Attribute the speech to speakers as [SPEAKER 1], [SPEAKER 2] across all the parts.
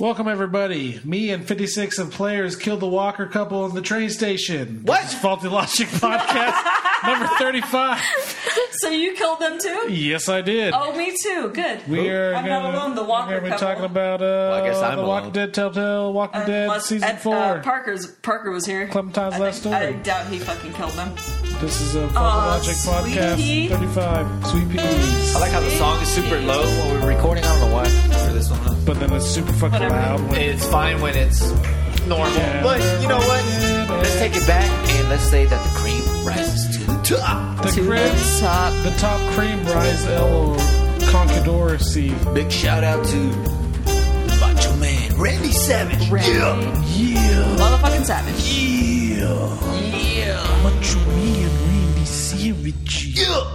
[SPEAKER 1] Welcome everybody. Me and 56 of players killed the Walker couple in the train station. This
[SPEAKER 2] What?
[SPEAKER 1] is Faulty Logic podcast number 35.
[SPEAKER 3] So you killed them too?
[SPEAKER 1] Yes, I did.
[SPEAKER 3] Oh, me too. Good.
[SPEAKER 1] We are
[SPEAKER 3] I'm not
[SPEAKER 1] gonna,
[SPEAKER 3] alone, the
[SPEAKER 1] we're
[SPEAKER 3] Walker
[SPEAKER 1] gonna be
[SPEAKER 3] couple.
[SPEAKER 1] talking about uh,
[SPEAKER 2] I guess I'm
[SPEAKER 1] the Walking
[SPEAKER 2] alone.
[SPEAKER 1] Dead Telltale, Walking Dead
[SPEAKER 3] Unless-
[SPEAKER 1] season
[SPEAKER 3] uh,
[SPEAKER 1] four.
[SPEAKER 3] uh, Parker's Parker was here.
[SPEAKER 1] Clementine's
[SPEAKER 3] I
[SPEAKER 1] last
[SPEAKER 3] think-
[SPEAKER 1] story.
[SPEAKER 3] I doubt he fucking killed them.
[SPEAKER 1] This is a Faulty
[SPEAKER 3] Aw,
[SPEAKER 1] Logic podcast
[SPEAKER 3] Uh, sweetie.
[SPEAKER 1] 35. Sweet peas.
[SPEAKER 2] I like how the song is super low when we're recording. I don't know why for this one. huh?
[SPEAKER 1] But then it's super fucking
[SPEAKER 3] Whatever.
[SPEAKER 1] loud when
[SPEAKER 2] It's fine when it's normal, but you know what? Let's take it back and let's say that the cream rises to the top.
[SPEAKER 1] the cribs,
[SPEAKER 3] top.
[SPEAKER 1] the top cream rise L Conquidor C.
[SPEAKER 2] Big shout out to Macho Man Randy Savage.
[SPEAKER 3] Randy.
[SPEAKER 2] Yeah,
[SPEAKER 3] Motherfucking savage.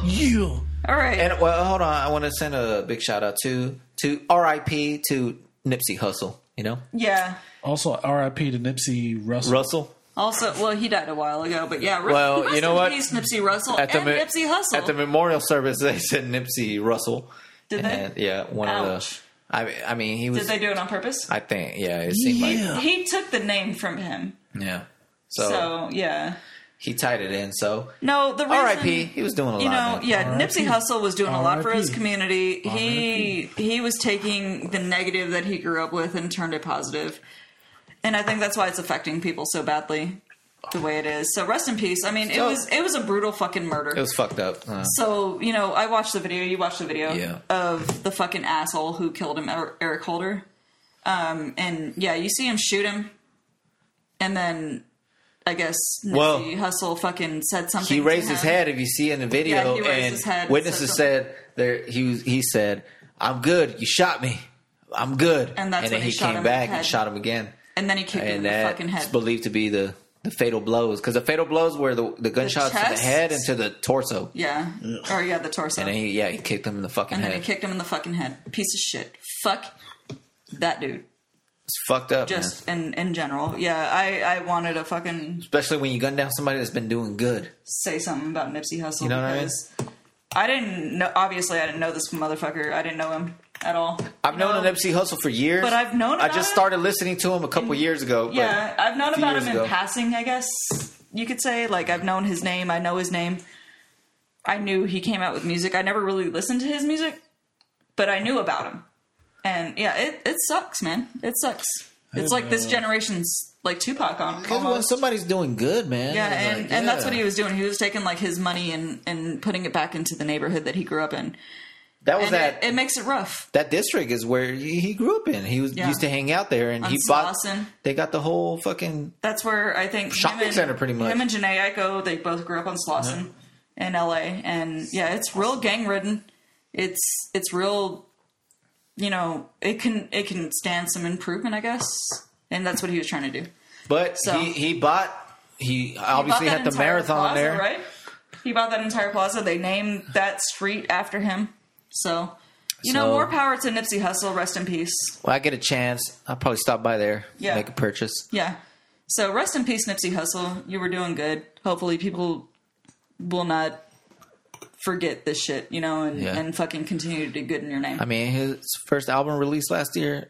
[SPEAKER 2] yeah.
[SPEAKER 3] All right.
[SPEAKER 2] And well, hold on. I want to send a big shout out to to R.I.P. to Nipsey Hussle. You know,
[SPEAKER 3] yeah.
[SPEAKER 1] Also, RIP to Nipsey Russell.
[SPEAKER 2] Russell.
[SPEAKER 3] Also, well, he died a while ago, but yeah. Ru-
[SPEAKER 2] Well,
[SPEAKER 3] rest
[SPEAKER 2] you know
[SPEAKER 3] in
[SPEAKER 2] what?
[SPEAKER 3] Peace, Nipsey Russell and
[SPEAKER 2] me-
[SPEAKER 3] Nipsey Hussle.
[SPEAKER 2] At the memorial service, they said Nipsey Russell.
[SPEAKER 3] Did they?
[SPEAKER 2] And, yeah, one
[SPEAKER 3] Ouch.
[SPEAKER 2] of the. I mean, I mean, he was.
[SPEAKER 3] Did they do it on purpose?
[SPEAKER 2] I think. Yeah, it seemed
[SPEAKER 1] Yeah.
[SPEAKER 2] like.
[SPEAKER 3] he took the name from him.
[SPEAKER 2] Yeah. So,
[SPEAKER 3] So, yeah.
[SPEAKER 2] he tied it in. So
[SPEAKER 3] No, the reason.
[SPEAKER 2] R.I.P. He was doing a lot.
[SPEAKER 3] You know,
[SPEAKER 2] man.
[SPEAKER 3] yeah, Nipsey Hussle was doing a lot for his
[SPEAKER 1] RIP.
[SPEAKER 3] community. He he was taking the negative that he grew up with and turned it positive. And I think that's why it's affecting people so badly the way it is. So rest in peace. I mean, it
[SPEAKER 2] So-
[SPEAKER 3] was it was a brutal fucking murder.
[SPEAKER 2] It was fucked up. Uh,
[SPEAKER 3] so, you know, I watched the video, you watched the video
[SPEAKER 2] Yeah.
[SPEAKER 3] of the fucking asshole who killed him, Er- Eric Holder. Um and yeah, you see him shoot him and then I guess Nipsey
[SPEAKER 2] Well,
[SPEAKER 3] Hussle fucking said something.
[SPEAKER 2] he
[SPEAKER 3] to
[SPEAKER 2] raised his
[SPEAKER 3] him.
[SPEAKER 2] head. If you see in the
[SPEAKER 3] Yeah,
[SPEAKER 2] video,
[SPEAKER 3] he raised
[SPEAKER 2] and
[SPEAKER 3] his head and
[SPEAKER 2] witnesses
[SPEAKER 3] said
[SPEAKER 2] said, there he was. He said, "I'm good. You shot me. I'm good."
[SPEAKER 3] And that's when
[SPEAKER 2] then
[SPEAKER 3] he
[SPEAKER 2] he,
[SPEAKER 3] shot
[SPEAKER 2] came
[SPEAKER 3] him in the
[SPEAKER 2] back
[SPEAKER 3] head.
[SPEAKER 2] and shot him again.
[SPEAKER 3] And then he kicked him in
[SPEAKER 2] and
[SPEAKER 3] the
[SPEAKER 2] that
[SPEAKER 3] fucking head.
[SPEAKER 2] is believed to be the the fatal blows because the fatal blows were the, the gunshots to the
[SPEAKER 3] chest?
[SPEAKER 2] head and to the torso.
[SPEAKER 3] Yeah. Or yeah, the torso.
[SPEAKER 2] And he, yeah, he kicked him in the fucking
[SPEAKER 3] And then
[SPEAKER 2] head.
[SPEAKER 3] he kicked him in the fucking head. Piece of shit. Fuck that dude.
[SPEAKER 2] it's fucked up, man.
[SPEAKER 3] Just in in general. Yeah, I I wanted to fucking
[SPEAKER 2] Especially when you gun down somebody that's been doing good.
[SPEAKER 3] say something about Nipsey Hussle
[SPEAKER 2] You know what I mean?
[SPEAKER 3] because I didn't know obviously I didn't know this motherfucker. I didn't know him at all.
[SPEAKER 2] I've known
[SPEAKER 3] No.
[SPEAKER 2] an MC Hustle for years,
[SPEAKER 3] But I've known
[SPEAKER 2] I
[SPEAKER 3] about
[SPEAKER 2] just
[SPEAKER 3] it.
[SPEAKER 2] started listening to him a couple years ago. But
[SPEAKER 3] Yeah, I've known
[SPEAKER 2] a few
[SPEAKER 3] about
[SPEAKER 2] years
[SPEAKER 3] him
[SPEAKER 2] ago.
[SPEAKER 3] in passing, I guess you could say. Like, I've known his name, I know his name. I knew he came out with music. I never really listened to his music, but I knew about him. And yeah, it, it sucks, man. It sucks. It's like this generation's like Tupac on.
[SPEAKER 2] Because when
[SPEAKER 3] almost.
[SPEAKER 2] somebody's doing good, man.
[SPEAKER 3] Yeah,
[SPEAKER 2] it's
[SPEAKER 3] and,
[SPEAKER 2] like,
[SPEAKER 3] and that's
[SPEAKER 2] yeah.
[SPEAKER 3] what he was doing. He was taking like his money and, and putting it back into the neighborhood that he grew up in.
[SPEAKER 2] That was
[SPEAKER 3] And
[SPEAKER 2] that
[SPEAKER 3] it, it makes it rough.
[SPEAKER 2] that district is where he he grew up in. He was
[SPEAKER 3] Yeah.
[SPEAKER 2] used to hang out there, and
[SPEAKER 3] On
[SPEAKER 2] he bought.
[SPEAKER 3] Slauson.
[SPEAKER 2] They got the whole fucking
[SPEAKER 3] That's where I think
[SPEAKER 2] Shopping
[SPEAKER 3] him and,
[SPEAKER 2] center, pretty much. Uh-huh.
[SPEAKER 3] Him and Janae Eiko, they both grew up on Slauson in LA, and yeah, it's real gang ridden. It's it's real. You know, it can it can stand some improvement, I guess, and that's what he was trying to do.
[SPEAKER 2] But
[SPEAKER 3] So-
[SPEAKER 2] he, he bought. He
[SPEAKER 3] He bought
[SPEAKER 2] obviously
[SPEAKER 3] that
[SPEAKER 2] had the
[SPEAKER 3] entire
[SPEAKER 2] marathon
[SPEAKER 3] plaza,
[SPEAKER 2] there.
[SPEAKER 3] right? He bought that entire plaza. They named that street after him. So, you know,
[SPEAKER 2] So-
[SPEAKER 3] more power to Nipsey Hussle. Rest in peace.
[SPEAKER 2] When I get a chance, I'll probably stop by there.
[SPEAKER 3] Yeah.
[SPEAKER 2] Make a purchase.
[SPEAKER 3] Yeah. So rest in peace, Nipsey Hussle. You were doing good. Hopefully, people will not forget this shit, you know, and,
[SPEAKER 2] Yeah.
[SPEAKER 3] and fucking continue to do good in your name.
[SPEAKER 2] I mean, his first album released last year,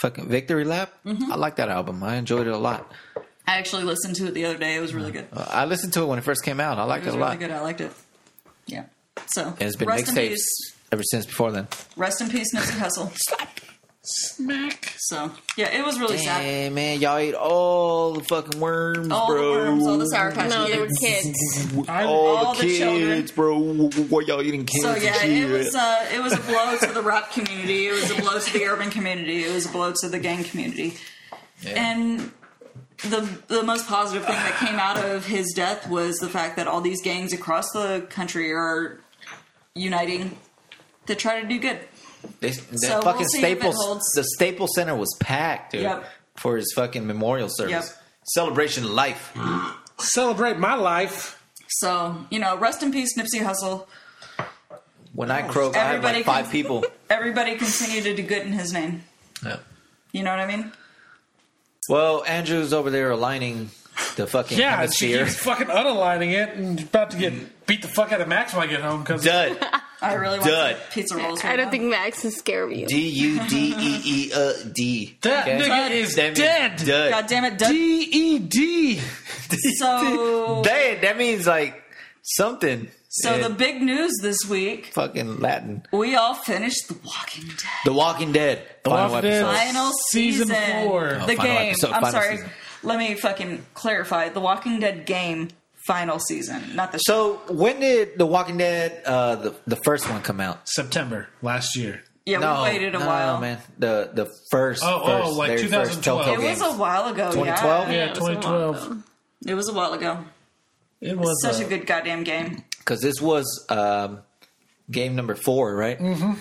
[SPEAKER 2] fucking Victory Lap.
[SPEAKER 3] Mm-hmm.
[SPEAKER 2] I like that album. I enjoyed it a lot.
[SPEAKER 3] I actually listened to it the other day. It was really good. It
[SPEAKER 2] I listened to it when it first came out. I liked it,
[SPEAKER 3] was
[SPEAKER 2] Uh, a
[SPEAKER 3] really
[SPEAKER 2] lot.
[SPEAKER 3] good. I liked it. Yeah. So
[SPEAKER 2] And it's been
[SPEAKER 3] rest in
[SPEAKER 2] mixtapes
[SPEAKER 3] peace.
[SPEAKER 2] ever since before then.
[SPEAKER 3] Rest in peace, Nipsey Hussle.
[SPEAKER 1] Smack.
[SPEAKER 3] So yeah, it was really sad.
[SPEAKER 2] Hey man, y'all ate all the fucking worms,
[SPEAKER 3] All
[SPEAKER 2] bro.
[SPEAKER 3] the worms, all the sour patch
[SPEAKER 4] No, they were
[SPEAKER 3] kids.
[SPEAKER 4] kids.
[SPEAKER 1] I,
[SPEAKER 2] All
[SPEAKER 3] all
[SPEAKER 2] the
[SPEAKER 3] the children.
[SPEAKER 2] kids, bro. What y'all eating kids?
[SPEAKER 3] So
[SPEAKER 2] and
[SPEAKER 3] yeah, it
[SPEAKER 2] shit?
[SPEAKER 3] was uh, it was a blow to the rap community. It was a blow to the urban community. It was a blow to the gang community. And the the most positive thing that came out of his death was the fact that all these gangs across the country are uniting to try to do good.
[SPEAKER 2] They, the
[SPEAKER 3] So we'll
[SPEAKER 2] fucking
[SPEAKER 3] see if it
[SPEAKER 2] Staples,
[SPEAKER 3] holds.
[SPEAKER 2] the Staples Center was packed, dude,
[SPEAKER 3] Yep.
[SPEAKER 2] for his fucking memorial service,
[SPEAKER 3] Yep.
[SPEAKER 2] celebration of life.
[SPEAKER 1] celebrate my life.
[SPEAKER 3] So you know, rest in peace, Nipsey Hussle.
[SPEAKER 2] When I croak, I had
[SPEAKER 3] Everybody
[SPEAKER 2] like five
[SPEAKER 3] can-
[SPEAKER 2] people.
[SPEAKER 3] Everybody continued to do good in his name.
[SPEAKER 2] Yeah.
[SPEAKER 3] You know what I mean?
[SPEAKER 2] Well, Andrew's over there aligning the fucking
[SPEAKER 1] Yeah, she
[SPEAKER 2] hemisphere.
[SPEAKER 1] keeps fucking unaligning it and about to get beat the fuck out of Max when I get home because
[SPEAKER 2] Dud.
[SPEAKER 3] I really want
[SPEAKER 2] Dud.
[SPEAKER 3] some pizza rolls. Right
[SPEAKER 4] I don't
[SPEAKER 3] now.
[SPEAKER 4] think Max is scared of you.
[SPEAKER 2] D U D E E uh D.
[SPEAKER 1] That
[SPEAKER 2] Okay?
[SPEAKER 1] nigga is
[SPEAKER 2] That means
[SPEAKER 1] dead.
[SPEAKER 2] Dud.
[SPEAKER 3] God damn it,
[SPEAKER 1] D
[SPEAKER 3] Dud.
[SPEAKER 1] E D.
[SPEAKER 3] So,
[SPEAKER 2] Dad, that means like something.
[SPEAKER 3] so
[SPEAKER 2] in
[SPEAKER 3] the big news this week,
[SPEAKER 2] fucking Latin.
[SPEAKER 3] we all finished The Walking Dead.
[SPEAKER 2] The Walking Dead. Final
[SPEAKER 1] Walking Dead.
[SPEAKER 2] episode.
[SPEAKER 3] Final
[SPEAKER 1] Season
[SPEAKER 3] season,
[SPEAKER 1] four.
[SPEAKER 2] Oh,
[SPEAKER 3] The
[SPEAKER 2] final
[SPEAKER 3] game.
[SPEAKER 2] episode,
[SPEAKER 3] I'm
[SPEAKER 2] final
[SPEAKER 3] sorry.
[SPEAKER 2] season.
[SPEAKER 3] Let me fucking clarify. The Walking Dead game final season, not the show.
[SPEAKER 2] So when did The Walking Dead uh the, the first one come out?
[SPEAKER 1] September last year.
[SPEAKER 3] Yeah,
[SPEAKER 2] no,
[SPEAKER 3] we waited a
[SPEAKER 2] no,
[SPEAKER 3] while.
[SPEAKER 2] no, man. The the first
[SPEAKER 1] Oh, oh,
[SPEAKER 2] first,
[SPEAKER 1] like
[SPEAKER 2] very
[SPEAKER 1] 2012.
[SPEAKER 2] first Telltale
[SPEAKER 3] It was
[SPEAKER 2] game.
[SPEAKER 3] a while ago.
[SPEAKER 2] 2012?
[SPEAKER 1] Yeah,
[SPEAKER 4] it was a while
[SPEAKER 1] 2012.
[SPEAKER 4] ago.
[SPEAKER 3] Yeah. It was a while ago.
[SPEAKER 1] It was
[SPEAKER 3] Such
[SPEAKER 1] uh,
[SPEAKER 3] a good goddamn game.
[SPEAKER 2] because this was um, game number four, right? Mm-hmm.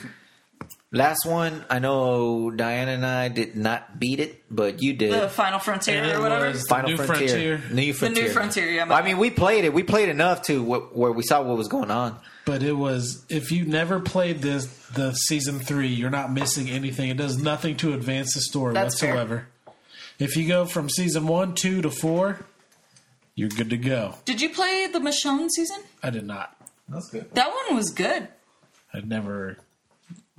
[SPEAKER 2] Last one, I know Diana and I did not beat it, but you did.
[SPEAKER 3] The Final Frontier
[SPEAKER 1] And it
[SPEAKER 3] or whatever.
[SPEAKER 1] was-
[SPEAKER 2] Final
[SPEAKER 1] New
[SPEAKER 2] Frontier.
[SPEAKER 1] Frontier.
[SPEAKER 2] New Frontier.
[SPEAKER 3] New Frontier, yeah, my
[SPEAKER 2] I mean, we played it. We played enough to wh- where we saw what was going on.
[SPEAKER 1] But it was if you never played this the season three, you're not missing anything. It does nothing to advance the story
[SPEAKER 3] That's fair.
[SPEAKER 1] whatsoever. If you go from season one, two to four, you're good to go.
[SPEAKER 3] Did you play the Michonne season?
[SPEAKER 1] I did not.
[SPEAKER 2] That's good.
[SPEAKER 3] That one was good.
[SPEAKER 1] I never.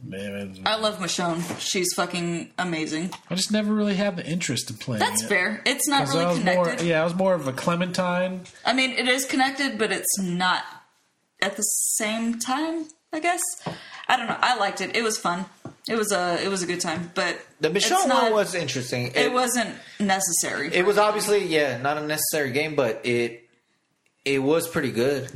[SPEAKER 1] Man,
[SPEAKER 3] I love Michonne. She's fucking amazing.
[SPEAKER 1] I just never really had the interest in playing.
[SPEAKER 3] That's
[SPEAKER 1] it.
[SPEAKER 3] fair. It's not
[SPEAKER 1] 'Cause I
[SPEAKER 3] really
[SPEAKER 1] was
[SPEAKER 3] connected.
[SPEAKER 1] more, yeah, I was more of a Clementine.
[SPEAKER 3] I mean, it is connected, but it's not at the same time. I guess I don't know. I liked it. It was fun. It was a it was a good time. But
[SPEAKER 2] The
[SPEAKER 3] it's
[SPEAKER 2] Michonne
[SPEAKER 3] not-
[SPEAKER 2] one was interesting. It,
[SPEAKER 3] It
[SPEAKER 2] was.
[SPEAKER 3] wasn't necessary.
[SPEAKER 2] It was obviously yeah, not a necessary game, but it it was pretty good.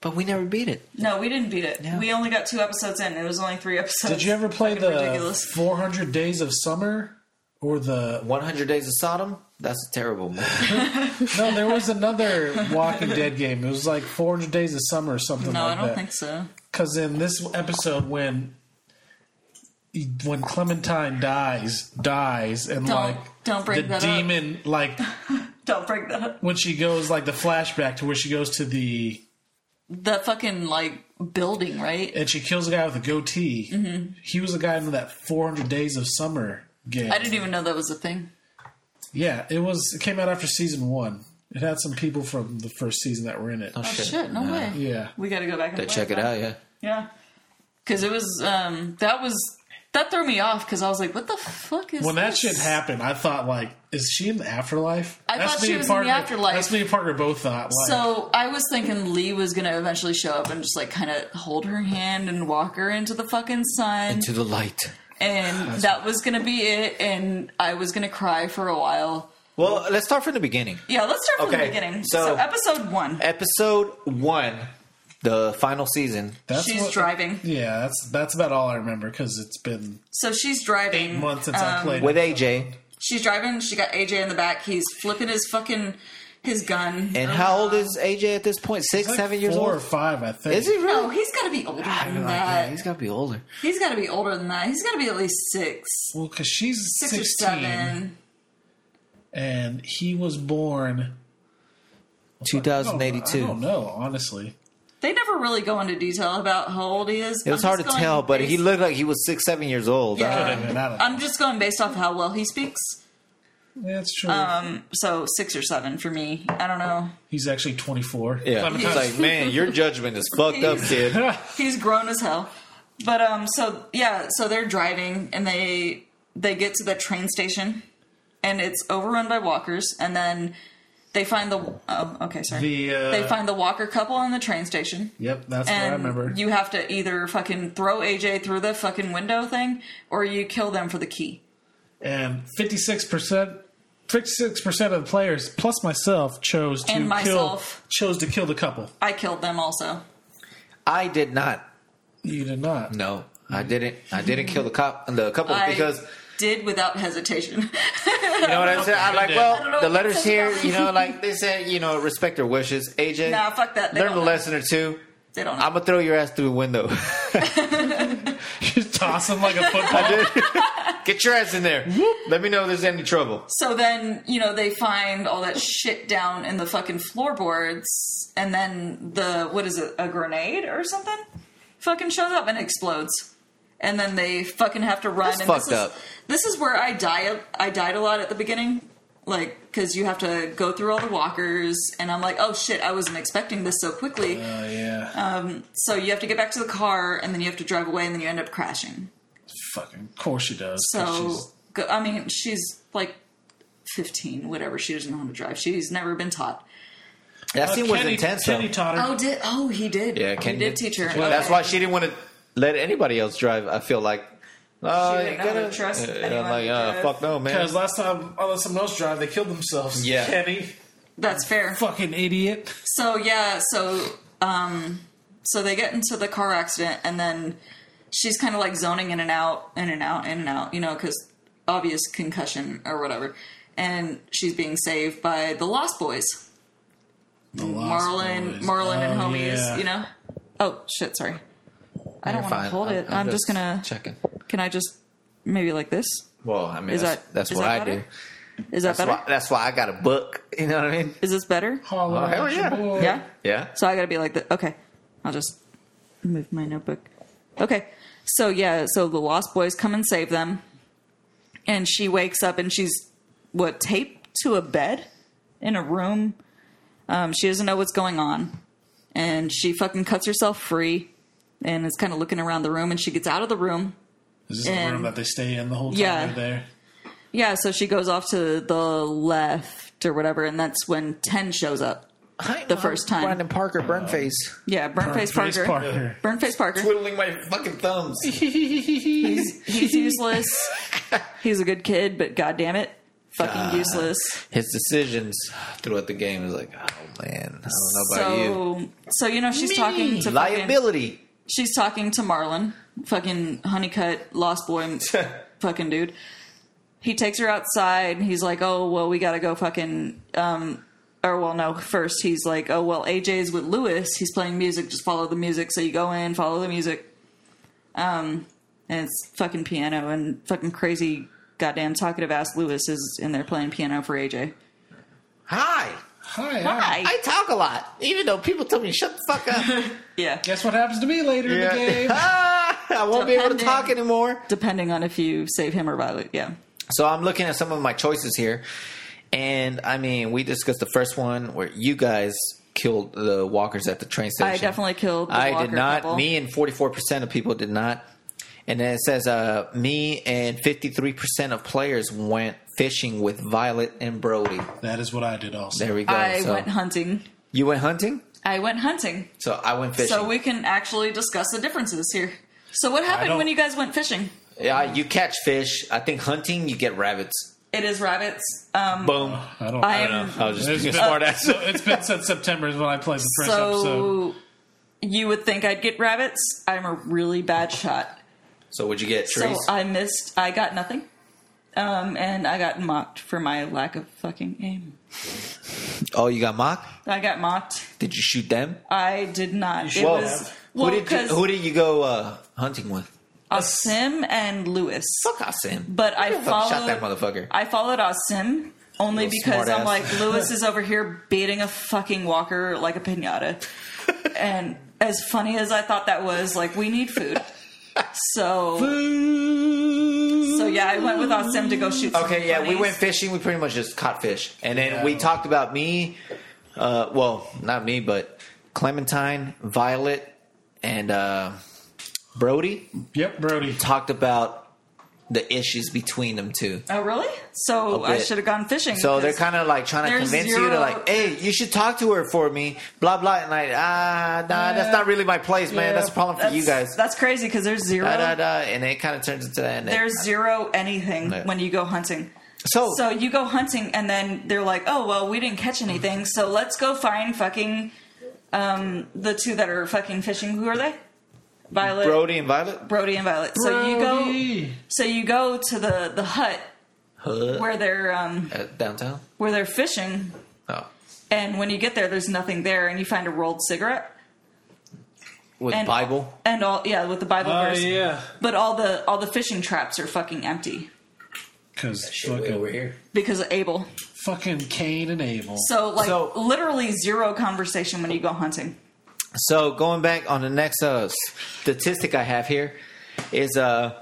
[SPEAKER 2] But we never beat it.
[SPEAKER 3] no, we didn't beat it.
[SPEAKER 2] Yeah.
[SPEAKER 3] We only got two episodes in. It was only three episodes.
[SPEAKER 1] Did you ever play
[SPEAKER 3] Fucking
[SPEAKER 1] the
[SPEAKER 3] ridiculous?
[SPEAKER 1] 400 Days of Summer or the?
[SPEAKER 2] One Hundred Days of Sodom. That's a terrible movie.
[SPEAKER 1] No, there was another Walking Dead game. It was like 400 Days of Summer or something.
[SPEAKER 3] No,
[SPEAKER 1] like
[SPEAKER 3] I don't
[SPEAKER 1] that.
[SPEAKER 3] think so.
[SPEAKER 1] Because in this episode, when when Clementine dies, dies, and
[SPEAKER 3] Don't-
[SPEAKER 1] like
[SPEAKER 3] don't bring
[SPEAKER 1] the
[SPEAKER 3] that up.
[SPEAKER 1] demon, like
[SPEAKER 3] Don't break that up.
[SPEAKER 1] when she goes, like the flashback to where she goes to the
[SPEAKER 3] The fucking like building, right?
[SPEAKER 1] and she kills a guy with a goatee.
[SPEAKER 3] Mm-hmm.
[SPEAKER 1] He was a guy in that 400 Days of Summer game.
[SPEAKER 3] I didn't e- even know that was a thing.
[SPEAKER 1] Yeah, it was. It came out after season one. It had some people from the first season that were in it.
[SPEAKER 2] Oh, shit.
[SPEAKER 3] Shit, no way.
[SPEAKER 1] Yeah,
[SPEAKER 3] We got to go back and
[SPEAKER 2] Yeah,
[SPEAKER 3] play
[SPEAKER 2] check it
[SPEAKER 3] now.
[SPEAKER 2] out. Yeah.
[SPEAKER 3] Yeah, because it was um that was that threw me off because I was like, what the fuck is
[SPEAKER 1] when that
[SPEAKER 3] this?
[SPEAKER 1] shit happened, I thought like, is she in the afterlife?
[SPEAKER 3] I thought she
[SPEAKER 1] me and
[SPEAKER 3] was in the
[SPEAKER 1] Parker-
[SPEAKER 3] afterlife.
[SPEAKER 1] That's me and Parker both thought. Like,
[SPEAKER 3] So I was thinking Lee was gonna eventually show up and just like kind of hold her hand and walk her into the fucking sun,
[SPEAKER 2] Into the light.
[SPEAKER 3] and that was gonna be it. And I was gonna cry for a while.
[SPEAKER 2] Well, let's start from the beginning.
[SPEAKER 3] Yeah, let's start from
[SPEAKER 2] Okay,
[SPEAKER 3] the beginning.
[SPEAKER 2] so- e-
[SPEAKER 3] episode one,
[SPEAKER 2] Episode one, the final season.
[SPEAKER 1] that's
[SPEAKER 3] she's
[SPEAKER 1] what-
[SPEAKER 3] driving.
[SPEAKER 1] Yeah, that's that's about all I remember because it's been
[SPEAKER 3] So she's driving.
[SPEAKER 1] eight months since I
[SPEAKER 3] um,
[SPEAKER 1] played.
[SPEAKER 2] with
[SPEAKER 1] it.
[SPEAKER 2] AJ.
[SPEAKER 3] She's driving. She got AJ in the back. He's flipping his fucking his gun.
[SPEAKER 2] And how old is AJ at this point? Six,
[SPEAKER 1] Like
[SPEAKER 2] seven years
[SPEAKER 1] four or
[SPEAKER 2] old.
[SPEAKER 1] five, I think.
[SPEAKER 2] Is he
[SPEAKER 3] No,
[SPEAKER 2] really?
[SPEAKER 3] he's got to be older
[SPEAKER 2] I'd be
[SPEAKER 3] than
[SPEAKER 2] like,
[SPEAKER 3] that.
[SPEAKER 2] yeah, he's got to be older.
[SPEAKER 3] He's got to be older than that. He's got to be at least six,
[SPEAKER 1] Well, because she's
[SPEAKER 3] six
[SPEAKER 1] sixteen,
[SPEAKER 3] or seven.
[SPEAKER 1] and he was born. Oh, I
[SPEAKER 2] 2082.
[SPEAKER 1] don't know, honestly.
[SPEAKER 3] They never really go into detail about how old he is.
[SPEAKER 2] it was
[SPEAKER 3] I'm
[SPEAKER 2] hard to
[SPEAKER 3] just going
[SPEAKER 2] tell, but
[SPEAKER 3] based-
[SPEAKER 2] he looked like he was six, seven years old. I don't
[SPEAKER 1] I
[SPEAKER 3] Yeah.
[SPEAKER 1] mean, I don't know.
[SPEAKER 3] I'm just going based off how well he speaks.
[SPEAKER 1] That's true.
[SPEAKER 3] Um, So six or seven for me. I don't know.
[SPEAKER 1] He's actually 24.
[SPEAKER 2] Yeah,
[SPEAKER 1] Clementine-
[SPEAKER 2] it's like, man, your judgment is fucked up, kid.
[SPEAKER 3] He's grown as hell. But um, so yeah, so they're driving and they they get to the train station, and it's overrun by walkers, and then. They find the oh okay sorry
[SPEAKER 1] The, uh,
[SPEAKER 3] they find the Walker couple on the train station.
[SPEAKER 1] Yep, that's what I
[SPEAKER 3] and
[SPEAKER 1] remember.
[SPEAKER 3] you have to either fucking throw AJ through the fucking window thing, or you kill them for the key.
[SPEAKER 1] and 56%. 56% of the players plus myself chose to
[SPEAKER 3] And myself.
[SPEAKER 1] kill chose to kill the couple.
[SPEAKER 3] I killed them also.
[SPEAKER 2] I did not.
[SPEAKER 1] You did not.
[SPEAKER 2] No, I didn't. I didn't kill the cop, the couple,
[SPEAKER 3] I
[SPEAKER 2] because
[SPEAKER 3] did without hesitation.
[SPEAKER 2] you know what I'm saying. I'm like,
[SPEAKER 3] don't know
[SPEAKER 2] well, the
[SPEAKER 3] what
[SPEAKER 2] letters
[SPEAKER 3] says
[SPEAKER 2] here,
[SPEAKER 3] about-
[SPEAKER 2] you know, like they said, you know, respect their wishes. AJ,
[SPEAKER 3] nah, fuck that. They
[SPEAKER 2] learn
[SPEAKER 3] don't
[SPEAKER 2] a
[SPEAKER 3] know.
[SPEAKER 2] lesson or two.
[SPEAKER 3] They don't know.
[SPEAKER 2] I'm gonna throw your ass through the window.
[SPEAKER 1] You toss him like a football.
[SPEAKER 2] Get your ass in there. Let me know if there's any trouble.
[SPEAKER 3] so then, you know, they find all that shit down in the fucking floorboards, and then the what is it, a grenade or something? Fucking shows up and explodes. And then they fucking have to run.
[SPEAKER 2] That's
[SPEAKER 3] and
[SPEAKER 2] fucked
[SPEAKER 3] this is,
[SPEAKER 2] up.
[SPEAKER 3] This is where I die. I died a lot at the beginning like because you have to go through all the walkers and i'm like oh shit i wasn't expecting this so quickly
[SPEAKER 1] Oh yeah.
[SPEAKER 3] Um, so you have to get back to the car and then you have to drive away and then you end up crashing
[SPEAKER 1] Fucking of course she does. 'cause
[SPEAKER 3] so
[SPEAKER 1] she's-
[SPEAKER 3] go, i mean she's like 15 whatever she doesn't know how to drive she's never been taught
[SPEAKER 2] That
[SPEAKER 1] Uh,
[SPEAKER 2] scene was
[SPEAKER 1] Kenny-
[SPEAKER 2] intense.
[SPEAKER 1] Kenny
[SPEAKER 2] though.
[SPEAKER 1] taught her.
[SPEAKER 3] oh did oh he did
[SPEAKER 2] yeah,
[SPEAKER 3] he
[SPEAKER 2] Kenny
[SPEAKER 3] did teach her
[SPEAKER 2] Well, That's
[SPEAKER 3] Okay.
[SPEAKER 2] why she didn't want to let anybody else drive. I feel like. Oh,
[SPEAKER 3] didn't
[SPEAKER 2] you
[SPEAKER 3] know how to
[SPEAKER 2] gotta-
[SPEAKER 3] trust
[SPEAKER 2] Yeah,
[SPEAKER 3] anyone
[SPEAKER 2] I'm like,
[SPEAKER 3] to
[SPEAKER 2] uh,
[SPEAKER 3] drive.
[SPEAKER 2] fuck no, man.
[SPEAKER 1] Because last time I let someone else drive, they killed themselves.
[SPEAKER 2] Yeah.
[SPEAKER 1] Kenny,
[SPEAKER 3] that's fair
[SPEAKER 1] fucking idiot.
[SPEAKER 3] so yeah so um so they get into the car accident and then she's kind of like zoning in and out in and out in and out you know because obvious concussion or whatever and she's being saved by the lost boys marlin marlin and
[SPEAKER 1] Oh,
[SPEAKER 3] homies
[SPEAKER 1] yeah.
[SPEAKER 3] you know oh shit sorry i
[SPEAKER 2] You're
[SPEAKER 3] don't want to
[SPEAKER 2] fine.
[SPEAKER 3] hold it i'm, just, gonna
[SPEAKER 2] checking.
[SPEAKER 3] can i just maybe like this
[SPEAKER 2] Well, I mean,
[SPEAKER 3] Is
[SPEAKER 2] that's,
[SPEAKER 3] that-
[SPEAKER 2] that's
[SPEAKER 3] is
[SPEAKER 2] what
[SPEAKER 3] that
[SPEAKER 2] I
[SPEAKER 3] better?
[SPEAKER 2] do.
[SPEAKER 3] is that
[SPEAKER 2] That's
[SPEAKER 3] better
[SPEAKER 2] why, that's why I got a book. You know what I mean?
[SPEAKER 3] is this better
[SPEAKER 1] Holler
[SPEAKER 2] Oh, hell
[SPEAKER 1] at your
[SPEAKER 2] yeah.
[SPEAKER 1] boy.
[SPEAKER 3] yeah
[SPEAKER 2] Yeah.
[SPEAKER 3] So I gotta be like, the, okay, I'll just move my notebook. Okay. So yeah, so the Lost Boys come and save them, and she wakes up and she's what taped to a bed in a room. Um, she doesn't know what's going on, and she fucking cuts herself free, and is kind of looking around the room, and she gets out of the room.
[SPEAKER 1] Is this the
[SPEAKER 3] And-
[SPEAKER 1] room that they stay in the whole time
[SPEAKER 3] Yeah.
[SPEAKER 1] they're there?
[SPEAKER 3] Yeah, so she goes off to the left or whatever, and that's when Ten shows up.
[SPEAKER 2] the
[SPEAKER 3] first time.
[SPEAKER 2] Brandon Parker, burn face,
[SPEAKER 3] Yeah, Burnface Parker.
[SPEAKER 1] Parker.
[SPEAKER 3] Burnface Parker.
[SPEAKER 2] twiddling my fucking thumbs.
[SPEAKER 3] He's, he's useless. he's a good kid, but goddamn it, fucking useless.
[SPEAKER 2] His decisions throughout the game is like, oh man, I don't know about you.
[SPEAKER 3] So, so you know she's talking to fucking,
[SPEAKER 2] Liability.
[SPEAKER 3] she's talking to Marlon, fucking honeycut lost boy, fucking dude. He takes her outside. and He's like, "Oh well, we gotta go fucking." Um, or well, no. First, he's like, "Oh well, AJ's with Lewis. He's playing music. Just follow the music." So you go in, follow the music. Um, and it's fucking piano and fucking crazy, goddamn talkative ass Lewis is in there playing piano for AJ.
[SPEAKER 2] Hi.
[SPEAKER 1] Hi.
[SPEAKER 3] Hi.
[SPEAKER 2] I talk a lot, even though people tell me shut the fuck up.
[SPEAKER 3] Yeah.
[SPEAKER 1] Guess what happens to me later in the game?
[SPEAKER 2] ah, I won't be able to
[SPEAKER 3] Depending.
[SPEAKER 2] talk anymore.
[SPEAKER 3] depending on if you save him or Violet. Yeah.
[SPEAKER 2] So I'm looking at some of my choices here, and I mean, we discussed the first one where you guys killed the walkers at the train station.
[SPEAKER 3] I definitely killed the
[SPEAKER 2] I
[SPEAKER 3] Walker
[SPEAKER 2] did not.
[SPEAKER 3] couple.
[SPEAKER 2] Me and 44% of people did not. And then it says, uh, me and 53% of players went fishing with Violet and Brody.
[SPEAKER 1] That is what I did also.
[SPEAKER 2] There we go.
[SPEAKER 3] I
[SPEAKER 2] So-
[SPEAKER 3] went hunting.
[SPEAKER 2] you went hunting?
[SPEAKER 3] I went hunting.
[SPEAKER 2] So I went fishing.
[SPEAKER 3] So we can actually discuss the differences here. So what happened
[SPEAKER 1] don't-
[SPEAKER 3] when you guys went fishing?
[SPEAKER 2] yeah, you catch fish. I think hunting, you get rabbits.
[SPEAKER 3] It is rabbits. Um,
[SPEAKER 2] Boom.
[SPEAKER 1] I don't
[SPEAKER 3] I
[SPEAKER 1] I don't
[SPEAKER 3] am-
[SPEAKER 1] know.
[SPEAKER 2] I was just
[SPEAKER 1] It's
[SPEAKER 2] being a
[SPEAKER 1] been-
[SPEAKER 2] smart ass.
[SPEAKER 1] So it's been since September is when I played the first episode.
[SPEAKER 3] so you would think I'd get rabbits. I'm a really bad shot.
[SPEAKER 2] So what'd you get? Trees?
[SPEAKER 3] So um, I missed. I got nothing. Um, and I got mocked for my lack of fucking aim.
[SPEAKER 2] oh, you got mock?
[SPEAKER 3] I got mocked.
[SPEAKER 2] Did you shoot them?
[SPEAKER 3] I did not. It
[SPEAKER 1] should
[SPEAKER 3] was
[SPEAKER 1] have.
[SPEAKER 3] well
[SPEAKER 2] who, did you,
[SPEAKER 3] because
[SPEAKER 2] who did you go uh, hunting with?
[SPEAKER 3] Asim and Lewis.
[SPEAKER 2] Fuck Asim.
[SPEAKER 3] But I
[SPEAKER 2] Fuck, shot that
[SPEAKER 3] followed.
[SPEAKER 2] motherfucker.
[SPEAKER 3] I followed Asim only
[SPEAKER 2] Little
[SPEAKER 3] because I'm
[SPEAKER 2] smartass.
[SPEAKER 3] like Lewis is over here beating a fucking walker like a pinata, and as funny as I thought that was, like we need food. So, so yeah, I went with Asim to go shoot. some
[SPEAKER 2] Okay, yeah, we
[SPEAKER 3] bunnies.
[SPEAKER 2] went fishing. We pretty much just caught fish, and then
[SPEAKER 1] Yeah.
[SPEAKER 2] we talked about me. Uh, well, not me, but Clementine, Violet, and uh, Brody
[SPEAKER 1] yep, Brody.
[SPEAKER 2] talked about the issues between them two.
[SPEAKER 3] Oh really?
[SPEAKER 2] A
[SPEAKER 3] So I
[SPEAKER 2] bit.
[SPEAKER 3] should have gone fishing.
[SPEAKER 2] So they're
[SPEAKER 3] because-
[SPEAKER 2] kind of like trying to
[SPEAKER 3] there's
[SPEAKER 2] convince you to
[SPEAKER 3] zero-
[SPEAKER 2] like, hey, you should talk to her for me, blah blah, and like, ah, nah, that's not really my place, man.
[SPEAKER 1] yeah,
[SPEAKER 2] That's a problem for
[SPEAKER 3] that's,
[SPEAKER 2] you guys.
[SPEAKER 3] That's crazy because there's zero.
[SPEAKER 2] Da, da, da, and it kind of turns into that. And then-
[SPEAKER 3] There's zero anything
[SPEAKER 2] Yeah.
[SPEAKER 3] when you go hunting.
[SPEAKER 2] so,
[SPEAKER 3] So you go hunting, and then they're like, "Oh well, we didn't catch anything, so let's go find fucking um, the two that are fucking fishing. Who are they? Violet,
[SPEAKER 2] Brody and Violet.
[SPEAKER 3] Brody and Violet. So you go,
[SPEAKER 1] Brody.
[SPEAKER 3] so you go to the the hut
[SPEAKER 2] Huh?
[SPEAKER 3] where they're um,
[SPEAKER 2] Uh, downtown?
[SPEAKER 3] where they're fishing,
[SPEAKER 2] Oh.
[SPEAKER 3] and when you get there, there's nothing there, and you find a rolled cigarette
[SPEAKER 2] With
[SPEAKER 3] and
[SPEAKER 2] Bible.
[SPEAKER 3] and all yeah with the Bible
[SPEAKER 1] Oh
[SPEAKER 3] verse,
[SPEAKER 1] yeah.
[SPEAKER 3] but all the all the fishing traps are fucking empty
[SPEAKER 1] Because
[SPEAKER 2] Wait,
[SPEAKER 1] fucking,
[SPEAKER 2] here.
[SPEAKER 3] because of Abel.
[SPEAKER 1] fucking Cain and Abel.
[SPEAKER 3] So like
[SPEAKER 2] So-
[SPEAKER 3] literally zero conversation when you go hunting.
[SPEAKER 2] So going back on the next uh, statistic I have here is uh,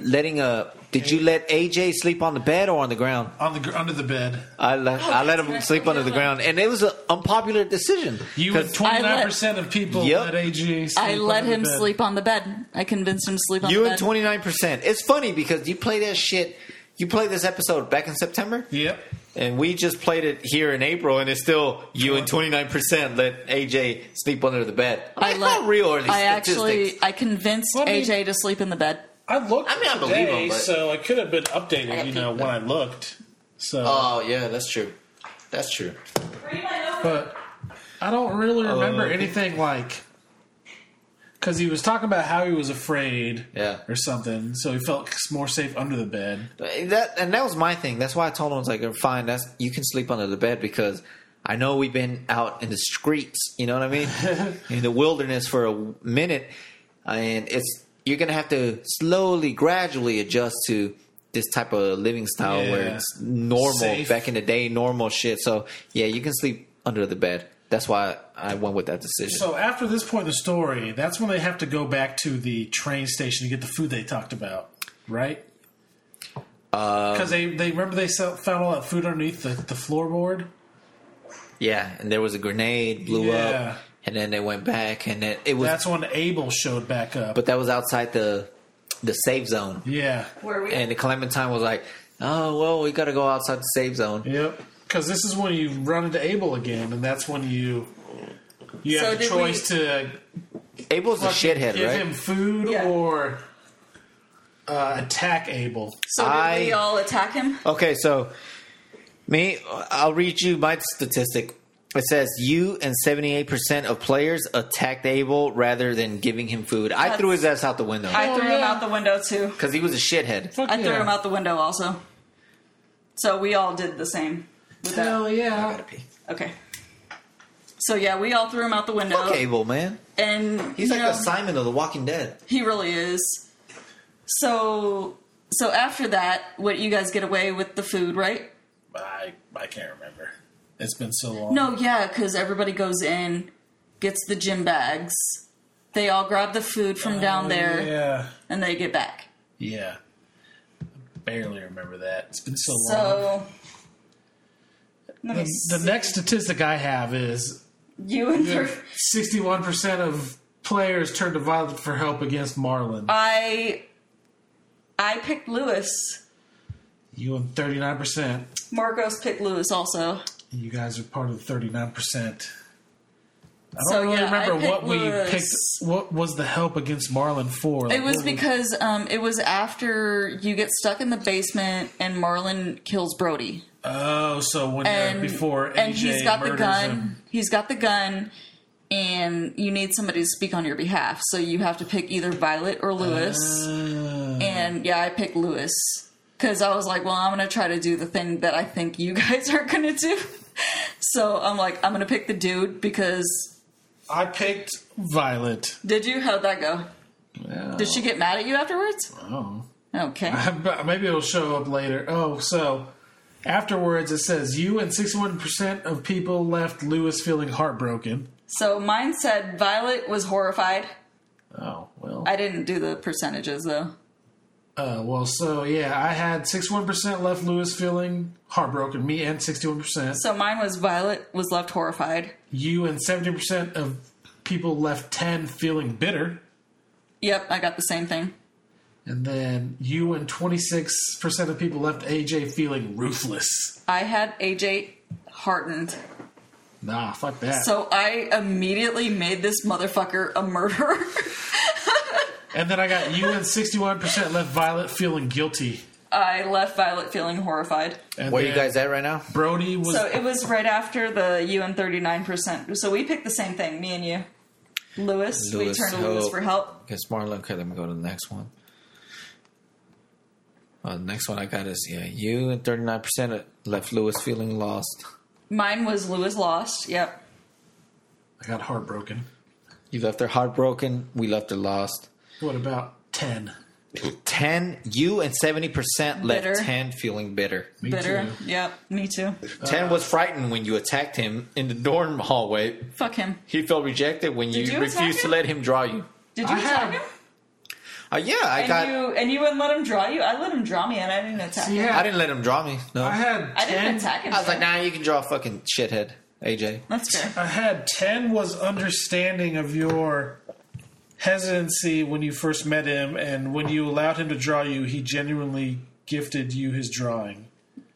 [SPEAKER 2] letting uh, Did you let AJ sleep on the bed or on the ground?
[SPEAKER 1] on the gr- under the bed.
[SPEAKER 2] I
[SPEAKER 3] Oh,
[SPEAKER 2] let I let him sleep under the ground, and it was an unpopular decision.
[SPEAKER 1] You
[SPEAKER 2] 'Cause-
[SPEAKER 1] and twenty nine percent of people
[SPEAKER 2] Yep.
[SPEAKER 1] let AG. Sleep
[SPEAKER 3] I let
[SPEAKER 1] under the
[SPEAKER 3] him
[SPEAKER 1] bed.
[SPEAKER 3] sleep on the bed. I convinced him to sleep on
[SPEAKER 2] You
[SPEAKER 3] the
[SPEAKER 2] and
[SPEAKER 3] bed.
[SPEAKER 2] twenty nine percent. It's funny because you play that shit. You played this episode back in September,
[SPEAKER 1] Yep.
[SPEAKER 2] and we just played it here in April, and it's still you and twenty nine percent let AJ sleep under the bed. I
[SPEAKER 3] I
[SPEAKER 2] mean,
[SPEAKER 3] let
[SPEAKER 2] how real are these
[SPEAKER 3] I
[SPEAKER 2] statistics?
[SPEAKER 3] actually I convinced
[SPEAKER 1] Well, I mean-
[SPEAKER 3] AJ to sleep in the bed.
[SPEAKER 1] I looked.
[SPEAKER 2] I mean, I
[SPEAKER 1] today,
[SPEAKER 2] believe him, but-
[SPEAKER 1] so it could have been
[SPEAKER 2] I
[SPEAKER 1] updated.
[SPEAKER 2] got
[SPEAKER 1] You know
[SPEAKER 2] people.
[SPEAKER 1] when I looked. So,
[SPEAKER 2] oh yeah, that's true. That's true.
[SPEAKER 1] but I don't
[SPEAKER 2] uh,
[SPEAKER 1] really remember
[SPEAKER 2] okay.
[SPEAKER 1] anything like. Because he was talking about how he was afraid,
[SPEAKER 2] Yeah.
[SPEAKER 1] or something, so he felt more safe under the bed.
[SPEAKER 2] That and that was my thing. That's why I told him I was like, "Fine, that's you can sleep under the bed because I know we've been out in the streets. You know what I mean? in the wilderness for a minute, and it's you're gonna have to slowly, gradually adjust to this type of living style where
[SPEAKER 1] Yeah.
[SPEAKER 2] it's normal
[SPEAKER 1] Safe.
[SPEAKER 2] back in the day, normal shit. So yeah, you can sleep under the bed. That's why I went with that decision.
[SPEAKER 1] So after this point in the story, that's when they have to go back to the train station to get the food they talked about, right?
[SPEAKER 2] Um,
[SPEAKER 1] Because they, they remember they sell- found all that food underneath the, the floorboard.
[SPEAKER 2] yeah, and there was a grenade blew
[SPEAKER 1] Yeah.
[SPEAKER 2] up, and then they went back, and then it was.
[SPEAKER 1] That's when Abel showed back up.
[SPEAKER 2] but that was outside the the safe zone.
[SPEAKER 1] yeah,
[SPEAKER 3] Where we
[SPEAKER 2] And Clementine was like, "Oh well, we got to go outside the safe zone."
[SPEAKER 1] yep. Because this is when you run into Abel again, and that's when you you
[SPEAKER 3] So
[SPEAKER 1] have a
[SPEAKER 3] did
[SPEAKER 1] choice
[SPEAKER 3] we-
[SPEAKER 1] to
[SPEAKER 2] Abel's a
[SPEAKER 1] fucking
[SPEAKER 2] shithead,
[SPEAKER 1] give
[SPEAKER 2] right?
[SPEAKER 1] him food
[SPEAKER 3] Yeah.
[SPEAKER 1] or uh, attack Abel.
[SPEAKER 3] so did
[SPEAKER 2] I-
[SPEAKER 3] we all attack him?
[SPEAKER 2] Okay, so me, I'll read you my statistic. It says you and seventy eight percent of players attacked Abel rather than giving him food. I
[SPEAKER 3] That's-
[SPEAKER 2] threw his ass out the window
[SPEAKER 3] I
[SPEAKER 1] Oh,
[SPEAKER 3] threw him
[SPEAKER 1] yeah.
[SPEAKER 3] out the window too.
[SPEAKER 2] because he was a shithead.
[SPEAKER 1] Fuck
[SPEAKER 3] I threw
[SPEAKER 1] yeah.
[SPEAKER 3] him out the window also. So we all did the same. With that.
[SPEAKER 1] Hell yeah!
[SPEAKER 3] Okay. So yeah, we all threw him out the window.
[SPEAKER 2] Fuck Abel, man.
[SPEAKER 3] And
[SPEAKER 2] He's
[SPEAKER 3] you
[SPEAKER 2] like
[SPEAKER 3] know,
[SPEAKER 2] the Simon of The Walking Dead.
[SPEAKER 3] He really is. So so after that, what you guys get away with the food, right?
[SPEAKER 1] I I can't remember. It's been so long.
[SPEAKER 3] No, yeah, because everybody goes in, gets the gym bags. They all grab the food from down there,
[SPEAKER 1] Oh, Yeah.
[SPEAKER 3] and they get back.
[SPEAKER 1] Yeah. Barely remember that. It's been so, long.
[SPEAKER 3] So let me
[SPEAKER 1] The next statistic I have is
[SPEAKER 3] see. you and your,
[SPEAKER 1] 61% of players turned to violence for help against Marlin.
[SPEAKER 3] I, I picked Lewis.
[SPEAKER 1] you and 39%.
[SPEAKER 3] Marcos picked Lewis also.
[SPEAKER 1] And you guys are part of the 39%. I don't
[SPEAKER 3] So,
[SPEAKER 1] really
[SPEAKER 3] yeah, I
[SPEAKER 1] remember
[SPEAKER 3] picked
[SPEAKER 1] what we
[SPEAKER 3] Lewis.
[SPEAKER 1] picked. What was the help against Marlin for? Like,
[SPEAKER 3] It was
[SPEAKER 1] what
[SPEAKER 3] because um, it was after you get stuck in the basement and Marlin kills Brody.
[SPEAKER 1] oh, so when
[SPEAKER 3] and
[SPEAKER 1] you're before AJ
[SPEAKER 3] and he's got the
[SPEAKER 1] murders
[SPEAKER 3] gun.
[SPEAKER 1] him.
[SPEAKER 3] He's got the gun, and you need somebody to speak on your behalf. So you have to pick either Violet or
[SPEAKER 1] Uh.
[SPEAKER 3] Lewis. and yeah, I picked Lewis because I was like, well, I'm gonna try to do the thing that I think you guys are gonna do. so I'm like, I'm gonna pick the dude because
[SPEAKER 1] I picked Violet.
[SPEAKER 3] did you? How'd that go? Did she get mad at you afterwards?
[SPEAKER 1] Oh.
[SPEAKER 3] Okay.
[SPEAKER 1] But Maybe it'll show up later. Oh, so afterwards it says you and 61% of people left Lewis feeling heartbroken.
[SPEAKER 3] So mine said Violet was horrified.
[SPEAKER 1] Oh, well.
[SPEAKER 3] I didn't do the percentages though.
[SPEAKER 1] Uh, well, so yeah, I had 61% left Lewis feeling heartbroken, me and 61%.
[SPEAKER 3] So mine was Violet was left horrified.
[SPEAKER 1] You and 70% of people left 10 feeling bitter.
[SPEAKER 3] Yep, I got the same thing.
[SPEAKER 1] And then you and 26% of people left AJ feeling ruthless.
[SPEAKER 3] I had AJ heartened.
[SPEAKER 1] Nah, fuck that.
[SPEAKER 3] So I immediately made this motherfucker a murderer.
[SPEAKER 1] and then I got you and 61% left Violet feeling guilty.
[SPEAKER 3] I left Violet feeling horrified.
[SPEAKER 1] And
[SPEAKER 2] Where are you
[SPEAKER 1] then-
[SPEAKER 2] guys at right now?
[SPEAKER 1] Brody was
[SPEAKER 3] So it was right after the you and 39%. So we picked the same thing, me and you. Lewis,
[SPEAKER 2] Lewis,
[SPEAKER 3] we turned to Lewis
[SPEAKER 2] help.
[SPEAKER 3] for help.
[SPEAKER 2] Against Marlon. Okay, let me go to the next one. Uh, the next one I got is yeah, you and thirty nine percent left Lewis feeling lost.
[SPEAKER 3] Mine was Lewis lost. Yep.
[SPEAKER 1] I got heartbroken.
[SPEAKER 2] You left her heartbroken. We left her lost.
[SPEAKER 1] What about ten?
[SPEAKER 2] Ten. You and seventy percent left
[SPEAKER 3] Bitter.
[SPEAKER 2] ten feeling bitter.
[SPEAKER 1] Me
[SPEAKER 3] Bitter.
[SPEAKER 1] too.
[SPEAKER 3] Yep, me too.
[SPEAKER 1] Uh,
[SPEAKER 2] ten was frightened when you attacked him in the dorm hallway.
[SPEAKER 3] Fuck him.
[SPEAKER 2] He felt rejected when you,
[SPEAKER 3] you attack
[SPEAKER 2] refused to
[SPEAKER 3] him?
[SPEAKER 2] let him draw you.
[SPEAKER 3] Did you
[SPEAKER 1] I
[SPEAKER 3] attack
[SPEAKER 1] have-
[SPEAKER 3] him?
[SPEAKER 2] Uh, yeah, I
[SPEAKER 3] And
[SPEAKER 2] got.
[SPEAKER 3] you and you wouldn't let him draw you. I let him draw me, and I didn't attack. him.
[SPEAKER 1] Yeah,
[SPEAKER 2] I didn't let him draw me. No,
[SPEAKER 1] I
[SPEAKER 2] I,
[SPEAKER 1] had
[SPEAKER 3] I didn't
[SPEAKER 1] ten.
[SPEAKER 3] attack him.
[SPEAKER 2] was like, nah, you can draw a fucking shithead, AJ.
[SPEAKER 3] That's fair.
[SPEAKER 1] I had ten was understanding of your hesitancy when you first met him, and when you allowed him to draw you, he genuinely gifted you his drawing.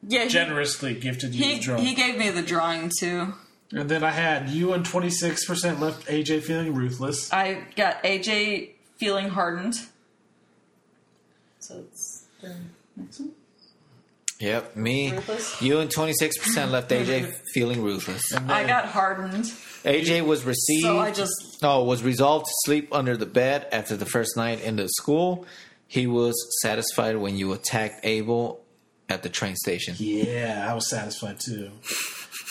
[SPEAKER 3] Yeah, he-
[SPEAKER 1] Generously gifted you
[SPEAKER 3] He,
[SPEAKER 1] his drawing.
[SPEAKER 3] he gave me the drawing too.
[SPEAKER 1] and then I had you and twenty six percent left AJ feeling ruthless.
[SPEAKER 3] I got AJ feeling hardened. So it's the next one.
[SPEAKER 2] Yep, me,
[SPEAKER 3] Ruthless?
[SPEAKER 2] you, and twenty six percent left AJ feeling ruthless.
[SPEAKER 3] I got hardened,
[SPEAKER 2] AJ was received.
[SPEAKER 3] so I just
[SPEAKER 2] No, was resolved to sleep under the bed after the first night in the school. He was satisfied when you attacked Abel at the train station.
[SPEAKER 1] Yeah, I was satisfied too.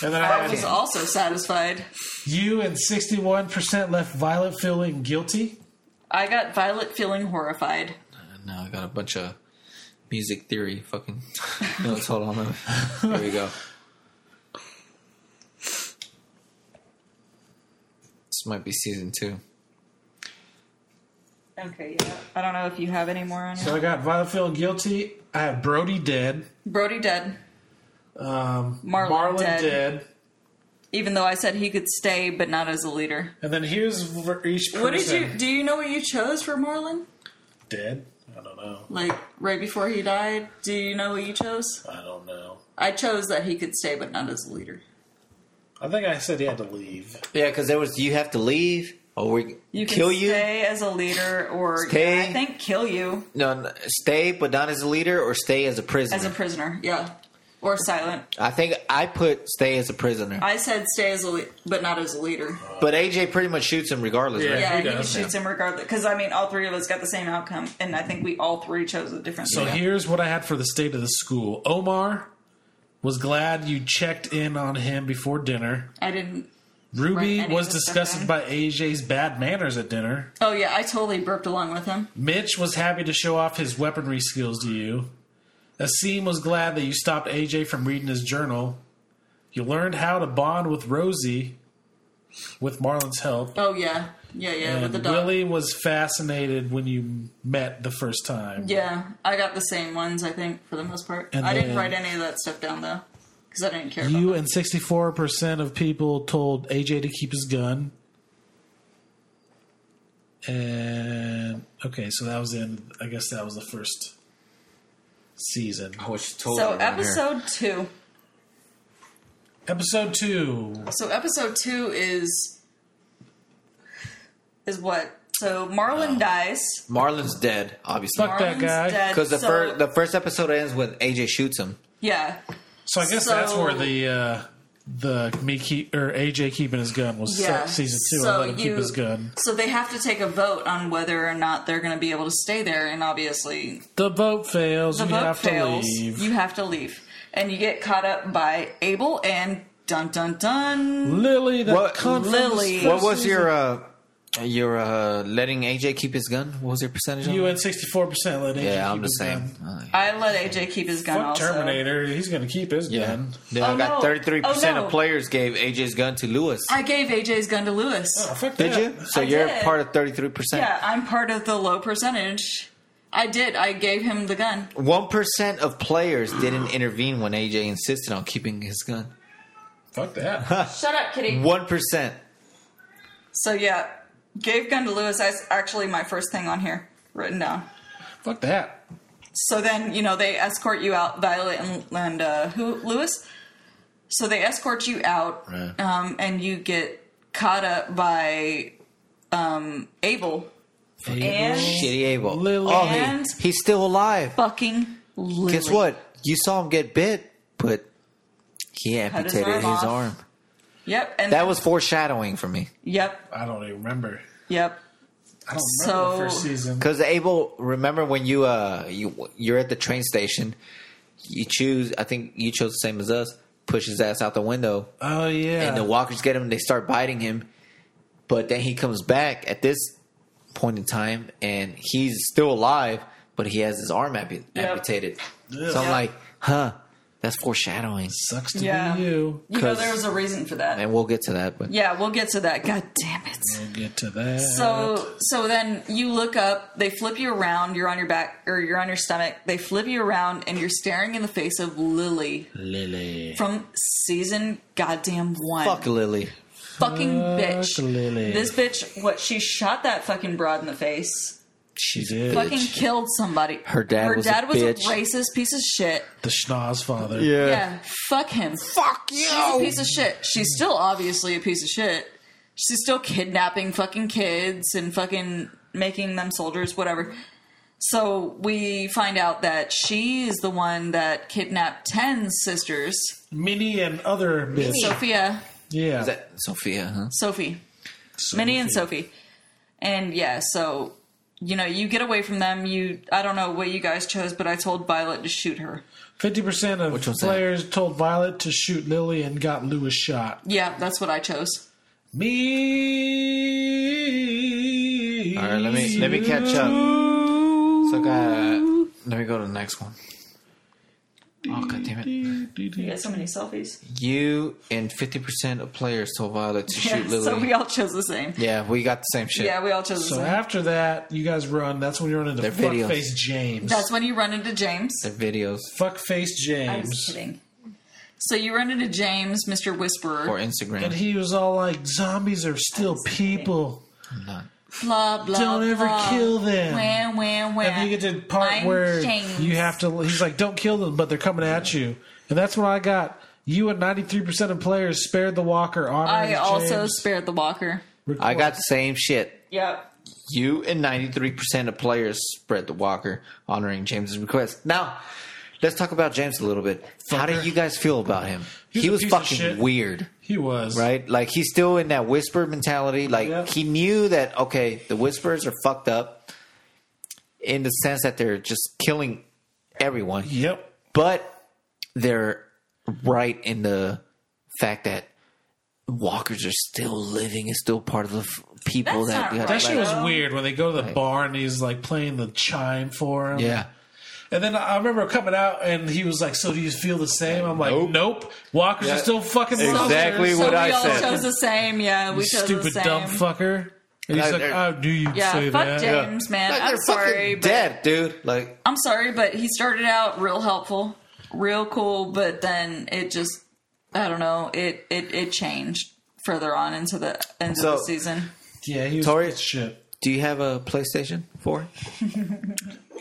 [SPEAKER 1] And then I
[SPEAKER 3] I was
[SPEAKER 1] had
[SPEAKER 3] also satisfied.
[SPEAKER 1] you and sixty one percent left Violet feeling guilty.
[SPEAKER 3] I got Violet feeling horrified.
[SPEAKER 2] And now I got a bunch of music theory fucking notes. Hold on, let me- here we go. This might be season two.
[SPEAKER 3] Okay, yeah. I don't know if you have any more on
[SPEAKER 1] So
[SPEAKER 3] it.
[SPEAKER 1] I got Violet feeling guilty. I had Brody dead.
[SPEAKER 3] Brody dead.
[SPEAKER 1] Um,
[SPEAKER 3] Marlon
[SPEAKER 1] Marlon
[SPEAKER 3] dead.
[SPEAKER 1] dead.
[SPEAKER 3] Even though I said he could stay, but not as a leader.
[SPEAKER 1] And then here's for each person.
[SPEAKER 3] What did you? Do you know what you chose for Marlon?
[SPEAKER 1] Dead? I don't know.
[SPEAKER 3] Like right before he died. Do you know what you chose?
[SPEAKER 1] I don't know.
[SPEAKER 3] I chose that he could stay, but not as a leader.
[SPEAKER 1] I think I said he had to leave.
[SPEAKER 2] Yeah, because there was you have to leave or we
[SPEAKER 3] You can
[SPEAKER 2] kill you.
[SPEAKER 3] stay as a leader, or
[SPEAKER 2] Stay.
[SPEAKER 3] Yeah, I think kill you
[SPEAKER 2] No, no, stay but not as a leader or stay as a prisoner.
[SPEAKER 3] as a prisoner. Yeah, or silent.
[SPEAKER 2] I think I put stay as a prisoner.
[SPEAKER 3] I said stay as a le- but not as a leader.
[SPEAKER 2] But AJ pretty much shoots him regardless,
[SPEAKER 1] Oh. Yeah.
[SPEAKER 2] right?
[SPEAKER 3] yeah,
[SPEAKER 1] he
[SPEAKER 3] I think he
[SPEAKER 1] does,
[SPEAKER 3] shoots him regardless. Because I mean, all three of us got the same outcome, and I think we all three chose a different.
[SPEAKER 1] So
[SPEAKER 3] leader.
[SPEAKER 1] here's what I had for the state of the school. Omar was glad you checked in on him before dinner.
[SPEAKER 3] I didn't.
[SPEAKER 1] Ruby
[SPEAKER 3] Right, and he
[SPEAKER 1] was
[SPEAKER 3] was
[SPEAKER 1] disgusted by AJ's bad manners at dinner.
[SPEAKER 3] Oh yeah, I totally burped along with him.
[SPEAKER 1] Mitch was happy to show off his weaponry skills to you. Asim was glad that you stopped AJ from reading his journal. You learned how to bond with Rosie with Marlon's help.
[SPEAKER 3] Oh yeah, yeah, yeah, with
[SPEAKER 1] And
[SPEAKER 3] the dog.
[SPEAKER 1] Willie was fascinated when you met the first time.
[SPEAKER 3] yeah, I got the same ones. I think for the most part.
[SPEAKER 1] And
[SPEAKER 3] I didn't
[SPEAKER 1] then-
[SPEAKER 3] write any of that stuff down though, because I didn't care.
[SPEAKER 1] You
[SPEAKER 3] about
[SPEAKER 1] and 64% of people told AJ to keep his gun. And okay, so that was in I guess that was the first season.
[SPEAKER 2] I was
[SPEAKER 3] it.
[SPEAKER 2] told
[SPEAKER 3] So
[SPEAKER 2] everyone here.
[SPEAKER 3] episode two.
[SPEAKER 1] Episode 2.
[SPEAKER 3] So episode two is is what? So Marlon dies.
[SPEAKER 2] Marlon's dead, obviously.
[SPEAKER 1] Oh. Fuck that guy.
[SPEAKER 3] dead,
[SPEAKER 2] Because the
[SPEAKER 3] so-
[SPEAKER 2] first the first episode ends when AJ shoots him.
[SPEAKER 3] yeah
[SPEAKER 1] So I guess
[SPEAKER 3] So-
[SPEAKER 1] that's where the uh the me keep or AJ keeping his gun was
[SPEAKER 3] yeah
[SPEAKER 1] se- season 2. I
[SPEAKER 3] So
[SPEAKER 1] let him
[SPEAKER 3] you-
[SPEAKER 1] keep his gun.
[SPEAKER 3] So they have to take a vote on whether or not they're going to be able to stay there, and obviously
[SPEAKER 1] The vote fails.
[SPEAKER 3] the
[SPEAKER 1] you
[SPEAKER 3] vote
[SPEAKER 1] have
[SPEAKER 3] fails.
[SPEAKER 1] to leave.
[SPEAKER 3] You have to leave, and you get caught up by Abel and dun dun dun.
[SPEAKER 1] Lily, that
[SPEAKER 2] What-
[SPEAKER 1] cunt from
[SPEAKER 3] Mm-hmm. Lily.
[SPEAKER 1] this
[SPEAKER 2] What
[SPEAKER 1] first
[SPEAKER 2] was
[SPEAKER 1] season.
[SPEAKER 2] your uh your uh letting AJ keep his gun? What was your percentage on
[SPEAKER 1] You
[SPEAKER 2] that?
[SPEAKER 1] had sixty four percent let AJ.
[SPEAKER 2] Yeah,
[SPEAKER 1] keep
[SPEAKER 2] I'm the
[SPEAKER 1] his
[SPEAKER 2] same.
[SPEAKER 1] gun.
[SPEAKER 2] Uh,
[SPEAKER 3] I let AJ keep his gun.
[SPEAKER 1] Fuck
[SPEAKER 3] also,
[SPEAKER 1] Terminator. He's gonna keep his
[SPEAKER 2] yeah.
[SPEAKER 1] gun.
[SPEAKER 2] Then
[SPEAKER 3] Oh,
[SPEAKER 2] I got
[SPEAKER 3] no.
[SPEAKER 2] thirty three percent
[SPEAKER 3] Oh, no.
[SPEAKER 2] of players gave AJ's gun to Lewis.
[SPEAKER 3] I gave AJ's gun to Lewis.
[SPEAKER 1] Oh, fuck
[SPEAKER 2] Did
[SPEAKER 1] that.
[SPEAKER 2] you? So
[SPEAKER 3] I
[SPEAKER 2] you're
[SPEAKER 3] did.
[SPEAKER 2] part of thirty three percent.
[SPEAKER 3] Yeah, I'm part of the low percentage. I did. I gave him the gun.
[SPEAKER 2] One percent of players didn't intervene when AJ insisted on keeping his gun.
[SPEAKER 1] Fuck that.
[SPEAKER 3] Shut up, kitty.
[SPEAKER 2] One percent.
[SPEAKER 3] So yeah, gave gun to Lewis. That's actually my first thing on here written down.
[SPEAKER 1] fuck that.
[SPEAKER 3] So then you know they escort you out, Violet and, and uh, who Lewis. So they escort you out,
[SPEAKER 2] Right.
[SPEAKER 3] um, and you get caught up by um, Abel and
[SPEAKER 2] Shitty Abel.
[SPEAKER 1] Lily.
[SPEAKER 2] Oh, he-
[SPEAKER 3] And-
[SPEAKER 2] he's still alive.
[SPEAKER 3] fucking Lily.
[SPEAKER 2] Guess what? You saw him get bit, but he
[SPEAKER 3] his
[SPEAKER 2] amputated
[SPEAKER 3] arm
[SPEAKER 2] his
[SPEAKER 3] off.
[SPEAKER 2] arm.
[SPEAKER 3] Yep, and
[SPEAKER 2] That was foreshadowing for me
[SPEAKER 3] yep,
[SPEAKER 1] I don't even remember.
[SPEAKER 3] yep.
[SPEAKER 1] I don't remember
[SPEAKER 3] So-
[SPEAKER 1] the first season.
[SPEAKER 2] because Abel. Remember when you uh you you're at the train station, you choose. I think you chose the same as us. Push his ass out the window,
[SPEAKER 1] Oh yeah.
[SPEAKER 2] and the walkers get him. and They start biting him, but then he comes back at this point in time, and he's still alive, but he has his arm ampu-
[SPEAKER 3] Yep.
[SPEAKER 2] amputated.
[SPEAKER 1] Ugh.
[SPEAKER 2] So I'm like, huh? That's foreshadowing.
[SPEAKER 1] Sucks to
[SPEAKER 3] Yeah.
[SPEAKER 1] be you.
[SPEAKER 3] You know,
[SPEAKER 2] 'Cause-
[SPEAKER 3] there was a reason for that.
[SPEAKER 2] And we'll get to that, but
[SPEAKER 3] Yeah, we'll get to that. God damn it.
[SPEAKER 1] We'll get to that.
[SPEAKER 3] So so then you look up, they flip you around, you're on your back or you're on your stomach. They flip you around and you're staring in the face of Lily
[SPEAKER 1] Lily.
[SPEAKER 3] from season goddamn 1.
[SPEAKER 2] fuck Lily.
[SPEAKER 3] Fucking bitch.
[SPEAKER 1] Fuck Lily.
[SPEAKER 3] This bitch what she shot that fucking broad in the face.
[SPEAKER 1] She did.
[SPEAKER 3] Fucking killed somebody.
[SPEAKER 2] Her dad
[SPEAKER 3] Her
[SPEAKER 2] was a
[SPEAKER 3] dad was
[SPEAKER 2] bitch.
[SPEAKER 3] a racist piece of shit.
[SPEAKER 1] The schnoz father.
[SPEAKER 3] Yeah, fuck him.
[SPEAKER 2] Fuck you.
[SPEAKER 3] She's a piece of shit. She's still obviously a piece of shit. She's still kidnapping fucking kids and fucking making them soldiers, whatever. So we find out that she's the one that kidnapped Ten's sisters,
[SPEAKER 1] Minnie and other bitch.
[SPEAKER 3] Sophia,
[SPEAKER 1] Yeah.
[SPEAKER 2] Is that Sophia, huh?
[SPEAKER 3] Sophie, Minnie, and Sophie. And yeah, so you know, you get away from them. You, I don't know what you guys chose, but I told Violet to shoot her.
[SPEAKER 1] Fifty percent of
[SPEAKER 2] one's that?
[SPEAKER 1] players told Violet to shoot Lily and got Lewis shot.
[SPEAKER 3] Yeah, that's what I chose.
[SPEAKER 1] Me.
[SPEAKER 2] All right, let me let me catch up. So, uh, let me go to the next one. Oh god damn it!
[SPEAKER 3] You got so many selfies.
[SPEAKER 2] You and fifty percent of players told Violet to shoot Lily.
[SPEAKER 3] so we all chose the same.
[SPEAKER 2] yeah, we got the same shit.
[SPEAKER 3] Yeah, we all chose the
[SPEAKER 1] So
[SPEAKER 3] same.
[SPEAKER 1] after that, you guys run. That's when you run into
[SPEAKER 2] Their videos.
[SPEAKER 1] fuckface James.
[SPEAKER 3] That's when you run into James.
[SPEAKER 2] The videos
[SPEAKER 1] fuckface
[SPEAKER 3] I was
[SPEAKER 1] James.
[SPEAKER 3] kidding. So you run into James, Mr. Whisperer.
[SPEAKER 2] or Instagram.
[SPEAKER 1] And he was all like, "Zombies are still people.
[SPEAKER 2] I'm not.
[SPEAKER 3] blah blah.
[SPEAKER 1] Don't ever
[SPEAKER 3] blah.
[SPEAKER 1] kill them."
[SPEAKER 3] Wham wham wham.
[SPEAKER 1] And you get to the part
[SPEAKER 3] I'm
[SPEAKER 1] where
[SPEAKER 3] James.
[SPEAKER 1] you have to. He's like, "Don't kill them," but they're coming at you. And that's when I got you and ninety three percent of players spared the walker.
[SPEAKER 3] I also
[SPEAKER 1] James.
[SPEAKER 3] spared the walker.
[SPEAKER 2] I got the same shit.
[SPEAKER 3] Yep.
[SPEAKER 2] You and 93% of players spread the walker, honoring James's request. Now, let's talk about James a little bit. How did you guys feel about him?
[SPEAKER 1] He's
[SPEAKER 2] he
[SPEAKER 1] a
[SPEAKER 2] was
[SPEAKER 1] piece of
[SPEAKER 2] fucking
[SPEAKER 1] shit.
[SPEAKER 2] weird,
[SPEAKER 1] He was
[SPEAKER 2] right? Like, he's still in that whisper mentality. Like,
[SPEAKER 1] Yeah.
[SPEAKER 2] he knew that, okay, the whispers are fucked up in the sense that they're just killing everyone,
[SPEAKER 1] Yep.
[SPEAKER 2] but they're right in the fact that walkers are still living, is still part of the f- people
[SPEAKER 3] That's
[SPEAKER 2] that.
[SPEAKER 3] not right.
[SPEAKER 1] That shit was
[SPEAKER 3] Like-
[SPEAKER 1] weird when they go to the bar and he's like playing the chime for him.
[SPEAKER 2] yeah.
[SPEAKER 1] And then I remember coming out and he was like, So do you feel the same? I'm like, Nope.
[SPEAKER 2] Nope.
[SPEAKER 1] Walkers are
[SPEAKER 2] Yeah.
[SPEAKER 1] still fucking
[SPEAKER 2] Exactly
[SPEAKER 1] monsters.
[SPEAKER 3] So
[SPEAKER 2] what
[SPEAKER 3] we
[SPEAKER 2] I
[SPEAKER 3] all
[SPEAKER 2] said.
[SPEAKER 3] chose the same. Yeah, we chose the
[SPEAKER 1] Stupid
[SPEAKER 3] same.
[SPEAKER 1] dumb fucker. And he's
[SPEAKER 2] I-
[SPEAKER 1] like,
[SPEAKER 2] I-
[SPEAKER 1] How do you
[SPEAKER 3] yeah,
[SPEAKER 1] say
[SPEAKER 3] fuck
[SPEAKER 1] that?
[SPEAKER 3] James, man.
[SPEAKER 2] Like,
[SPEAKER 3] I'm
[SPEAKER 2] they're fucking
[SPEAKER 3] sorry, but
[SPEAKER 2] dead, dude. Like,
[SPEAKER 3] I'm sorry, but he started out real helpful, real cool, but then it just I don't know, it it, it changed further on into the end
[SPEAKER 2] So-
[SPEAKER 3] of the season.
[SPEAKER 1] Yeah, he was
[SPEAKER 2] Tori-
[SPEAKER 1] shit.
[SPEAKER 2] do you have a PlayStation Four?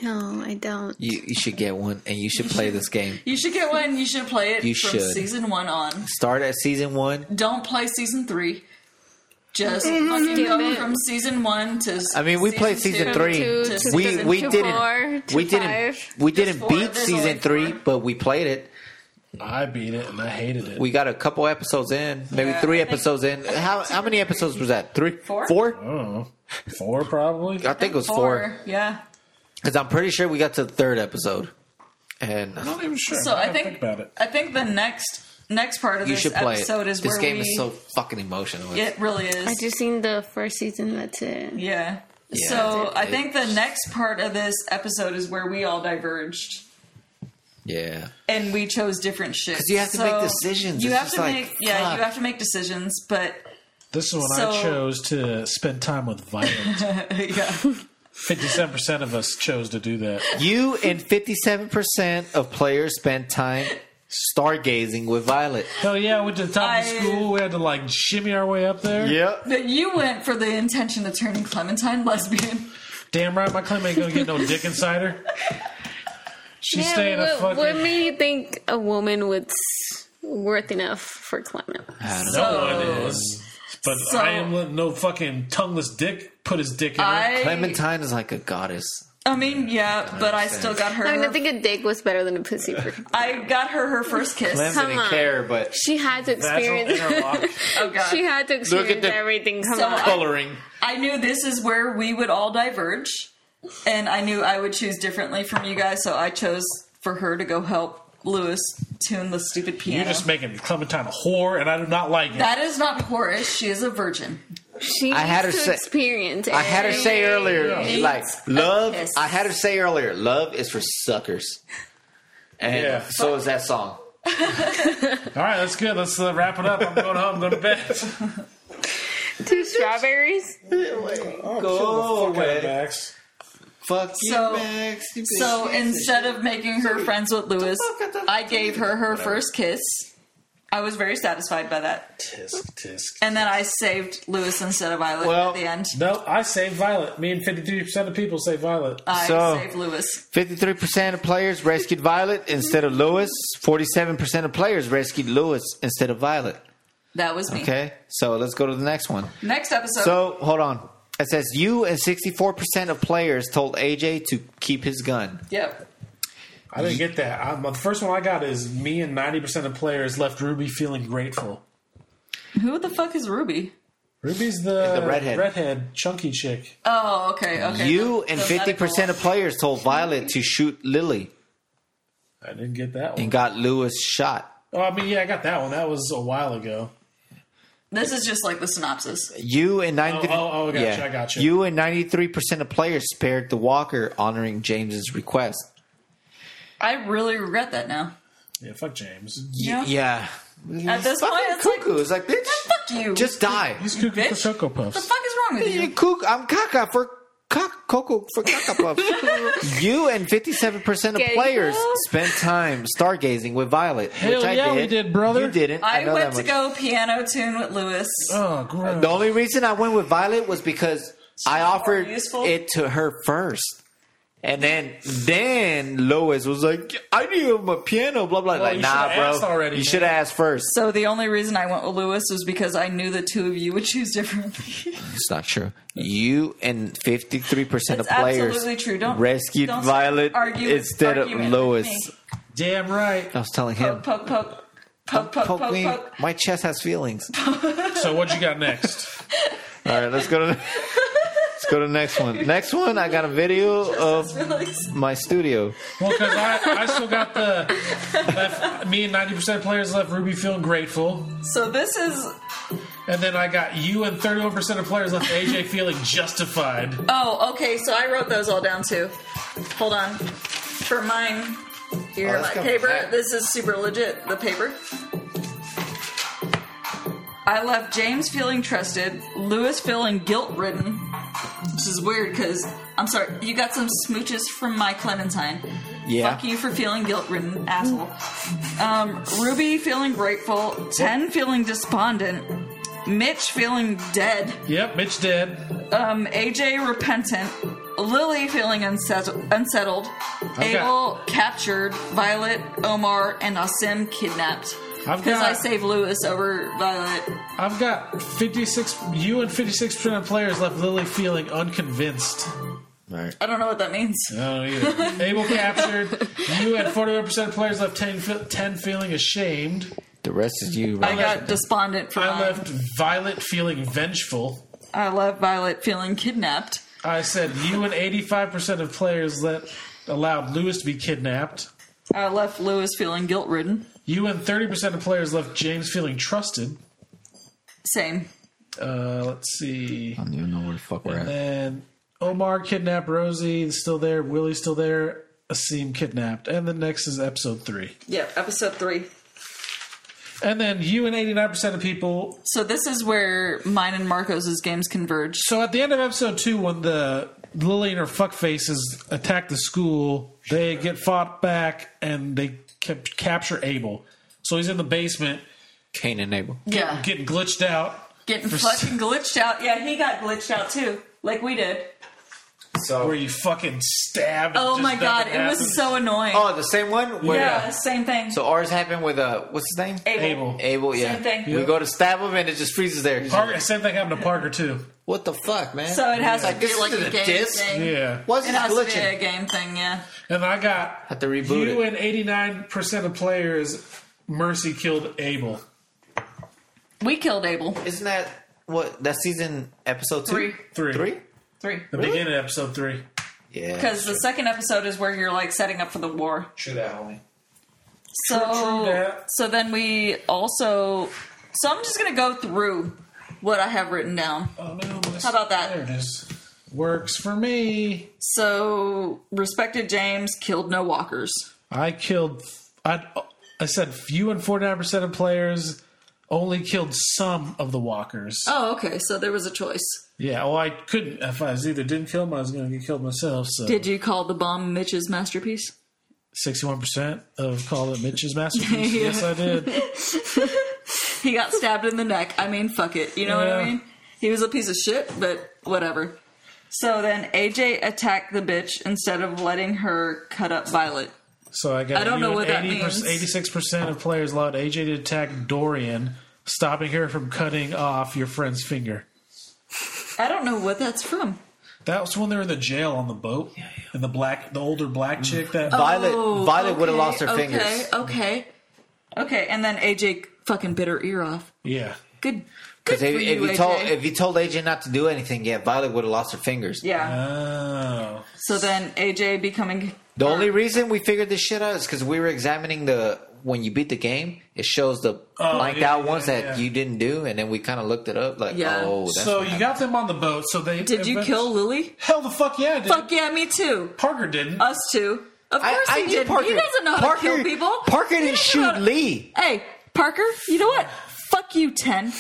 [SPEAKER 4] No, I don't.
[SPEAKER 2] You, you should get one, and you should play this game.
[SPEAKER 3] You should get one, you should play it
[SPEAKER 2] You
[SPEAKER 3] from
[SPEAKER 2] should.
[SPEAKER 3] season one on.
[SPEAKER 2] Start at season one.
[SPEAKER 3] Don't play season three. Just fucking go
[SPEAKER 4] it.
[SPEAKER 3] from season one to
[SPEAKER 2] I mean, we played season
[SPEAKER 3] two
[SPEAKER 2] three.
[SPEAKER 4] Two
[SPEAKER 3] to
[SPEAKER 4] to
[SPEAKER 2] we
[SPEAKER 3] season
[SPEAKER 2] we
[SPEAKER 4] two,
[SPEAKER 2] didn't
[SPEAKER 4] four, two,
[SPEAKER 2] we didn't
[SPEAKER 4] five.
[SPEAKER 2] we
[SPEAKER 3] There's
[SPEAKER 2] didn't
[SPEAKER 3] four.
[SPEAKER 2] beat
[SPEAKER 3] There's
[SPEAKER 2] season
[SPEAKER 3] only
[SPEAKER 2] three,
[SPEAKER 3] four.
[SPEAKER 2] but we played it.
[SPEAKER 1] I beat it and I hated it.
[SPEAKER 2] We got a couple episodes in, maybe
[SPEAKER 3] Yeah,
[SPEAKER 2] three
[SPEAKER 3] I think-
[SPEAKER 2] episodes in. How how many episodes was that? Three,
[SPEAKER 3] Four?
[SPEAKER 1] I don't know. Four probably.
[SPEAKER 2] I think it was four.
[SPEAKER 3] Yeah.
[SPEAKER 2] Because I'm pretty sure we got to the third episode, and
[SPEAKER 1] I'm not even sure.
[SPEAKER 3] So I
[SPEAKER 1] gotta
[SPEAKER 3] think,
[SPEAKER 1] about it.
[SPEAKER 3] I think the next next part of
[SPEAKER 2] you
[SPEAKER 3] this
[SPEAKER 2] should play it.
[SPEAKER 3] episode is
[SPEAKER 2] this
[SPEAKER 3] where
[SPEAKER 2] game
[SPEAKER 3] we
[SPEAKER 2] is so fucking emotional. It's-
[SPEAKER 3] it really is.
[SPEAKER 4] I just seen the first season. That's it.
[SPEAKER 3] Yeah.
[SPEAKER 2] Yeah.
[SPEAKER 3] So I
[SPEAKER 2] It-
[SPEAKER 3] think the next part of this episode is where we all diverged
[SPEAKER 2] yeah.
[SPEAKER 3] and we chose different shit.
[SPEAKER 2] 'Cause you have to make decisions.
[SPEAKER 3] You
[SPEAKER 2] It's
[SPEAKER 3] have
[SPEAKER 2] just
[SPEAKER 3] to
[SPEAKER 2] like,
[SPEAKER 3] make yeah,
[SPEAKER 2] fuck.
[SPEAKER 3] you have to make decisions, but
[SPEAKER 1] This is when I
[SPEAKER 3] So-
[SPEAKER 1] chose to spend time with violence.
[SPEAKER 3] yeah.
[SPEAKER 1] Fifty seven percent of us chose to do that.
[SPEAKER 2] You and 57% of players spent time stargazing with Violet.
[SPEAKER 1] Hell yeah, we went to the top of the
[SPEAKER 3] I-
[SPEAKER 1] school. We had to like shimmy our way up there.
[SPEAKER 2] Yep.
[SPEAKER 3] But you went for the intention of turning Clementine lesbian.
[SPEAKER 1] Damn right, my claim ain't gonna get no dick inside her. She's
[SPEAKER 4] Yeah,
[SPEAKER 1] staying a
[SPEAKER 4] what,
[SPEAKER 1] fucking.
[SPEAKER 4] what made you think a woman was worth enough for Clement?
[SPEAKER 1] no one is. But
[SPEAKER 3] Oh. So-
[SPEAKER 1] I am letting no fucking tongueless dick put his dick in her.
[SPEAKER 3] I
[SPEAKER 2] Clementine is like a goddess.
[SPEAKER 3] I mean, yeah, but I
[SPEAKER 2] understand.
[SPEAKER 3] still got her.
[SPEAKER 4] I mean, I
[SPEAKER 3] her-
[SPEAKER 4] think a dick was better than a pussy. For,
[SPEAKER 3] I got her her first kiss.
[SPEAKER 2] Clem
[SPEAKER 4] Come
[SPEAKER 2] didn't
[SPEAKER 4] on.
[SPEAKER 2] care, but
[SPEAKER 4] she had to experience.
[SPEAKER 3] Oh god.
[SPEAKER 4] she had to experience
[SPEAKER 2] the-
[SPEAKER 4] everything. Come
[SPEAKER 3] So
[SPEAKER 4] on.
[SPEAKER 3] I-
[SPEAKER 2] coloring.
[SPEAKER 3] I knew this is where we would all diverge, and I knew I would choose differently from you guys, so I chose for her to go help Lewis tune the stupid piano.
[SPEAKER 1] You're just making Clementine a whore, and I do not like it.
[SPEAKER 3] that is not Horace. She is a virgin.
[SPEAKER 4] she
[SPEAKER 2] I had
[SPEAKER 4] needs
[SPEAKER 2] her
[SPEAKER 4] to
[SPEAKER 2] say-
[SPEAKER 4] experience.
[SPEAKER 2] I had her say earlier,
[SPEAKER 1] Yeah.
[SPEAKER 2] like, love.
[SPEAKER 3] Yes.
[SPEAKER 2] I had her say earlier, love is for suckers. And
[SPEAKER 1] Yeah.
[SPEAKER 2] so is that song.
[SPEAKER 1] All right, that's good. Let's uh, wrap it up. I'm going home. I'm going to bed.
[SPEAKER 4] Two strawberries.
[SPEAKER 1] Oh,
[SPEAKER 2] Go away.
[SPEAKER 1] Max.
[SPEAKER 2] Fuck you,
[SPEAKER 3] So-
[SPEAKER 2] Max. You piece
[SPEAKER 3] So
[SPEAKER 2] of shit.
[SPEAKER 3] instead of making her friends with Lewis, I gave her her first kiss. I was very satisfied by that.
[SPEAKER 1] Tisk tisk.
[SPEAKER 3] And then I saved Lewis instead of Violet
[SPEAKER 2] Well,
[SPEAKER 3] at the end.
[SPEAKER 1] No, I say Violet. Me and 53% of people say Violet.
[SPEAKER 3] I
[SPEAKER 2] So-
[SPEAKER 3] saved Lewis.
[SPEAKER 2] 53% of players rescued Violet instead of Lewis. 47% of players rescued Lewis instead of Violet.
[SPEAKER 3] That was me.
[SPEAKER 2] Okay, so let's go to the next one.
[SPEAKER 3] Next episode.
[SPEAKER 2] So hold on. It says you and 64% of players told AJ to keep his gun.
[SPEAKER 3] yep.
[SPEAKER 1] I didn't get that. I, the first one I got is me and 90% of players left Ruby feeling grateful.
[SPEAKER 3] Who the fuck is Ruby?
[SPEAKER 1] Ruby's the,
[SPEAKER 2] The redhead.
[SPEAKER 1] redhead, chunky chick.
[SPEAKER 3] Oh, okay, okay.
[SPEAKER 2] You
[SPEAKER 3] The-
[SPEAKER 2] and
[SPEAKER 3] the
[SPEAKER 2] 50%
[SPEAKER 3] medical-
[SPEAKER 2] of players told Violet to shoot Lily
[SPEAKER 1] I didn't get that one.
[SPEAKER 2] and got Lewis shot.
[SPEAKER 1] Oh, I mean, yeah, I got that one. That was a while ago.
[SPEAKER 3] This is just like the synopsis.
[SPEAKER 2] You and 90
[SPEAKER 1] Oh, oh, oh, gotcha, I gotcha.
[SPEAKER 2] You and 93% of players spared the walker honoring James's request.
[SPEAKER 3] I really regret that now.
[SPEAKER 1] Yeah, fuck James.
[SPEAKER 3] Yeah.
[SPEAKER 2] Yeah.
[SPEAKER 3] At this
[SPEAKER 2] Fucking
[SPEAKER 3] point, it's like,
[SPEAKER 2] cuckoo. It's like, bitch,
[SPEAKER 3] fuck you.
[SPEAKER 2] just die.
[SPEAKER 1] He's cuckoo for
[SPEAKER 3] Bitch.
[SPEAKER 1] Cocoa
[SPEAKER 3] the
[SPEAKER 1] Puffs.
[SPEAKER 3] fuck is wrong with you?
[SPEAKER 2] Cook, I'm caca for cock, coco for caca puff. you and 57% of
[SPEAKER 4] Gay
[SPEAKER 2] players
[SPEAKER 4] girl.
[SPEAKER 2] spent time stargazing with Violet.
[SPEAKER 1] Hell
[SPEAKER 2] which I
[SPEAKER 1] yeah,
[SPEAKER 2] did.
[SPEAKER 1] we did, brother.
[SPEAKER 2] You didn't. I,
[SPEAKER 3] I
[SPEAKER 2] know
[SPEAKER 3] went
[SPEAKER 2] that
[SPEAKER 3] to
[SPEAKER 2] much.
[SPEAKER 3] go piano tune with Lewis.
[SPEAKER 1] Oh, gross.
[SPEAKER 2] The only reason I went with Violet was because I
[SPEAKER 3] more
[SPEAKER 2] offered
[SPEAKER 3] useful.
[SPEAKER 2] it to her first. And then, then Lois was like, "I need him a piano." Blah blah. like,
[SPEAKER 1] you
[SPEAKER 2] nah,
[SPEAKER 1] should've
[SPEAKER 2] bro.
[SPEAKER 1] asked already,
[SPEAKER 2] you
[SPEAKER 1] man."
[SPEAKER 2] should have asked first.
[SPEAKER 3] So the only reason I went with Lewis was because I knew the two of you would choose differently.
[SPEAKER 2] It's not true. You and fifty three percent of
[SPEAKER 3] It's
[SPEAKER 2] players
[SPEAKER 3] absolutely true. Don't-
[SPEAKER 2] rescued
[SPEAKER 3] don't
[SPEAKER 2] Violet
[SPEAKER 3] argue-
[SPEAKER 2] instead of
[SPEAKER 3] argument with
[SPEAKER 2] Lois.
[SPEAKER 3] me.
[SPEAKER 1] Damn right.
[SPEAKER 2] I was telling him,
[SPEAKER 3] Poke, poke, poke. Poke, poke,
[SPEAKER 2] poke
[SPEAKER 3] poke,
[SPEAKER 2] me.
[SPEAKER 3] poke.
[SPEAKER 2] My chest has feelings.
[SPEAKER 1] So what you got next?
[SPEAKER 2] All right, let's go to let's go to the next one. Next one, I got a video of
[SPEAKER 3] Felix.
[SPEAKER 2] my studio.
[SPEAKER 1] Well, because I, I still got the left, me and ninety percent players left Ruby feeling grateful,
[SPEAKER 3] So this is
[SPEAKER 1] and then I got you and thirty one percent of players left AJ feeling justified.
[SPEAKER 3] oh okay. So I wrote those all down too. Hold on for mine. Here,
[SPEAKER 2] Oh, that's
[SPEAKER 3] my
[SPEAKER 2] coming
[SPEAKER 3] paper.
[SPEAKER 2] back.
[SPEAKER 3] This is super legit. The paper. I left James feeling trusted, Lewis feeling guilt ridden, which is weird because I'm sorry, you got some smooches from my Clementine.
[SPEAKER 2] Yeah.
[SPEAKER 3] Fuck you for feeling guilt ridden, asshole. Um, Ruby feeling grateful, Ten feeling despondent, Mitch feeling dead,
[SPEAKER 1] Yep, Mitch dead.
[SPEAKER 3] um, AJ repentant, Lily feeling unsettled, unsettled
[SPEAKER 1] Okay.
[SPEAKER 3] Abel captured, Violet, Omar, and Asim kidnapped.
[SPEAKER 1] I've
[SPEAKER 3] Because I
[SPEAKER 1] got-
[SPEAKER 3] saved Lewis over Violet.
[SPEAKER 1] I've got fifty six. You and fifty six percent of players left Lily feeling unconvinced.
[SPEAKER 2] All right.
[SPEAKER 3] I don't know what that means.
[SPEAKER 1] I don't either. Abel captured. You and forty one percent of players left 10, fe- 10 feeling ashamed.
[SPEAKER 2] The rest is you.
[SPEAKER 3] I
[SPEAKER 2] Right?
[SPEAKER 3] got despondent for
[SPEAKER 1] I
[SPEAKER 3] mine.
[SPEAKER 1] left Violet feeling vengeful.
[SPEAKER 3] I left Violet feeling kidnapped.
[SPEAKER 1] I said you and eighty five percent of players let allowed Lewis to be kidnapped.
[SPEAKER 3] I left Lewis feeling guilt ridden.
[SPEAKER 1] You and 30% of players left James feeling trusted.
[SPEAKER 3] Same.
[SPEAKER 1] Uh, let's see.
[SPEAKER 2] I don't even know where the fuck we're at.
[SPEAKER 1] And Omar kidnapped Rosie, is still there. Willie's still there. Asim kidnapped. And the next is episode three.
[SPEAKER 3] Yep, episode three.
[SPEAKER 1] And then you and 89% of people.
[SPEAKER 3] So this is where mine and Marcos's games converge.
[SPEAKER 1] So at the end of episode two, when the Lily and her fuck faces attack the school, they get fought back and they cap- capture Abel. So he's in the basement
[SPEAKER 2] Cain and Abel.
[SPEAKER 3] Yeah.
[SPEAKER 1] getting glitched out.
[SPEAKER 3] Getting fucking glitched out. Yeah, he got glitched out too. Like we did.
[SPEAKER 1] Where you fucking stab. and
[SPEAKER 3] Oh
[SPEAKER 1] just
[SPEAKER 3] my god,
[SPEAKER 1] nothing
[SPEAKER 3] it was
[SPEAKER 1] happens.
[SPEAKER 3] so annoying.
[SPEAKER 2] Oh, the same one. Where,
[SPEAKER 3] yeah, same thing.
[SPEAKER 2] So ours happened with uh, what's his name?
[SPEAKER 3] Abel.
[SPEAKER 1] Abel.
[SPEAKER 2] Abel. Yeah.
[SPEAKER 3] Same thing.
[SPEAKER 2] We go to stab him and it just freezes there. He's like,
[SPEAKER 1] Parker, same thing happened to Parker too.
[SPEAKER 2] what the fuck, man?
[SPEAKER 3] So it has
[SPEAKER 2] It's
[SPEAKER 3] to be
[SPEAKER 2] this
[SPEAKER 3] like
[SPEAKER 2] is
[SPEAKER 3] a
[SPEAKER 2] a
[SPEAKER 3] game
[SPEAKER 2] disc?
[SPEAKER 3] thing.
[SPEAKER 1] Yeah.
[SPEAKER 2] What's
[SPEAKER 3] It
[SPEAKER 2] this
[SPEAKER 3] has to be a
[SPEAKER 2] glitching?
[SPEAKER 3] game thing, yeah.
[SPEAKER 1] And I got
[SPEAKER 2] Have to reboot
[SPEAKER 1] you
[SPEAKER 2] it.
[SPEAKER 1] and eighty nine percent of players. Mercy killed Abel.
[SPEAKER 3] We killed Abel.
[SPEAKER 2] Isn't that what that season episode two?
[SPEAKER 3] Three.
[SPEAKER 1] Three.
[SPEAKER 2] Three?
[SPEAKER 3] Three.
[SPEAKER 1] The beginning of episode three.
[SPEAKER 2] Yeah.
[SPEAKER 3] Because the second episode is where you're like setting up for the war.
[SPEAKER 2] true that, homie.
[SPEAKER 3] So
[SPEAKER 1] that.
[SPEAKER 3] so then we also so I'm just gonna go through what I have written down.
[SPEAKER 1] Oh no! my-
[SPEAKER 3] How about that?
[SPEAKER 1] There it is. Works for me.
[SPEAKER 3] So respected James killed no walkers.
[SPEAKER 1] I killed. I I said few and 49% of players only killed some of the walkers.
[SPEAKER 3] Oh, okay. So there was a choice.
[SPEAKER 1] Yeah, well, I couldn't. If I was either didn't kill him or I was going to get killed myself. So
[SPEAKER 3] Did you call the bomb Mitch's masterpiece?
[SPEAKER 1] 61% of Call It Mitch's Masterpiece.
[SPEAKER 3] Yeah.
[SPEAKER 1] Yes, I did.
[SPEAKER 3] He got stabbed in the neck. I mean, fuck it. You know what I
[SPEAKER 1] Yeah.
[SPEAKER 3] mean? He was a piece of shit, but whatever. So then AJ attacked the bitch instead of letting her cut up Violet.
[SPEAKER 1] So I got
[SPEAKER 3] I don't
[SPEAKER 1] you
[SPEAKER 3] know
[SPEAKER 1] and
[SPEAKER 3] what that means.
[SPEAKER 1] 86% of players allowed AJ to attack Dorian, stopping her from cutting off your friend's finger.
[SPEAKER 3] I don't know what that's from.
[SPEAKER 1] That was when they were in the jail on the boat, and the black, the older black
[SPEAKER 2] Mm.
[SPEAKER 1] chick that
[SPEAKER 2] Violet,
[SPEAKER 3] Oh,
[SPEAKER 2] Violet would have
[SPEAKER 3] okay,
[SPEAKER 2] lost her
[SPEAKER 3] okay,
[SPEAKER 2] fingers.
[SPEAKER 3] Okay. Okay. And then AJ fucking bit her ear off.
[SPEAKER 1] yeah.
[SPEAKER 3] Good. Good
[SPEAKER 2] Because if,
[SPEAKER 3] for
[SPEAKER 2] if
[SPEAKER 3] you,
[SPEAKER 2] you told
[SPEAKER 3] AJ.
[SPEAKER 2] if you told AJ not to do anything, yeah, Violet would have lost her fingers.
[SPEAKER 3] yeah.
[SPEAKER 1] Oh,
[SPEAKER 3] So then AJ becoming
[SPEAKER 2] The only reason we figured this shit out is because we were examining the when you beat the game, it shows the
[SPEAKER 1] Oh,
[SPEAKER 2] blanked
[SPEAKER 1] yeah,
[SPEAKER 2] out ones
[SPEAKER 1] yeah,
[SPEAKER 2] that
[SPEAKER 1] yeah.
[SPEAKER 2] you didn't do, and then we kind of looked it up like,
[SPEAKER 3] Yeah.
[SPEAKER 2] oh, that's
[SPEAKER 1] so
[SPEAKER 2] what
[SPEAKER 1] you
[SPEAKER 2] happened.
[SPEAKER 1] got them on the boat. So they
[SPEAKER 3] Did you
[SPEAKER 1] event-
[SPEAKER 3] kill Lily?
[SPEAKER 1] Hell, the fuck yeah, I did.
[SPEAKER 3] Fuck Uh, yeah, me too.
[SPEAKER 1] Parker didn't.
[SPEAKER 3] Us too. Of
[SPEAKER 2] I-
[SPEAKER 3] course
[SPEAKER 2] I
[SPEAKER 3] he
[SPEAKER 2] knew
[SPEAKER 3] did. He doesn't know how to
[SPEAKER 2] Parker-
[SPEAKER 3] kill people.
[SPEAKER 2] Parker
[SPEAKER 3] He
[SPEAKER 2] didn't
[SPEAKER 3] doesn't know
[SPEAKER 2] shoot
[SPEAKER 3] how to-
[SPEAKER 2] Lee.
[SPEAKER 3] Hey, Parker, you know what? Fuck you, ten.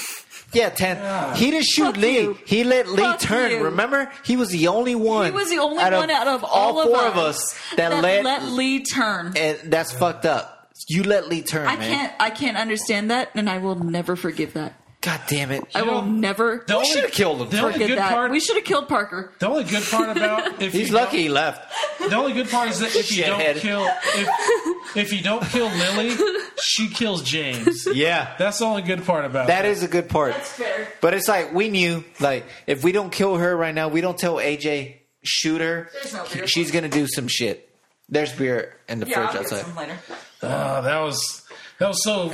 [SPEAKER 2] Yeah, ten. He didn't shoot
[SPEAKER 3] Fuck
[SPEAKER 2] Lee.
[SPEAKER 3] you.
[SPEAKER 2] He let Lee
[SPEAKER 3] Fuck
[SPEAKER 2] turn.
[SPEAKER 3] you.
[SPEAKER 2] Remember, he was the only one.
[SPEAKER 3] He was the only one out of all,
[SPEAKER 2] four of us that, let.
[SPEAKER 3] Lee turn.
[SPEAKER 2] and that's fucked up. You let Lee turn,
[SPEAKER 3] I
[SPEAKER 2] man.
[SPEAKER 3] can't. I can't understand that, and I will never forgive that.
[SPEAKER 2] God damn it.
[SPEAKER 3] I will
[SPEAKER 1] don't-
[SPEAKER 3] never
[SPEAKER 1] The only-
[SPEAKER 2] should've killed him.
[SPEAKER 1] The only
[SPEAKER 3] forget
[SPEAKER 1] good
[SPEAKER 3] that.
[SPEAKER 1] part.
[SPEAKER 3] We should have killed Parker.
[SPEAKER 1] the only good part about if
[SPEAKER 2] He's
[SPEAKER 1] you don't-
[SPEAKER 2] lucky he left.
[SPEAKER 1] The only good part is that if you don't
[SPEAKER 2] Shithead.
[SPEAKER 1] kill if, if you don't kill Lily, she kills James.
[SPEAKER 2] Yeah.
[SPEAKER 1] That's the only good part about
[SPEAKER 2] That is a good part.
[SPEAKER 3] fair.
[SPEAKER 2] But it's like we knew, like if we don't kill her right now, we don't tell AJ shoot her.
[SPEAKER 3] There's no beer.
[SPEAKER 2] she's gonna do some shit. There's beer in the fridge outside.
[SPEAKER 3] later.
[SPEAKER 1] Oh, that was that was so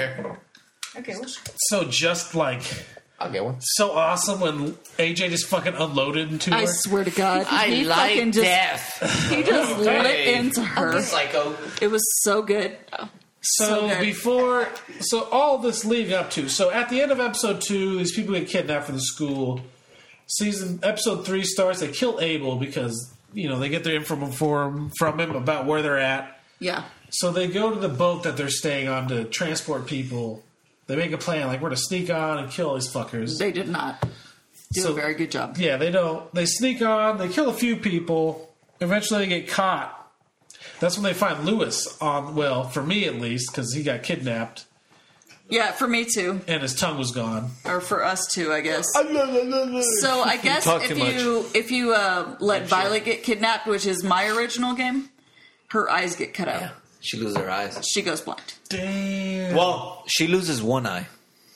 [SPEAKER 3] Okay.
[SPEAKER 1] so just like
[SPEAKER 2] I'll get one.
[SPEAKER 1] so awesome when AJ just fucking unloaded into her.
[SPEAKER 3] I swear to God,
[SPEAKER 2] I
[SPEAKER 3] he fucking
[SPEAKER 2] like
[SPEAKER 3] just
[SPEAKER 2] death.
[SPEAKER 3] he just lit
[SPEAKER 2] Hey.
[SPEAKER 3] into her.
[SPEAKER 2] Psycho.
[SPEAKER 3] It was so good.
[SPEAKER 2] Oh.
[SPEAKER 3] so
[SPEAKER 1] so
[SPEAKER 3] good.
[SPEAKER 1] before so all this leading up to so at the end of episode two, these people get kidnapped from the school. Season episode three starts. They kill Abel because you know they get their info from from him about where they're at.
[SPEAKER 3] Yeah.
[SPEAKER 1] So they go to the boat that they're staying on to transport people. They make a plan, like we're to sneak on and kill these fuckers.
[SPEAKER 3] They did not do
[SPEAKER 1] So-
[SPEAKER 3] a very good job.
[SPEAKER 1] yeah, they don't. They sneak on. They kill a few people. Eventually, they get caught. That's when they find Lewis on. Well, for me at least, because he got kidnapped
[SPEAKER 3] Yeah, for me too,
[SPEAKER 1] and his tongue was gone.
[SPEAKER 3] or for us too, I guess. So I guess
[SPEAKER 2] talk
[SPEAKER 3] if
[SPEAKER 2] too much.
[SPEAKER 3] you if you uh, let Violet get kidnapped, which is my original game, her eyes get cut out.
[SPEAKER 2] She loses her eyes.
[SPEAKER 3] She goes blind.
[SPEAKER 1] Damn.
[SPEAKER 2] Well, she loses one eye.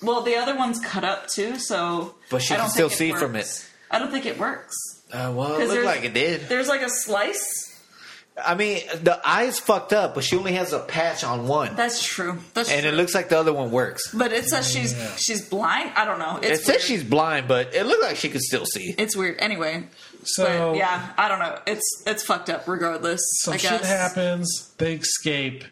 [SPEAKER 3] Well, the other one's cut up too, so
[SPEAKER 2] But she
[SPEAKER 3] I don't
[SPEAKER 2] can still
[SPEAKER 3] think
[SPEAKER 2] see from
[SPEAKER 3] works. I don't think it works.
[SPEAKER 2] Uh, well, it
[SPEAKER 3] Because
[SPEAKER 2] looked
[SPEAKER 3] there's-
[SPEAKER 2] like it did.
[SPEAKER 3] There's like a slice.
[SPEAKER 2] I mean, the eye's fucked up, but she only has a patch on one,
[SPEAKER 3] That's true. That's
[SPEAKER 2] and
[SPEAKER 3] true.
[SPEAKER 2] it looks like the other one works.
[SPEAKER 3] but it says she's she's blind. I don't know. It's
[SPEAKER 2] it says
[SPEAKER 3] weird.
[SPEAKER 2] she's blind, but it looked like she could still see.
[SPEAKER 3] It's weird. Anyway,
[SPEAKER 1] so
[SPEAKER 3] but yeah, I don't know. It's it's fucked up. Regardless,
[SPEAKER 1] some
[SPEAKER 3] I
[SPEAKER 1] shit
[SPEAKER 3] guess.
[SPEAKER 1] happens. They escape,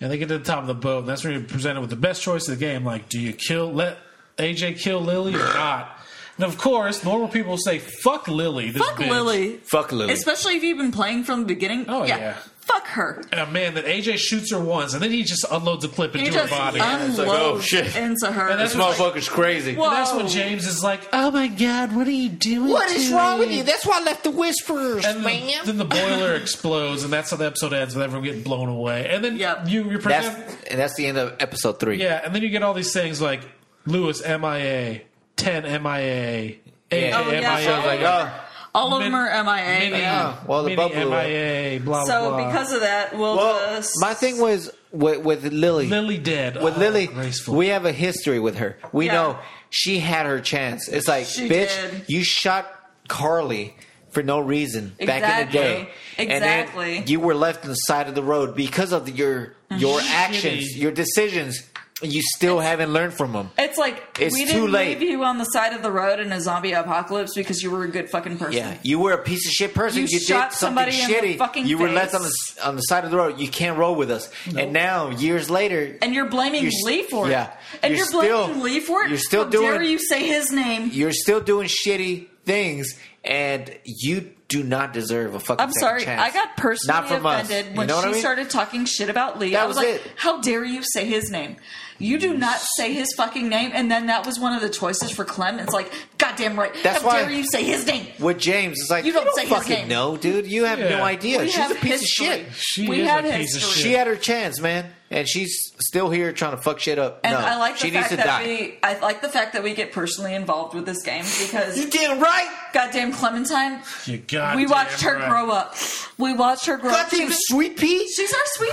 [SPEAKER 1] and they get to the top of the boat. And that's when you're presented with the best choice of the game. Like, do you kill let AJ kill Lily or not? And of course, normal people say "fuck Lily." This
[SPEAKER 3] Fuck
[SPEAKER 1] bitch."
[SPEAKER 3] Lily.
[SPEAKER 2] Fuck Lily.
[SPEAKER 3] Especially if you've been playing from the beginning.
[SPEAKER 1] Oh, yeah.
[SPEAKER 3] Fuck her.
[SPEAKER 1] And a man that AJ shoots her once, and then he just unloads a clip
[SPEAKER 3] He
[SPEAKER 1] into her
[SPEAKER 3] just
[SPEAKER 1] body.
[SPEAKER 2] it's
[SPEAKER 3] unloads
[SPEAKER 2] like, oh, shit.
[SPEAKER 3] into her.
[SPEAKER 1] And that's
[SPEAKER 2] This
[SPEAKER 1] what-
[SPEAKER 2] motherfucker's crazy.
[SPEAKER 3] Whoa.
[SPEAKER 1] And that's when James is like, "Oh my god, what are you doing? to me?"
[SPEAKER 2] That's why I left the whisperers,
[SPEAKER 1] And the, then the boiler explodes, and that's how the episode ends with everyone getting blown away. And then
[SPEAKER 3] Yep.
[SPEAKER 1] you you're present,
[SPEAKER 2] That's and that's the end of episode three.
[SPEAKER 1] yeah, and then you get all these things like Lewis MIA, ten MIA, eight
[SPEAKER 2] Yeah.
[SPEAKER 3] Oh, yeah.
[SPEAKER 1] MIA.
[SPEAKER 2] So I was like, oh,
[SPEAKER 3] All of them
[SPEAKER 1] Min-
[SPEAKER 3] are MIA.
[SPEAKER 1] mini,
[SPEAKER 3] yeah.
[SPEAKER 2] well, the
[SPEAKER 1] mini
[SPEAKER 2] bubble-
[SPEAKER 1] MIA, blah, blah,
[SPEAKER 3] So
[SPEAKER 1] blah.
[SPEAKER 3] because of that, we'll
[SPEAKER 2] well,
[SPEAKER 3] just.
[SPEAKER 2] my thing was with, with Lily.
[SPEAKER 1] Lily dead.
[SPEAKER 2] With
[SPEAKER 1] Oh,
[SPEAKER 2] Lily,
[SPEAKER 1] graceful.
[SPEAKER 2] we have a history with her. We
[SPEAKER 3] Yeah.
[SPEAKER 2] know she had her chance. It's like,
[SPEAKER 3] She
[SPEAKER 2] bitch,
[SPEAKER 3] did.
[SPEAKER 2] you shot Carly for no reason back in the
[SPEAKER 3] Exactly.
[SPEAKER 2] day, and
[SPEAKER 3] Exactly.
[SPEAKER 2] then you were left on the side of the road because of your your actions, your decisions. You still haven't learned from them.
[SPEAKER 3] it's like
[SPEAKER 2] It's
[SPEAKER 3] we
[SPEAKER 2] too
[SPEAKER 3] didn't
[SPEAKER 2] late.
[SPEAKER 3] leave you on the side of the road in a zombie apocalypse because you were a good fucking person.
[SPEAKER 2] Yeah, you were a piece of shit person.
[SPEAKER 3] You
[SPEAKER 2] You,
[SPEAKER 3] shot
[SPEAKER 2] did something
[SPEAKER 3] somebody in the
[SPEAKER 2] shitty.
[SPEAKER 3] fucking
[SPEAKER 2] you were
[SPEAKER 3] face.
[SPEAKER 2] left on the s- on the side of the road. You can't roll with us. And now, years later,
[SPEAKER 3] And you're blaming
[SPEAKER 2] You're s-
[SPEAKER 3] Lee for it.
[SPEAKER 2] yeah.
[SPEAKER 3] And you're,
[SPEAKER 2] You're
[SPEAKER 3] blaming
[SPEAKER 2] still-
[SPEAKER 3] Lee for it.
[SPEAKER 2] you're still
[SPEAKER 3] How
[SPEAKER 2] doing-
[SPEAKER 3] dare you say his name?
[SPEAKER 2] you're still doing shitty things, and you do not deserve a fucking.
[SPEAKER 3] I'm
[SPEAKER 2] second
[SPEAKER 3] sorry.
[SPEAKER 2] chance.
[SPEAKER 3] I got personally
[SPEAKER 2] Not from us.
[SPEAKER 3] offended
[SPEAKER 2] You
[SPEAKER 3] when
[SPEAKER 2] know what
[SPEAKER 3] she
[SPEAKER 2] I mean?
[SPEAKER 3] started talking shit about Lee.
[SPEAKER 2] That
[SPEAKER 3] I was,
[SPEAKER 2] was
[SPEAKER 3] like,
[SPEAKER 2] it.
[SPEAKER 3] "How dare you say his name? You do not say his fucking name." And then that was one of the choices for Clem. It's like, goddamn right.
[SPEAKER 2] That's
[SPEAKER 3] how
[SPEAKER 2] why-
[SPEAKER 3] dare you say his name?
[SPEAKER 2] With James, it's like
[SPEAKER 3] You
[SPEAKER 2] you
[SPEAKER 3] don't
[SPEAKER 2] don't,
[SPEAKER 3] say his name.
[SPEAKER 2] fucking know, dude. You have
[SPEAKER 1] Yeah.
[SPEAKER 2] no idea.
[SPEAKER 3] We
[SPEAKER 2] She's
[SPEAKER 3] have
[SPEAKER 2] a piece of
[SPEAKER 3] history.
[SPEAKER 2] shit.
[SPEAKER 1] She
[SPEAKER 3] we
[SPEAKER 1] is
[SPEAKER 3] had
[SPEAKER 1] a piece of
[SPEAKER 3] history.
[SPEAKER 1] shit.
[SPEAKER 2] She had her chance, man, and she's still here trying to fuck shit up.
[SPEAKER 3] And
[SPEAKER 2] no,
[SPEAKER 3] I like
[SPEAKER 2] she
[SPEAKER 3] the
[SPEAKER 2] needs
[SPEAKER 3] fact
[SPEAKER 2] to
[SPEAKER 3] that
[SPEAKER 2] die.
[SPEAKER 3] we, I like the fact that we get personally involved with this game because
[SPEAKER 2] You damn right.
[SPEAKER 3] goddamn Clementine,
[SPEAKER 1] You goddamn
[SPEAKER 3] we watched her
[SPEAKER 1] right.
[SPEAKER 3] grow up. We watched her grow up.
[SPEAKER 2] Goddamn
[SPEAKER 3] She's-
[SPEAKER 2] sweet pea.
[SPEAKER 3] She's our sweet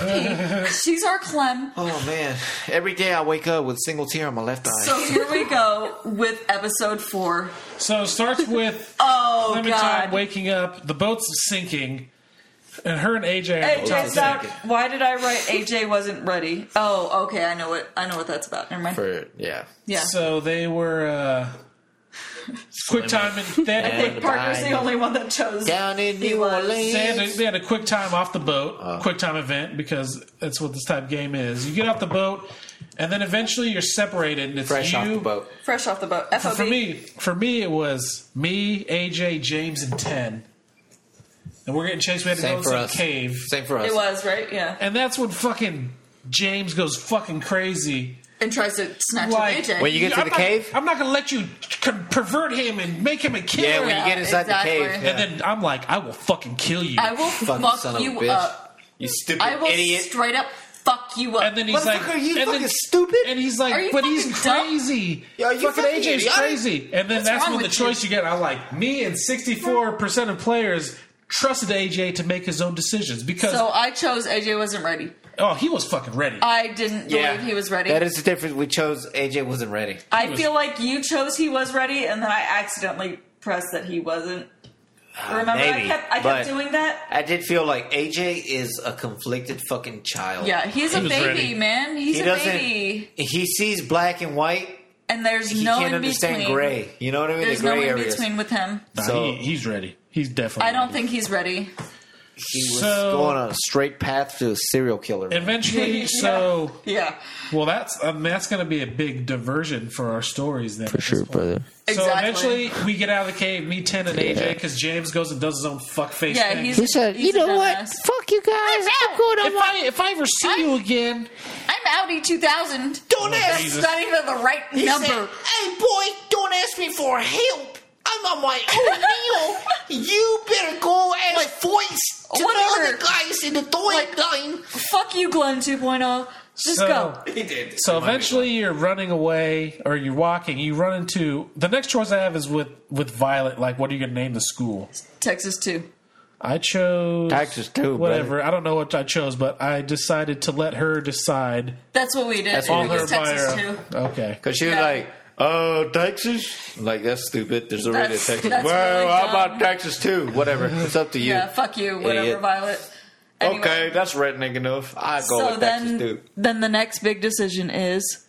[SPEAKER 3] pea. She's our Clem.
[SPEAKER 2] Oh man, every day I wake up with a single tear on my left eye.
[SPEAKER 3] So here we go with episode four.
[SPEAKER 1] So it starts with
[SPEAKER 3] Oh
[SPEAKER 1] Clementine
[SPEAKER 3] God!
[SPEAKER 1] waking up, the boat's sinking, and her and AJ are on top of
[SPEAKER 3] AJ's
[SPEAKER 1] the
[SPEAKER 3] not. Why did I write AJ wasn't ready? Oh, okay. I know what. I know what that's about. Never mind.
[SPEAKER 2] For yeah,
[SPEAKER 3] yeah.
[SPEAKER 1] So they were uh, quick time and they
[SPEAKER 3] I
[SPEAKER 1] had, a
[SPEAKER 3] think
[SPEAKER 1] quick,
[SPEAKER 3] Parker's the
[SPEAKER 2] Bye.
[SPEAKER 3] only one that chose.
[SPEAKER 2] down in
[SPEAKER 3] He
[SPEAKER 2] New
[SPEAKER 3] was.
[SPEAKER 2] Orleans.
[SPEAKER 1] they, had a, they had a quick time off the boat,
[SPEAKER 2] Uh.
[SPEAKER 1] quick time event because that's what this type of game is. You get off the boat, and then eventually you're separated, and it's
[SPEAKER 2] Fresh
[SPEAKER 1] you.
[SPEAKER 2] off the boat.
[SPEAKER 3] Fresh off the boat. FOB.
[SPEAKER 1] For me, for me, it was me, AJ, James, and Ten, and we're getting chased. We had to go
[SPEAKER 2] Same
[SPEAKER 1] in
[SPEAKER 2] for
[SPEAKER 1] some
[SPEAKER 2] us.
[SPEAKER 1] cave.
[SPEAKER 2] Same for us.
[SPEAKER 3] it was right. Yeah.
[SPEAKER 1] And that's when fucking James goes fucking crazy.
[SPEAKER 3] And tries to snatch
[SPEAKER 1] Like-
[SPEAKER 3] up AJ.
[SPEAKER 2] When you get to
[SPEAKER 1] I'm
[SPEAKER 2] the
[SPEAKER 1] not-
[SPEAKER 2] cave.
[SPEAKER 1] I'm not gonna let you c- pervert him and make him a killer.
[SPEAKER 2] Yeah, when you get inside the
[SPEAKER 3] exactly.
[SPEAKER 2] cave, yeah.
[SPEAKER 1] And then I'm like, I will fucking kill you.
[SPEAKER 3] I will
[SPEAKER 2] fucking
[SPEAKER 3] fuck
[SPEAKER 2] son
[SPEAKER 3] you
[SPEAKER 2] of a bitch.
[SPEAKER 3] up.
[SPEAKER 2] You stupid
[SPEAKER 3] I will
[SPEAKER 2] idiot.
[SPEAKER 3] straight up fuck you up.
[SPEAKER 1] and then he's like,
[SPEAKER 2] Motherfucker, are you
[SPEAKER 1] and
[SPEAKER 2] fucking
[SPEAKER 1] then,
[SPEAKER 2] stupid?
[SPEAKER 1] And he's
[SPEAKER 3] Are you
[SPEAKER 1] like, but he's
[SPEAKER 3] fucking dumb?
[SPEAKER 1] crazy.
[SPEAKER 2] Yo, you
[SPEAKER 1] fucking
[SPEAKER 2] fucking
[SPEAKER 1] AJ's
[SPEAKER 2] idiot.
[SPEAKER 1] crazy. And then
[SPEAKER 3] What's
[SPEAKER 1] that's
[SPEAKER 3] wrong
[SPEAKER 1] when the
[SPEAKER 3] with
[SPEAKER 1] choice you get. I'm like, me and 64 percent of players trusted AJ to make his own decisions because
[SPEAKER 3] so I chose AJ wasn't ready.
[SPEAKER 1] oh, he was fucking ready.
[SPEAKER 3] I didn't believe he was ready.
[SPEAKER 2] That is the difference. We chose AJ wasn't ready.
[SPEAKER 3] I
[SPEAKER 1] was-
[SPEAKER 3] feel like you chose he was ready, and then I accidentally pressed that he wasn't. Remember, I
[SPEAKER 2] Ah, maybe,
[SPEAKER 3] kept I kept
[SPEAKER 2] but-
[SPEAKER 3] doing that.
[SPEAKER 2] I did feel like AJ is a conflicted fucking child.
[SPEAKER 3] Yeah, he's a
[SPEAKER 1] was
[SPEAKER 3] baby,
[SPEAKER 1] ready.
[SPEAKER 3] man. He's
[SPEAKER 2] he
[SPEAKER 3] a
[SPEAKER 2] doesn't.
[SPEAKER 3] baby,
[SPEAKER 2] He sees black and white.
[SPEAKER 3] and there's
[SPEAKER 2] He
[SPEAKER 3] no
[SPEAKER 2] can't
[SPEAKER 3] in
[SPEAKER 2] understand
[SPEAKER 3] between.
[SPEAKER 2] gray. You know what I mean?
[SPEAKER 3] There's
[SPEAKER 2] the
[SPEAKER 3] no
[SPEAKER 2] gray
[SPEAKER 3] in
[SPEAKER 2] areas.
[SPEAKER 3] between with him.
[SPEAKER 1] Nah,
[SPEAKER 2] so-
[SPEAKER 1] he, he's ready. He's definitely.
[SPEAKER 3] I don't
[SPEAKER 1] ready.
[SPEAKER 3] think he's ready.
[SPEAKER 2] He was
[SPEAKER 1] So-
[SPEAKER 2] going on a straight path to a serial killer. man.
[SPEAKER 1] Eventually,
[SPEAKER 3] Yeah.
[SPEAKER 1] so
[SPEAKER 3] Yeah,
[SPEAKER 1] well, that's um, that's going to be a big diversion for our stories then.
[SPEAKER 2] For sure, brother.
[SPEAKER 1] So
[SPEAKER 3] Exactly.
[SPEAKER 1] eventually, we get out of the cave. Me, Ten, and AJ,
[SPEAKER 2] Yeah.
[SPEAKER 1] because James goes and does his own fuckface
[SPEAKER 3] yeah.
[SPEAKER 1] thing.
[SPEAKER 3] He's,
[SPEAKER 2] He said,
[SPEAKER 3] he's
[SPEAKER 2] "You
[SPEAKER 3] a
[SPEAKER 2] know what?
[SPEAKER 3] dumbass.
[SPEAKER 2] Fuck you guys. I'm going on
[SPEAKER 1] if
[SPEAKER 2] my
[SPEAKER 1] I if I ever see you again,
[SPEAKER 3] I'm Audi 2000.
[SPEAKER 2] Don't ask.
[SPEAKER 1] Jesus.
[SPEAKER 3] That's not even the right number.
[SPEAKER 2] hey boy, don't ask me for help. I'm on my own meal. You better go and voice
[SPEAKER 3] to the Whatever. other
[SPEAKER 2] guys in the toy line.
[SPEAKER 3] Fuck you, Glenn 2.0. Just
[SPEAKER 1] So-
[SPEAKER 3] go.
[SPEAKER 2] He did.
[SPEAKER 1] so eventually you're running away or you're walking. You run into the next choice I have is with with Violet. Like, what are you going to name the school?
[SPEAKER 3] Texas 2.
[SPEAKER 1] I chose
[SPEAKER 2] Texas too.
[SPEAKER 1] whatever. I don't know what I chose, but I decided to let her decide
[SPEAKER 3] That's what we did.
[SPEAKER 2] That's
[SPEAKER 3] It
[SPEAKER 2] all
[SPEAKER 1] on
[SPEAKER 3] was
[SPEAKER 1] her
[SPEAKER 3] Texas 2.
[SPEAKER 1] bio. Okay.
[SPEAKER 2] Because she was
[SPEAKER 3] Yeah.
[SPEAKER 2] like, "Oh, Texas." I'm Like that's stupid. There's already
[SPEAKER 3] That's-
[SPEAKER 2] a Texas.
[SPEAKER 3] that's
[SPEAKER 2] well,
[SPEAKER 3] really
[SPEAKER 2] how
[SPEAKER 3] dumb.
[SPEAKER 2] about Texas too? Whatever. It's up to you.
[SPEAKER 3] Yeah, fuck you, whatever,
[SPEAKER 2] Idiot.
[SPEAKER 3] Violet. Anyway,
[SPEAKER 2] okay, that's redneck enough. I go
[SPEAKER 3] so
[SPEAKER 2] with
[SPEAKER 3] then,
[SPEAKER 2] Texas too.
[SPEAKER 3] then the next big decision is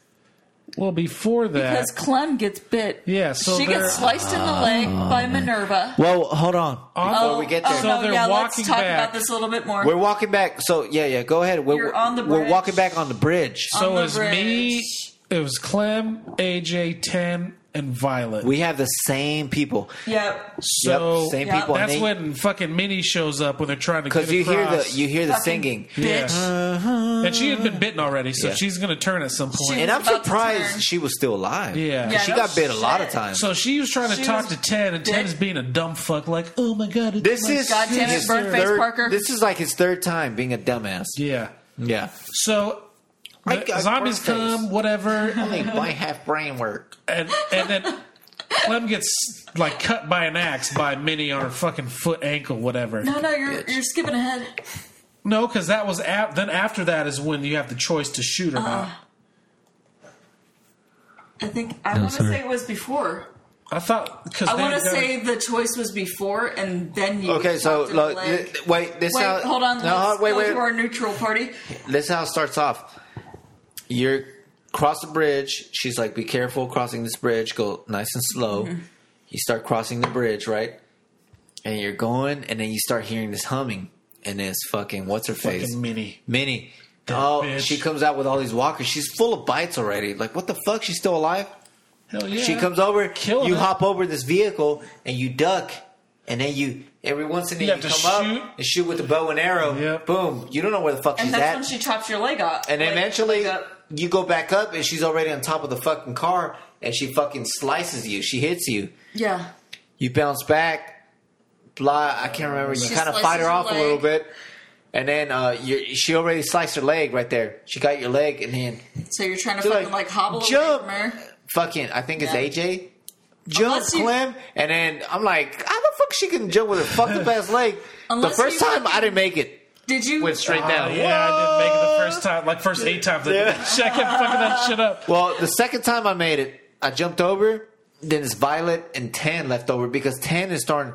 [SPEAKER 1] Well, before that,
[SPEAKER 3] because Clem gets bit.
[SPEAKER 1] Yeah, so
[SPEAKER 3] she
[SPEAKER 1] they're- uh,
[SPEAKER 3] gets sliced in the leg by Minerva.
[SPEAKER 2] Well, hold on.
[SPEAKER 1] Oh,
[SPEAKER 2] Before Oh, we get
[SPEAKER 3] oh,
[SPEAKER 2] there,
[SPEAKER 1] So
[SPEAKER 3] no,
[SPEAKER 1] they're
[SPEAKER 3] yeah,
[SPEAKER 1] walking
[SPEAKER 3] let's talk
[SPEAKER 1] back.
[SPEAKER 3] about this a little bit more.
[SPEAKER 2] we're walking back. So yeah, yeah. Go ahead. We're,
[SPEAKER 3] You're on the
[SPEAKER 2] we're
[SPEAKER 3] bridge.
[SPEAKER 2] walking back on the bridge.
[SPEAKER 3] on
[SPEAKER 1] so
[SPEAKER 3] the
[SPEAKER 1] it was me. It was Clem, AJ, Ten, and Violet.
[SPEAKER 2] We have the same people.
[SPEAKER 3] yeah,
[SPEAKER 1] so
[SPEAKER 2] yep, same
[SPEAKER 3] Yeah.
[SPEAKER 2] people. and
[SPEAKER 1] that's
[SPEAKER 2] they-
[SPEAKER 1] when fucking Minnie shows up when they're trying to get
[SPEAKER 2] because you hear the
[SPEAKER 1] across.
[SPEAKER 2] you hear the
[SPEAKER 3] Fucking
[SPEAKER 2] singing.
[SPEAKER 1] Yeah.
[SPEAKER 3] bitch.
[SPEAKER 1] and she had been bitten already, so
[SPEAKER 2] Yeah.
[SPEAKER 1] she's gonna turn at some point.
[SPEAKER 3] She-
[SPEAKER 2] And I'm
[SPEAKER 3] About to turn.
[SPEAKER 2] surprised she was still alive.
[SPEAKER 1] Yeah.
[SPEAKER 2] 'Cause
[SPEAKER 1] Yeah,
[SPEAKER 2] she
[SPEAKER 3] no
[SPEAKER 2] got bit a lot of
[SPEAKER 3] shit.
[SPEAKER 2] times.
[SPEAKER 1] so she was trying to
[SPEAKER 3] She
[SPEAKER 1] talk
[SPEAKER 3] was
[SPEAKER 1] to Ten, and Ten
[SPEAKER 3] bit.
[SPEAKER 1] is being a dumb fuck, like, "Oh my god, it's
[SPEAKER 2] this
[SPEAKER 1] my
[SPEAKER 2] is
[SPEAKER 3] God damn it,
[SPEAKER 2] his
[SPEAKER 3] Burnt Face
[SPEAKER 2] third,
[SPEAKER 3] Parker.
[SPEAKER 2] This is like his third time being a dumbass.
[SPEAKER 1] yeah."
[SPEAKER 2] Yeah,
[SPEAKER 1] So
[SPEAKER 2] I
[SPEAKER 1] the
[SPEAKER 2] got
[SPEAKER 1] zombies
[SPEAKER 2] burnt face.
[SPEAKER 1] come, whatever,
[SPEAKER 2] I think my half brain work.
[SPEAKER 1] and and then Clem gets like cut by an axe by Minnie on her fucking foot, ankle, whatever.
[SPEAKER 3] No, no, you're
[SPEAKER 2] Bitch.
[SPEAKER 3] you're skipping ahead.
[SPEAKER 1] No, because that was af- then after that is when you have the choice to shoot or not.
[SPEAKER 3] Uh. I think I want to
[SPEAKER 2] sorry.
[SPEAKER 3] say it was before.
[SPEAKER 1] I thought because
[SPEAKER 3] I want to say the choice was before, and then you.
[SPEAKER 2] Okay, so
[SPEAKER 3] talked to the
[SPEAKER 2] look,
[SPEAKER 3] leg.
[SPEAKER 2] th- wait. This
[SPEAKER 3] Wait,
[SPEAKER 2] how,
[SPEAKER 3] hold on.
[SPEAKER 2] No,
[SPEAKER 3] let's
[SPEAKER 2] wait,
[SPEAKER 3] go
[SPEAKER 2] wait.
[SPEAKER 3] to our neutral party.
[SPEAKER 2] This is how it starts off. You're cross the bridge. She's like, "Be careful crossing this bridge. Go nice and slow."
[SPEAKER 3] Mm-hmm.
[SPEAKER 2] You start crossing the bridge, right? And you're going, and then you start hearing this humming, and it's fucking what's her face,
[SPEAKER 1] fucking Minnie.
[SPEAKER 2] Minnie. Oh,
[SPEAKER 1] bitch.
[SPEAKER 2] she comes out with all these walkers. She's full of bites already. Like, what the fuck? She's still alive?
[SPEAKER 1] Hell yeah.
[SPEAKER 2] She comes over.
[SPEAKER 1] Killing
[SPEAKER 2] you
[SPEAKER 1] it.
[SPEAKER 2] hop over this vehicle and you duck, and then you every once in a
[SPEAKER 1] You
[SPEAKER 2] while you,
[SPEAKER 1] have to
[SPEAKER 2] come
[SPEAKER 1] shoot.
[SPEAKER 2] up and shoot with the bow and arrow.
[SPEAKER 1] Yeah.
[SPEAKER 2] Boom! You don't know where the fuck
[SPEAKER 3] And
[SPEAKER 2] she's
[SPEAKER 3] that's
[SPEAKER 2] at.
[SPEAKER 3] when she chops your leg off.
[SPEAKER 2] and
[SPEAKER 3] like,
[SPEAKER 2] eventually
[SPEAKER 3] leg up.
[SPEAKER 2] you go back up and she's already on top of the fucking car and she fucking slices you. She hits you.
[SPEAKER 3] yeah.
[SPEAKER 2] You bounce back. Blah. I can't remember. You
[SPEAKER 3] She
[SPEAKER 2] kind of fight
[SPEAKER 3] slices
[SPEAKER 2] her
[SPEAKER 3] her
[SPEAKER 2] off a little
[SPEAKER 3] leg.
[SPEAKER 2] bit. And then uh, you she already sliced her leg right there. She got your leg, and then
[SPEAKER 3] So you're trying to
[SPEAKER 2] They're
[SPEAKER 3] fucking
[SPEAKER 2] like,
[SPEAKER 3] like, hobble
[SPEAKER 2] "Jump!"
[SPEAKER 3] away from her.
[SPEAKER 2] fucking I think it's
[SPEAKER 3] Yeah.
[SPEAKER 2] AJ. Jump,
[SPEAKER 3] Unless you-
[SPEAKER 2] Clem, and then I'm like, how the fuck she can jump with her fucking best leg? the
[SPEAKER 3] Unless
[SPEAKER 2] first
[SPEAKER 3] you
[SPEAKER 2] time I
[SPEAKER 3] fucking-
[SPEAKER 2] didn't make it.
[SPEAKER 3] Did you?
[SPEAKER 2] Went straight
[SPEAKER 1] Oh,
[SPEAKER 2] down.
[SPEAKER 1] yeah, I didn't make it the
[SPEAKER 2] What?
[SPEAKER 1] first time, like first eight times. I didn't. I kept fucking that shit up.
[SPEAKER 2] Well, the second time I made it, I jumped over. Then it's Violet and Tan left over because Tan is starting.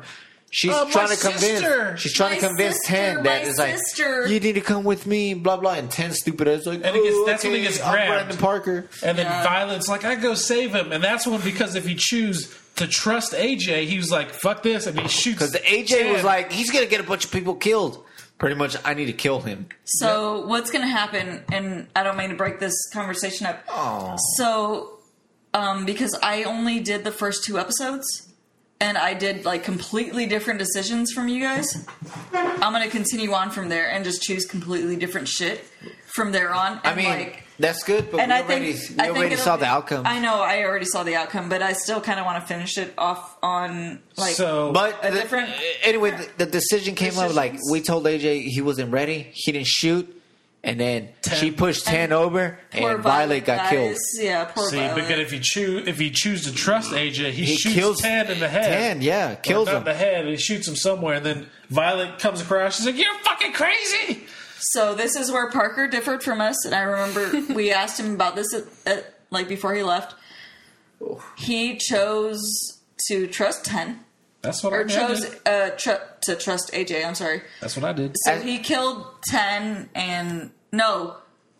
[SPEAKER 2] She's
[SPEAKER 1] Oh, my
[SPEAKER 2] trying to convince.
[SPEAKER 1] sister!
[SPEAKER 2] She's trying to
[SPEAKER 3] My
[SPEAKER 2] convince
[SPEAKER 3] sister,
[SPEAKER 2] Tan that
[SPEAKER 3] my
[SPEAKER 2] it's like
[SPEAKER 3] sister.
[SPEAKER 2] you need to come with me. Blah blah. And Tan stupid is like,
[SPEAKER 1] And it gets-
[SPEAKER 2] "Oh,
[SPEAKER 1] that's when he
[SPEAKER 2] okay,
[SPEAKER 1] gets
[SPEAKER 2] I'm
[SPEAKER 1] grabbed."
[SPEAKER 2] Brandon Parker.
[SPEAKER 1] And then
[SPEAKER 3] Yeah.
[SPEAKER 1] Violet's like, I go save him. And that's when, because if you choose to trust AJ, he was like, fuck this. And he shoots.
[SPEAKER 2] Because the AJ was
[SPEAKER 1] Chan.
[SPEAKER 2] like, he's gonna get a bunch of people killed. Pretty much, I need to kill him.
[SPEAKER 3] So what's going to happen? And I don't mean to break this conversation up.
[SPEAKER 2] Oh,
[SPEAKER 3] So, um, because I only did the first two episodes, and I did like completely different decisions from you guys, I'm gonna continue on from there and just choose completely different shit from there on. And
[SPEAKER 2] I mean,
[SPEAKER 3] like,
[SPEAKER 2] that's good, but we
[SPEAKER 3] and I
[SPEAKER 2] already,
[SPEAKER 3] think
[SPEAKER 2] we
[SPEAKER 3] I think
[SPEAKER 2] already
[SPEAKER 3] it'll
[SPEAKER 2] saw
[SPEAKER 3] be-
[SPEAKER 2] the outcome.
[SPEAKER 3] I know I already saw the outcome, but I still kind of want to finish it off on like
[SPEAKER 1] so,
[SPEAKER 2] But
[SPEAKER 3] A
[SPEAKER 2] the-
[SPEAKER 3] different-
[SPEAKER 2] anyway, the, the decision came up like
[SPEAKER 3] Decisions.
[SPEAKER 2] we told AJ he wasn't ready, he didn't shoot, and then
[SPEAKER 1] Ten.
[SPEAKER 2] she pushed ten
[SPEAKER 3] And
[SPEAKER 2] over, and
[SPEAKER 3] poor
[SPEAKER 2] Violet, got killed.
[SPEAKER 3] dies. Yeah, poor
[SPEAKER 1] see,
[SPEAKER 3] Violet.
[SPEAKER 1] because if you choose, if you choose to trust AJ, he,
[SPEAKER 2] He
[SPEAKER 1] shoots
[SPEAKER 2] kills
[SPEAKER 1] Tan in the head.
[SPEAKER 2] Tan, yeah,
[SPEAKER 1] Or
[SPEAKER 2] kills
[SPEAKER 1] not
[SPEAKER 2] him.
[SPEAKER 1] the head. He shoots him somewhere. And then Violet comes across. She's like, you're fucking crazy.
[SPEAKER 3] So this is where Parker differed from us, and I remember we asked him about this at, at, like before he left. He chose to trust Ten
[SPEAKER 1] That's what I
[SPEAKER 3] or
[SPEAKER 1] did.
[SPEAKER 3] chose uh, tr- to trust AJ. I'm sorry.
[SPEAKER 1] That's what I did.
[SPEAKER 3] So
[SPEAKER 2] And-
[SPEAKER 3] he killed Ten, and no,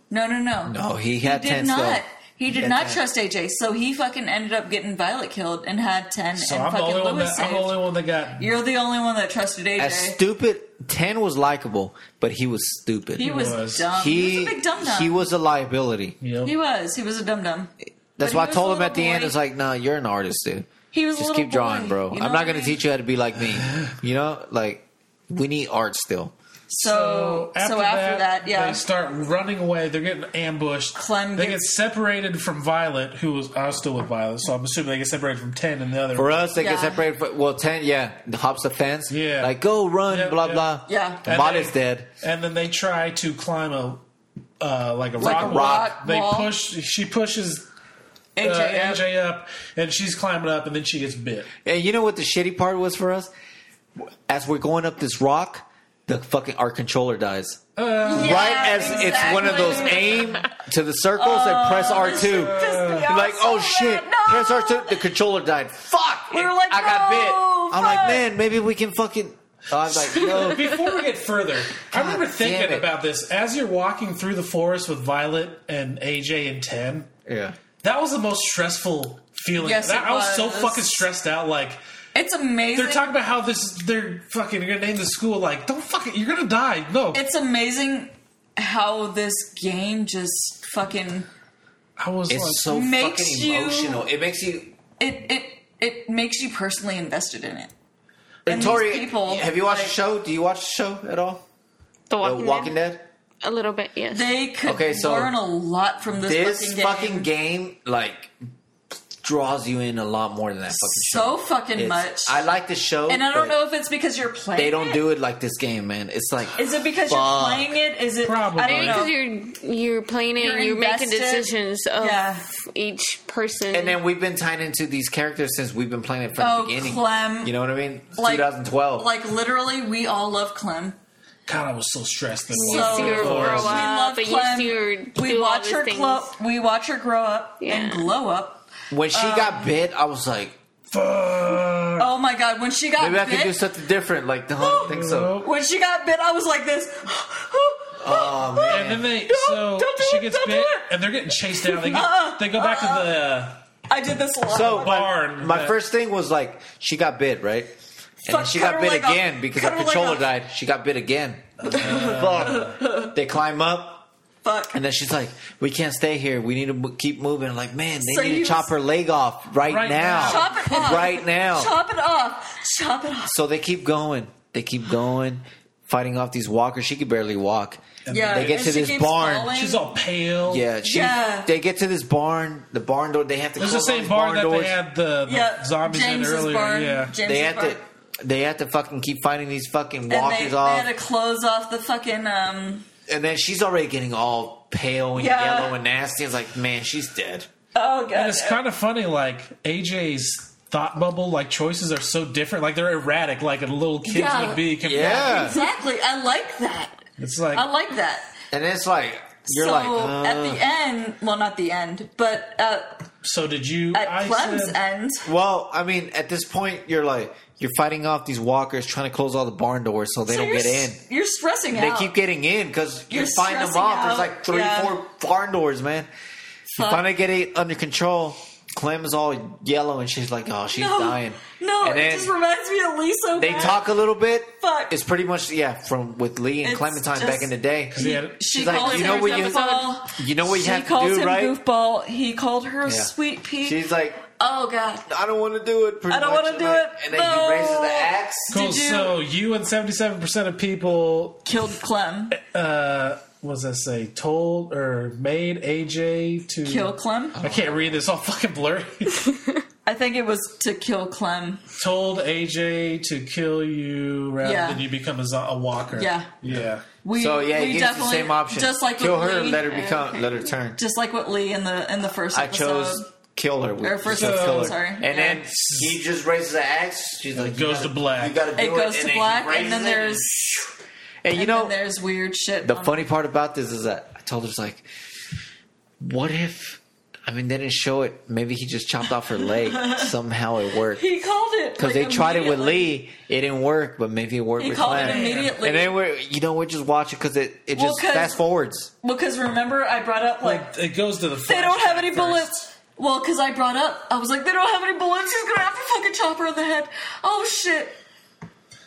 [SPEAKER 3] no, no, no,
[SPEAKER 2] No, Oh, he had
[SPEAKER 3] did
[SPEAKER 2] ten
[SPEAKER 3] not.
[SPEAKER 2] still.
[SPEAKER 3] He did
[SPEAKER 2] had
[SPEAKER 3] not
[SPEAKER 2] 10.
[SPEAKER 3] trust AJ, so he fucking ended up getting Violet killed and had ten,
[SPEAKER 1] So
[SPEAKER 3] and
[SPEAKER 1] I'm the,
[SPEAKER 3] fucking
[SPEAKER 1] only one
[SPEAKER 3] Lewis
[SPEAKER 1] that, I'm
[SPEAKER 3] saved.
[SPEAKER 1] the only one that got.
[SPEAKER 3] You're the only one that trusted AJ.
[SPEAKER 2] As stupid, ten was likable, but he was stupid.
[SPEAKER 3] he was,
[SPEAKER 1] was.
[SPEAKER 3] dumb. He, was a big dumb dumb.
[SPEAKER 2] he was a liability.
[SPEAKER 1] You know,
[SPEAKER 3] He was. He was a dum dum.
[SPEAKER 2] That's
[SPEAKER 3] But
[SPEAKER 2] why I
[SPEAKER 3] he was
[SPEAKER 2] told
[SPEAKER 3] a
[SPEAKER 2] him at the
[SPEAKER 3] little
[SPEAKER 2] end,
[SPEAKER 3] boy.
[SPEAKER 2] it's like, nah, you're an artist, dude.
[SPEAKER 3] He was a
[SPEAKER 2] Just
[SPEAKER 3] little
[SPEAKER 2] keep drawing,
[SPEAKER 3] boy,
[SPEAKER 2] bro.
[SPEAKER 3] you know
[SPEAKER 2] I'm
[SPEAKER 3] what I
[SPEAKER 2] not going to
[SPEAKER 3] mean?
[SPEAKER 2] teach you how to be like me. You know, like we need art still.
[SPEAKER 3] So, so after, that, yeah.
[SPEAKER 1] they start running away. They're getting ambushed.
[SPEAKER 3] Clem
[SPEAKER 1] they
[SPEAKER 3] gets-
[SPEAKER 1] get separated from Violet, who was I was still with Violet, so I'm assuming they get separated from Ten and the other.
[SPEAKER 2] For us, they get
[SPEAKER 3] Yeah.
[SPEAKER 2] separated. For, well, ten, yeah, hops the fence.
[SPEAKER 1] Yeah.
[SPEAKER 2] like go run,
[SPEAKER 1] Yep,
[SPEAKER 2] blah
[SPEAKER 1] yep.
[SPEAKER 2] blah.
[SPEAKER 3] Yeah.
[SPEAKER 2] and
[SPEAKER 1] And
[SPEAKER 2] Molly's
[SPEAKER 1] they-
[SPEAKER 2] dead.
[SPEAKER 1] and then they try to climb a uh, like a
[SPEAKER 3] Like
[SPEAKER 1] rock.
[SPEAKER 2] a
[SPEAKER 1] wall.
[SPEAKER 2] rock
[SPEAKER 1] They
[SPEAKER 3] wall.
[SPEAKER 1] push. She pushes uh,
[SPEAKER 3] AJ,
[SPEAKER 1] AJ, up, and she's climbing up, and then she gets bit.
[SPEAKER 2] And you know what the shitty part was for us? As we're going up this rock, the fucking our controller dies.
[SPEAKER 3] Yeah,
[SPEAKER 2] right as it's one of those
[SPEAKER 3] exactly. Oh,
[SPEAKER 2] aim to the circles and press R two.
[SPEAKER 3] Pissed me off
[SPEAKER 2] Like, oh
[SPEAKER 3] so
[SPEAKER 2] shit,
[SPEAKER 3] bad. No!
[SPEAKER 2] press R two. The controller died. Fuck.
[SPEAKER 3] We were like,
[SPEAKER 2] I got
[SPEAKER 3] no,
[SPEAKER 2] bit. I'm like,
[SPEAKER 3] fuck.
[SPEAKER 2] man, maybe we can fucking. I was like, no.
[SPEAKER 1] Before we get further, I remember
[SPEAKER 2] God damn
[SPEAKER 1] thinking
[SPEAKER 2] it.
[SPEAKER 1] about this as you're walking through the forest with Violet and AJ and Ten.
[SPEAKER 2] yeah.
[SPEAKER 1] That was the most stressful feeling.
[SPEAKER 3] Yes,
[SPEAKER 1] That-
[SPEAKER 3] it
[SPEAKER 1] I was so
[SPEAKER 3] was.
[SPEAKER 1] fucking stressed out. Like
[SPEAKER 3] It's amazing.
[SPEAKER 1] they're talking about how this, they're fucking they're gonna name the school. Like don't fucking, you're gonna die. No,
[SPEAKER 3] it's amazing how this game just fucking
[SPEAKER 1] I was like,
[SPEAKER 2] It's so
[SPEAKER 3] Makes
[SPEAKER 2] fucking
[SPEAKER 3] you-
[SPEAKER 2] emotional. It makes you.
[SPEAKER 3] it it it makes you personally invested in it.
[SPEAKER 2] And
[SPEAKER 3] And
[SPEAKER 2] Tori,
[SPEAKER 3] these people,
[SPEAKER 2] have you watched
[SPEAKER 3] like-
[SPEAKER 2] the show? Do you watch the show at all?
[SPEAKER 4] The
[SPEAKER 2] The
[SPEAKER 4] Walking,
[SPEAKER 2] Walking
[SPEAKER 4] Dead?
[SPEAKER 2] Dead.
[SPEAKER 4] A little bit, yes.
[SPEAKER 3] They could
[SPEAKER 2] Okay, so
[SPEAKER 3] learn a lot from this,
[SPEAKER 2] This
[SPEAKER 3] fucking,
[SPEAKER 2] fucking
[SPEAKER 3] game.
[SPEAKER 2] game, like, draws you in a lot more than that fucking show.
[SPEAKER 3] so fucking
[SPEAKER 2] It's-
[SPEAKER 3] much.
[SPEAKER 2] I like the show,
[SPEAKER 3] and I don't
[SPEAKER 2] but
[SPEAKER 3] know if it's because you're playing.
[SPEAKER 2] they don't
[SPEAKER 3] it.
[SPEAKER 2] do it like this game, man. It's like
[SPEAKER 3] Is it because
[SPEAKER 2] Fuck.
[SPEAKER 3] you're playing it? Is it?
[SPEAKER 1] Probably.
[SPEAKER 3] I don't
[SPEAKER 4] Because
[SPEAKER 3] know.
[SPEAKER 4] you're you're playing it,
[SPEAKER 3] You're
[SPEAKER 4] and you're making
[SPEAKER 3] invested.
[SPEAKER 4] decisions of
[SPEAKER 3] Yeah.
[SPEAKER 4] each person.
[SPEAKER 2] And then we've been tied into these characters since we've been playing it from
[SPEAKER 3] Oh,
[SPEAKER 2] the beginning.
[SPEAKER 3] Clem.
[SPEAKER 2] You know what I mean?
[SPEAKER 3] Like-
[SPEAKER 2] 2012.
[SPEAKER 3] Like literally, we all love Clem.
[SPEAKER 1] God, I was so stressed. That
[SPEAKER 4] you
[SPEAKER 3] So-
[SPEAKER 4] see her
[SPEAKER 3] We
[SPEAKER 4] grow
[SPEAKER 2] love
[SPEAKER 4] up, and you see her
[SPEAKER 3] We
[SPEAKER 4] do all
[SPEAKER 3] watch
[SPEAKER 4] these
[SPEAKER 3] her
[SPEAKER 4] things.
[SPEAKER 3] glow. We watch her grow up
[SPEAKER 4] Yeah.
[SPEAKER 3] and glow up.
[SPEAKER 2] when she
[SPEAKER 3] um,
[SPEAKER 2] got bit, I was like,
[SPEAKER 1] Fuck.
[SPEAKER 3] Oh my god! When she got
[SPEAKER 2] maybe I
[SPEAKER 3] bit,
[SPEAKER 2] could do something different. Like, no, I don't think so.
[SPEAKER 3] when she got bit, I was like this.
[SPEAKER 2] Oh,
[SPEAKER 1] And
[SPEAKER 2] man.
[SPEAKER 1] then they
[SPEAKER 3] No,
[SPEAKER 1] so
[SPEAKER 3] don't do
[SPEAKER 1] she
[SPEAKER 3] it,
[SPEAKER 1] gets
[SPEAKER 3] don't do
[SPEAKER 1] bit,
[SPEAKER 3] it.
[SPEAKER 1] and they're getting chased down. They, get,
[SPEAKER 3] Uh-uh,
[SPEAKER 1] they go back to the uh,
[SPEAKER 3] I did this a lot.
[SPEAKER 2] So, my,
[SPEAKER 1] Barn,
[SPEAKER 2] my
[SPEAKER 1] but-
[SPEAKER 2] first thing was like, she got bit, right? And then
[SPEAKER 3] Fuck,
[SPEAKER 2] she
[SPEAKER 3] cut
[SPEAKER 2] got
[SPEAKER 3] her
[SPEAKER 2] bit
[SPEAKER 3] leg off.
[SPEAKER 2] again because
[SPEAKER 3] Cut
[SPEAKER 2] her
[SPEAKER 3] her leg
[SPEAKER 2] controller
[SPEAKER 3] off.
[SPEAKER 2] died. She got bit again. Fuck. They climb up.
[SPEAKER 3] fuck.
[SPEAKER 2] And then she's like, "We can't stay here. We need to mo- keep moving." I'm like, man, they
[SPEAKER 3] So
[SPEAKER 2] need to
[SPEAKER 3] you-
[SPEAKER 2] chop her leg off right,
[SPEAKER 1] Right
[SPEAKER 2] now,
[SPEAKER 1] now.
[SPEAKER 3] Chop it off.
[SPEAKER 2] right now.
[SPEAKER 3] Chop it off. Chop it off.
[SPEAKER 2] So they keep going. They keep going, fighting off these walkers. She could barely walk.
[SPEAKER 3] Yeah.
[SPEAKER 2] They get
[SPEAKER 3] and
[SPEAKER 2] to
[SPEAKER 3] she
[SPEAKER 2] this
[SPEAKER 3] keeps
[SPEAKER 2] barn.
[SPEAKER 3] falling.
[SPEAKER 1] She's all pale.
[SPEAKER 2] Yeah, she,
[SPEAKER 3] Yeah.
[SPEAKER 2] They get to this barn. The barn door. They have to.
[SPEAKER 1] It's the
[SPEAKER 2] close all
[SPEAKER 1] same
[SPEAKER 2] these
[SPEAKER 1] bar that
[SPEAKER 2] doors.
[SPEAKER 1] they had the, the
[SPEAKER 3] yeah,
[SPEAKER 1] Uh, zombies
[SPEAKER 3] James's
[SPEAKER 1] in earlier.
[SPEAKER 3] Barn,
[SPEAKER 1] Yeah.
[SPEAKER 3] James's
[SPEAKER 2] They had
[SPEAKER 3] barn.
[SPEAKER 2] to. They had to fucking keep finding these fucking
[SPEAKER 3] And
[SPEAKER 2] walkers
[SPEAKER 3] they, they
[SPEAKER 2] off,
[SPEAKER 3] had to close off the fucking um.
[SPEAKER 2] and then she's already getting all pale and
[SPEAKER 3] Yeah.
[SPEAKER 2] yellow and nasty. It's like, man, she's dead.
[SPEAKER 3] Oh god.
[SPEAKER 1] And it's kind of funny, like AJ's thought bubble, like choices are so different. Like they're erratic, like a little kid
[SPEAKER 3] Yeah.
[SPEAKER 1] would be. compared-
[SPEAKER 2] Yeah,
[SPEAKER 3] exactly. I like that.
[SPEAKER 1] it's like
[SPEAKER 3] I like that.
[SPEAKER 2] and it's like you're
[SPEAKER 3] so
[SPEAKER 2] like, uh,
[SPEAKER 3] at the end, well, not the end, but uh,
[SPEAKER 1] so. Did you?
[SPEAKER 3] at
[SPEAKER 1] I
[SPEAKER 3] Clem's
[SPEAKER 1] said-
[SPEAKER 3] end,
[SPEAKER 2] Well, I mean, at this point, you're like you're fighting off these walkers, trying to close all the barn doors so they
[SPEAKER 3] so
[SPEAKER 2] don't
[SPEAKER 3] you're
[SPEAKER 2] get in.
[SPEAKER 3] s- You're stressing
[SPEAKER 2] They
[SPEAKER 3] out.
[SPEAKER 2] keep getting in because you're,
[SPEAKER 3] You're
[SPEAKER 2] fighting them
[SPEAKER 3] stressing
[SPEAKER 2] off. There's
[SPEAKER 3] out.
[SPEAKER 2] like three,
[SPEAKER 3] Yeah.
[SPEAKER 2] four barn doors, man. You
[SPEAKER 3] Fuck.
[SPEAKER 2] finally get it under control. Clem is all yellow and she's like, "Oh, she's
[SPEAKER 3] no,
[SPEAKER 2] dying."
[SPEAKER 3] No,
[SPEAKER 2] and
[SPEAKER 3] it
[SPEAKER 2] then
[SPEAKER 3] just reminds me of Lisa.
[SPEAKER 2] they talk a little bit.
[SPEAKER 3] Fuck.
[SPEAKER 2] It's pretty much yeah, from with Lee and
[SPEAKER 3] It's
[SPEAKER 2] Clementine back
[SPEAKER 3] just-
[SPEAKER 2] in the day.
[SPEAKER 1] They had-
[SPEAKER 3] She
[SPEAKER 2] She's like,
[SPEAKER 3] calls
[SPEAKER 2] "You
[SPEAKER 3] him
[SPEAKER 2] know what you-
[SPEAKER 3] goofball.
[SPEAKER 2] you know what you
[SPEAKER 3] she
[SPEAKER 2] have to
[SPEAKER 3] calls
[SPEAKER 2] do,
[SPEAKER 3] him
[SPEAKER 2] right?"
[SPEAKER 3] Goofball. He called her
[SPEAKER 2] Yeah.
[SPEAKER 3] Sweet Pea.
[SPEAKER 2] She's like,
[SPEAKER 3] oh god.
[SPEAKER 2] "I don't want to do it." Pretty
[SPEAKER 3] I don't
[SPEAKER 2] much.
[SPEAKER 3] wanna do
[SPEAKER 2] Like,
[SPEAKER 3] it.
[SPEAKER 2] And then
[SPEAKER 3] No.
[SPEAKER 2] he raises the axe.
[SPEAKER 1] Cool.
[SPEAKER 3] Did you-
[SPEAKER 1] So you and seventy-seven percent of people,
[SPEAKER 3] Killed Clem.
[SPEAKER 1] uh, what does that say? Told or made AJ to
[SPEAKER 3] Kill Clem.
[SPEAKER 1] I can't read this. All fucking blurry.
[SPEAKER 3] I think it was to kill Clem.
[SPEAKER 1] Told AJ to kill you rather
[SPEAKER 3] Yeah.
[SPEAKER 1] than you become a, zo- a walker.
[SPEAKER 3] Yeah.
[SPEAKER 1] Yeah.
[SPEAKER 3] We,
[SPEAKER 2] So yeah,
[SPEAKER 3] we
[SPEAKER 2] he gives the
[SPEAKER 3] definitely
[SPEAKER 2] same option.
[SPEAKER 3] Just like
[SPEAKER 2] kill
[SPEAKER 3] with
[SPEAKER 2] her,
[SPEAKER 3] Lee,
[SPEAKER 2] let her become, let her turn.
[SPEAKER 3] Just like what Lee in the in the first
[SPEAKER 2] I
[SPEAKER 3] episode.
[SPEAKER 2] chose kill her. We
[SPEAKER 3] Or first
[SPEAKER 2] chose
[SPEAKER 1] episode,
[SPEAKER 3] sorry.
[SPEAKER 2] And
[SPEAKER 3] Yeah.
[SPEAKER 2] then he just raises the axe. She's like,
[SPEAKER 1] It
[SPEAKER 2] you
[SPEAKER 1] goes
[SPEAKER 2] gotta-
[SPEAKER 1] to black.
[SPEAKER 2] You gotta do
[SPEAKER 3] it goes
[SPEAKER 2] and
[SPEAKER 3] to
[SPEAKER 2] then he
[SPEAKER 3] black,
[SPEAKER 2] raises
[SPEAKER 3] and then
[SPEAKER 2] it
[SPEAKER 3] there's
[SPEAKER 2] and you
[SPEAKER 3] and
[SPEAKER 2] know
[SPEAKER 3] then there's um, weird shit.
[SPEAKER 2] the
[SPEAKER 3] on-
[SPEAKER 2] funny part about this is that I told her it's like, what if? I mean, they didn't show it. Maybe he just chopped off her leg. Somehow it worked.
[SPEAKER 3] He called it
[SPEAKER 2] Because
[SPEAKER 3] like,
[SPEAKER 2] they tried it with
[SPEAKER 3] immediately.
[SPEAKER 2] Lee, it didn't work, but maybe it worked
[SPEAKER 3] He
[SPEAKER 2] with
[SPEAKER 3] called it
[SPEAKER 2] Clan.
[SPEAKER 3] immediately.
[SPEAKER 2] And then we're, you know, we're just watching because it, it
[SPEAKER 3] Well,
[SPEAKER 2] just
[SPEAKER 3] 'cause-
[SPEAKER 2] fast forwards.
[SPEAKER 3] Because remember, I brought up like
[SPEAKER 1] It goes to the.
[SPEAKER 3] they don't have any
[SPEAKER 1] flashback
[SPEAKER 3] bullets. Well, because I brought up, I was like, they don't have any bullets. He's gonna have to fucking chop her on the head. Oh shit!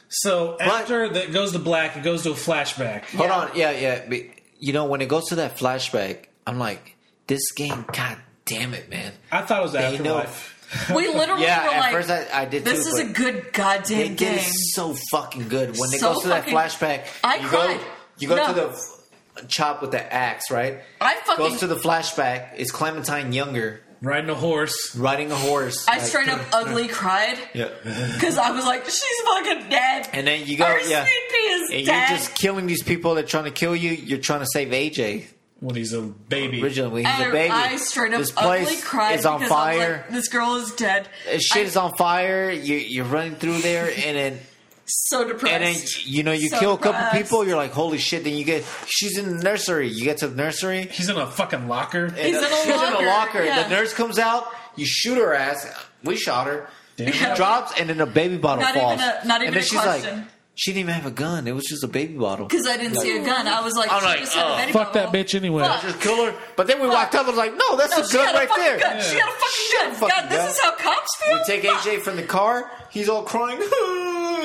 [SPEAKER 1] So after that goes to black, it goes to a flashback.
[SPEAKER 2] Hold on, yeah, yeah. But, you know, when it goes to that flashback, I'm like, this game, god damn it, man.
[SPEAKER 1] I thought it was
[SPEAKER 2] They know.
[SPEAKER 1] afterlife.
[SPEAKER 3] We literally
[SPEAKER 2] Yeah,
[SPEAKER 3] were
[SPEAKER 2] at
[SPEAKER 3] like,
[SPEAKER 2] first I, I did
[SPEAKER 3] this
[SPEAKER 2] too,
[SPEAKER 3] is a
[SPEAKER 2] but
[SPEAKER 3] good
[SPEAKER 2] they
[SPEAKER 3] goddamn
[SPEAKER 2] did
[SPEAKER 3] game.
[SPEAKER 2] it so fucking good. When it
[SPEAKER 3] So
[SPEAKER 2] goes to that
[SPEAKER 3] fucking-
[SPEAKER 2] flashback,
[SPEAKER 3] I
[SPEAKER 2] you
[SPEAKER 3] cried.
[SPEAKER 2] go, you go
[SPEAKER 3] No.
[SPEAKER 2] to the f- chop with the axe, right?
[SPEAKER 3] I fucking-
[SPEAKER 2] goes to the flashback. It's Clementine Younger
[SPEAKER 1] Riding a horse.
[SPEAKER 2] riding a horse.
[SPEAKER 3] I
[SPEAKER 2] like-
[SPEAKER 3] straight up ugly cried
[SPEAKER 2] yeah.
[SPEAKER 3] because I was like, she's fucking dead.
[SPEAKER 2] And then you go,
[SPEAKER 3] Our
[SPEAKER 2] yeah.
[SPEAKER 3] sweet pea is
[SPEAKER 2] And
[SPEAKER 3] dead.
[SPEAKER 2] you're just killing these people. They're trying to kill you. You're trying to save AJ.
[SPEAKER 1] when he's a baby.
[SPEAKER 2] Originally, he's
[SPEAKER 3] I,
[SPEAKER 2] a baby.
[SPEAKER 3] I straight up
[SPEAKER 2] this
[SPEAKER 3] ugly
[SPEAKER 2] place
[SPEAKER 3] cried
[SPEAKER 2] is on
[SPEAKER 3] because I was
[SPEAKER 2] fire.
[SPEAKER 3] like, this girl is dead.
[SPEAKER 2] Shit
[SPEAKER 3] I-
[SPEAKER 2] is on fire. You, you're running through there, and then
[SPEAKER 3] so depressed.
[SPEAKER 2] and then you know you
[SPEAKER 3] So
[SPEAKER 2] kill a couple
[SPEAKER 3] depressed.
[SPEAKER 2] people. You're like, holy shit! Then you get she's in the nursery. You get to the nursery.
[SPEAKER 1] He's in a fucking locker.
[SPEAKER 2] and
[SPEAKER 3] He's in a
[SPEAKER 2] she's in
[SPEAKER 3] locker,
[SPEAKER 2] a locker.
[SPEAKER 3] yeah.
[SPEAKER 2] The nurse comes out. You shoot her ass. We shot her.
[SPEAKER 1] Damn.
[SPEAKER 2] She drops, and then a baby bottle
[SPEAKER 3] Not
[SPEAKER 2] falls.
[SPEAKER 3] even a- not even
[SPEAKER 2] and then
[SPEAKER 3] a
[SPEAKER 2] she's like,
[SPEAKER 3] question.
[SPEAKER 2] she didn't even have a gun. It was just a baby bottle.
[SPEAKER 3] because I didn't see a gun, I was like,
[SPEAKER 2] I'm
[SPEAKER 3] she
[SPEAKER 2] like,
[SPEAKER 3] just had a
[SPEAKER 2] oh,
[SPEAKER 3] baby
[SPEAKER 1] Fuck that
[SPEAKER 3] bottle.
[SPEAKER 1] bitch anyway.
[SPEAKER 3] Fuck.
[SPEAKER 2] Just kill her. But then we
[SPEAKER 3] Fuck.
[SPEAKER 2] walked up. I was like, no, that's
[SPEAKER 3] No,
[SPEAKER 2] a
[SPEAKER 3] she had
[SPEAKER 2] gun
[SPEAKER 3] a
[SPEAKER 2] right
[SPEAKER 3] fucking
[SPEAKER 2] there.
[SPEAKER 3] gun. She had a fucking gun.
[SPEAKER 2] fucking
[SPEAKER 3] God,
[SPEAKER 2] gun.
[SPEAKER 3] this is how cops feel.
[SPEAKER 2] We take
[SPEAKER 3] Fuck.
[SPEAKER 2] AJ from the car. He's all crying.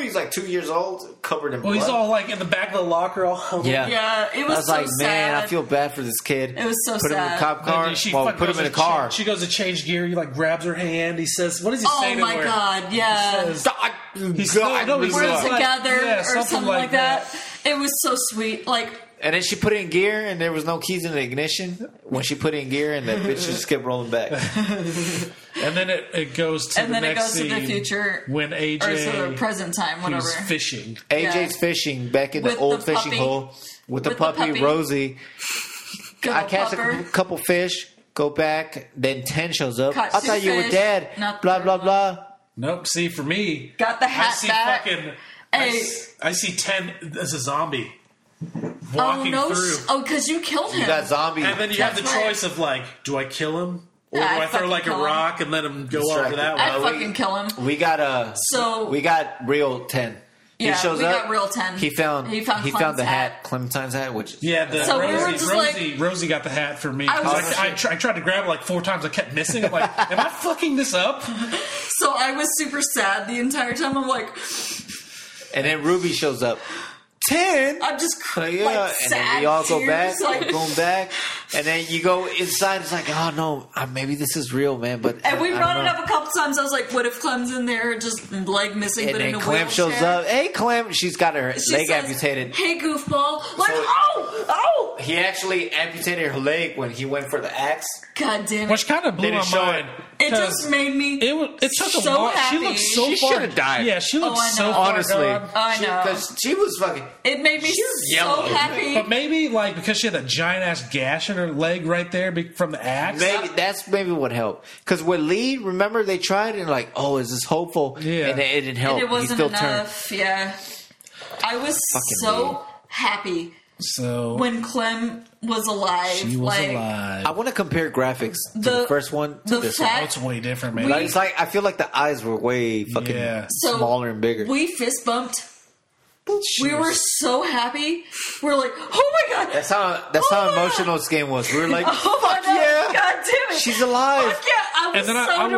[SPEAKER 2] he's like two years old, covered in
[SPEAKER 1] Well,
[SPEAKER 2] blood.
[SPEAKER 1] he's all like in the back of the locker, all huddled.
[SPEAKER 2] yeah.
[SPEAKER 3] Yeah, it
[SPEAKER 2] I
[SPEAKER 3] was
[SPEAKER 2] was
[SPEAKER 3] so
[SPEAKER 2] like, man, I
[SPEAKER 3] sad.
[SPEAKER 2] feel bad for this kid.
[SPEAKER 3] It was so
[SPEAKER 2] put him in a
[SPEAKER 3] sad.
[SPEAKER 2] cop
[SPEAKER 1] Then
[SPEAKER 2] car.
[SPEAKER 1] she
[SPEAKER 2] Well,
[SPEAKER 1] fucking
[SPEAKER 2] put him
[SPEAKER 1] goes
[SPEAKER 2] in a
[SPEAKER 1] to
[SPEAKER 2] car.
[SPEAKER 1] cha- she goes to change gear. He like grabs her hand. He says, "What does he say
[SPEAKER 3] Oh
[SPEAKER 1] to
[SPEAKER 3] my
[SPEAKER 1] her?"
[SPEAKER 3] god, yeah.
[SPEAKER 1] says-
[SPEAKER 2] God,
[SPEAKER 1] He's-
[SPEAKER 2] God,
[SPEAKER 1] no, no, he's
[SPEAKER 2] really
[SPEAKER 3] We're
[SPEAKER 1] like-
[SPEAKER 3] together
[SPEAKER 1] yeah,
[SPEAKER 3] or
[SPEAKER 1] something
[SPEAKER 3] something,
[SPEAKER 1] like
[SPEAKER 3] like, that. It was so sweet. Like
[SPEAKER 2] And then she put it in gear, and there was no keys in the ignition. When she put it in gear, and that bitch just kept rolling back.
[SPEAKER 1] And then it, it goes to
[SPEAKER 3] And
[SPEAKER 1] the
[SPEAKER 3] then it
[SPEAKER 1] next
[SPEAKER 3] goes to the
[SPEAKER 1] scene
[SPEAKER 3] future,
[SPEAKER 1] when AJ
[SPEAKER 3] or so the present time,
[SPEAKER 1] he
[SPEAKER 3] whatever.
[SPEAKER 1] was fishing.
[SPEAKER 2] AJ's
[SPEAKER 3] Yeah.
[SPEAKER 2] fishing back in
[SPEAKER 3] With
[SPEAKER 2] the
[SPEAKER 3] the
[SPEAKER 2] old fishing
[SPEAKER 3] puppy.
[SPEAKER 2] hole with the
[SPEAKER 3] With the
[SPEAKER 2] puppy,
[SPEAKER 3] puppy.
[SPEAKER 2] Rosie.
[SPEAKER 3] Good
[SPEAKER 2] I
[SPEAKER 3] old
[SPEAKER 2] catch a
[SPEAKER 3] pupper.
[SPEAKER 2] cou- couple fish, go back. Then ten shows up.
[SPEAKER 3] Caught
[SPEAKER 2] I thought
[SPEAKER 3] two
[SPEAKER 2] you were
[SPEAKER 3] fish,
[SPEAKER 2] dead.
[SPEAKER 3] not
[SPEAKER 2] Blah
[SPEAKER 3] the
[SPEAKER 2] blah
[SPEAKER 3] third
[SPEAKER 2] blah.
[SPEAKER 1] Nope. See, for me,
[SPEAKER 3] Got the
[SPEAKER 1] I
[SPEAKER 3] hat
[SPEAKER 1] see
[SPEAKER 3] back.
[SPEAKER 1] fucking. I,
[SPEAKER 3] Hey.
[SPEAKER 1] s- I see ten as a zombie
[SPEAKER 3] oh
[SPEAKER 1] walking
[SPEAKER 3] no!
[SPEAKER 1] through,
[SPEAKER 3] Oh, because you killed him.
[SPEAKER 2] You got zombie.
[SPEAKER 1] and then you have the
[SPEAKER 3] That's right.
[SPEAKER 1] choice of like, do I kill him or
[SPEAKER 3] Yeah,
[SPEAKER 1] do
[SPEAKER 3] I
[SPEAKER 1] I, throw
[SPEAKER 3] fucking
[SPEAKER 1] like a
[SPEAKER 3] kill him.
[SPEAKER 1] rock and let him go
[SPEAKER 2] Distracted.
[SPEAKER 1] over that way?
[SPEAKER 3] I'd
[SPEAKER 2] Uh, we-
[SPEAKER 3] fucking kill him.
[SPEAKER 2] we got a
[SPEAKER 3] So-
[SPEAKER 2] we got real ten.
[SPEAKER 3] Yeah,
[SPEAKER 2] he shows
[SPEAKER 3] we
[SPEAKER 2] up.
[SPEAKER 3] got real 10.
[SPEAKER 2] He found
[SPEAKER 3] He found Clem's
[SPEAKER 2] the hat.
[SPEAKER 3] hat.
[SPEAKER 2] Clementine's hat, which is
[SPEAKER 1] Yeah, the
[SPEAKER 3] So we
[SPEAKER 1] Rosie,
[SPEAKER 3] were just
[SPEAKER 1] Rosie, Rosie got the hat for me.
[SPEAKER 3] I
[SPEAKER 1] 'Cause
[SPEAKER 3] was-
[SPEAKER 1] I, I, tr- I tried to grab it like four times. I kept missing. I'm like, am I fucking this up?
[SPEAKER 3] So I was super sad the entire time. I'm like,
[SPEAKER 2] And then Ruby shows up. ten.
[SPEAKER 3] I'm just
[SPEAKER 2] So,
[SPEAKER 3] cr-
[SPEAKER 2] Oh, yeah,
[SPEAKER 3] like
[SPEAKER 2] and
[SPEAKER 3] sad.
[SPEAKER 2] then we all go back,
[SPEAKER 3] tears, like-
[SPEAKER 2] going back, and then you go inside. It's like, oh no, uh, maybe this is real, man. But
[SPEAKER 3] and we
[SPEAKER 2] I- I
[SPEAKER 3] brought
[SPEAKER 2] don't
[SPEAKER 3] it
[SPEAKER 2] know.
[SPEAKER 3] up a couple times. I was like, "What if Clem's in there, just leg missing,
[SPEAKER 2] And
[SPEAKER 3] but in
[SPEAKER 2] then
[SPEAKER 3] a
[SPEAKER 2] Clem
[SPEAKER 3] wheelchair?"
[SPEAKER 2] shows up. Hey, Clem, she's got her
[SPEAKER 3] She
[SPEAKER 2] leg
[SPEAKER 3] says,
[SPEAKER 2] amputated.
[SPEAKER 3] Hey, goofball! Like,
[SPEAKER 2] So-
[SPEAKER 3] oh, oh!
[SPEAKER 2] He actually amputated her leg when he went for the axe.
[SPEAKER 3] God damn it!
[SPEAKER 1] Which kind of blew
[SPEAKER 2] didn't
[SPEAKER 1] my
[SPEAKER 2] show
[SPEAKER 1] mind.
[SPEAKER 3] It
[SPEAKER 1] 'cause
[SPEAKER 3] just made me.
[SPEAKER 1] it was. It took a
[SPEAKER 3] so
[SPEAKER 1] while.
[SPEAKER 3] happy.
[SPEAKER 1] She looked so
[SPEAKER 2] She
[SPEAKER 1] far.
[SPEAKER 2] should've died.
[SPEAKER 1] Yeah, she
[SPEAKER 3] Oh,
[SPEAKER 1] looked
[SPEAKER 3] I
[SPEAKER 1] so
[SPEAKER 3] know.
[SPEAKER 1] far
[SPEAKER 2] Honestly,
[SPEAKER 1] gone.
[SPEAKER 3] Oh I know.
[SPEAKER 2] because she was fucking.
[SPEAKER 3] It made me so
[SPEAKER 2] yellow.
[SPEAKER 3] happy.
[SPEAKER 1] But maybe like because she had that giant ass gash in her leg right there be- from the axe.
[SPEAKER 2] Maybe that's maybe what helped. Because with Lee, remember they tried and like, oh, is this hopeful?
[SPEAKER 1] Yeah.
[SPEAKER 2] and it didn't help.
[SPEAKER 3] And it
[SPEAKER 2] he
[SPEAKER 3] wasn't
[SPEAKER 2] Oh, still turned.
[SPEAKER 3] enough. Yeah, I was
[SPEAKER 2] Fucking
[SPEAKER 3] so
[SPEAKER 2] me.
[SPEAKER 3] happy
[SPEAKER 1] So
[SPEAKER 3] when Clem was alive.
[SPEAKER 1] she was
[SPEAKER 3] like,
[SPEAKER 1] alive.
[SPEAKER 2] I want to compare graphics to the,
[SPEAKER 3] The-
[SPEAKER 2] first one to
[SPEAKER 3] the
[SPEAKER 2] this
[SPEAKER 3] fact-
[SPEAKER 2] one.
[SPEAKER 1] Oh, it's way different, man.
[SPEAKER 3] We-
[SPEAKER 2] Like, it's like I feel like the eyes were way fucking
[SPEAKER 1] Yeah.
[SPEAKER 3] So
[SPEAKER 2] smaller and bigger.
[SPEAKER 3] We fist bumped. We were so happy. We're like, oh my god!
[SPEAKER 2] that's how that's
[SPEAKER 3] Oh
[SPEAKER 2] how
[SPEAKER 3] my God.
[SPEAKER 2] emotional this game was. We were like,
[SPEAKER 3] Oh my
[SPEAKER 2] fuck
[SPEAKER 3] God,
[SPEAKER 2] yeah,
[SPEAKER 3] God damn it!
[SPEAKER 2] she's alive.
[SPEAKER 3] Fuck yeah! I was
[SPEAKER 1] and then
[SPEAKER 3] so
[SPEAKER 1] I, I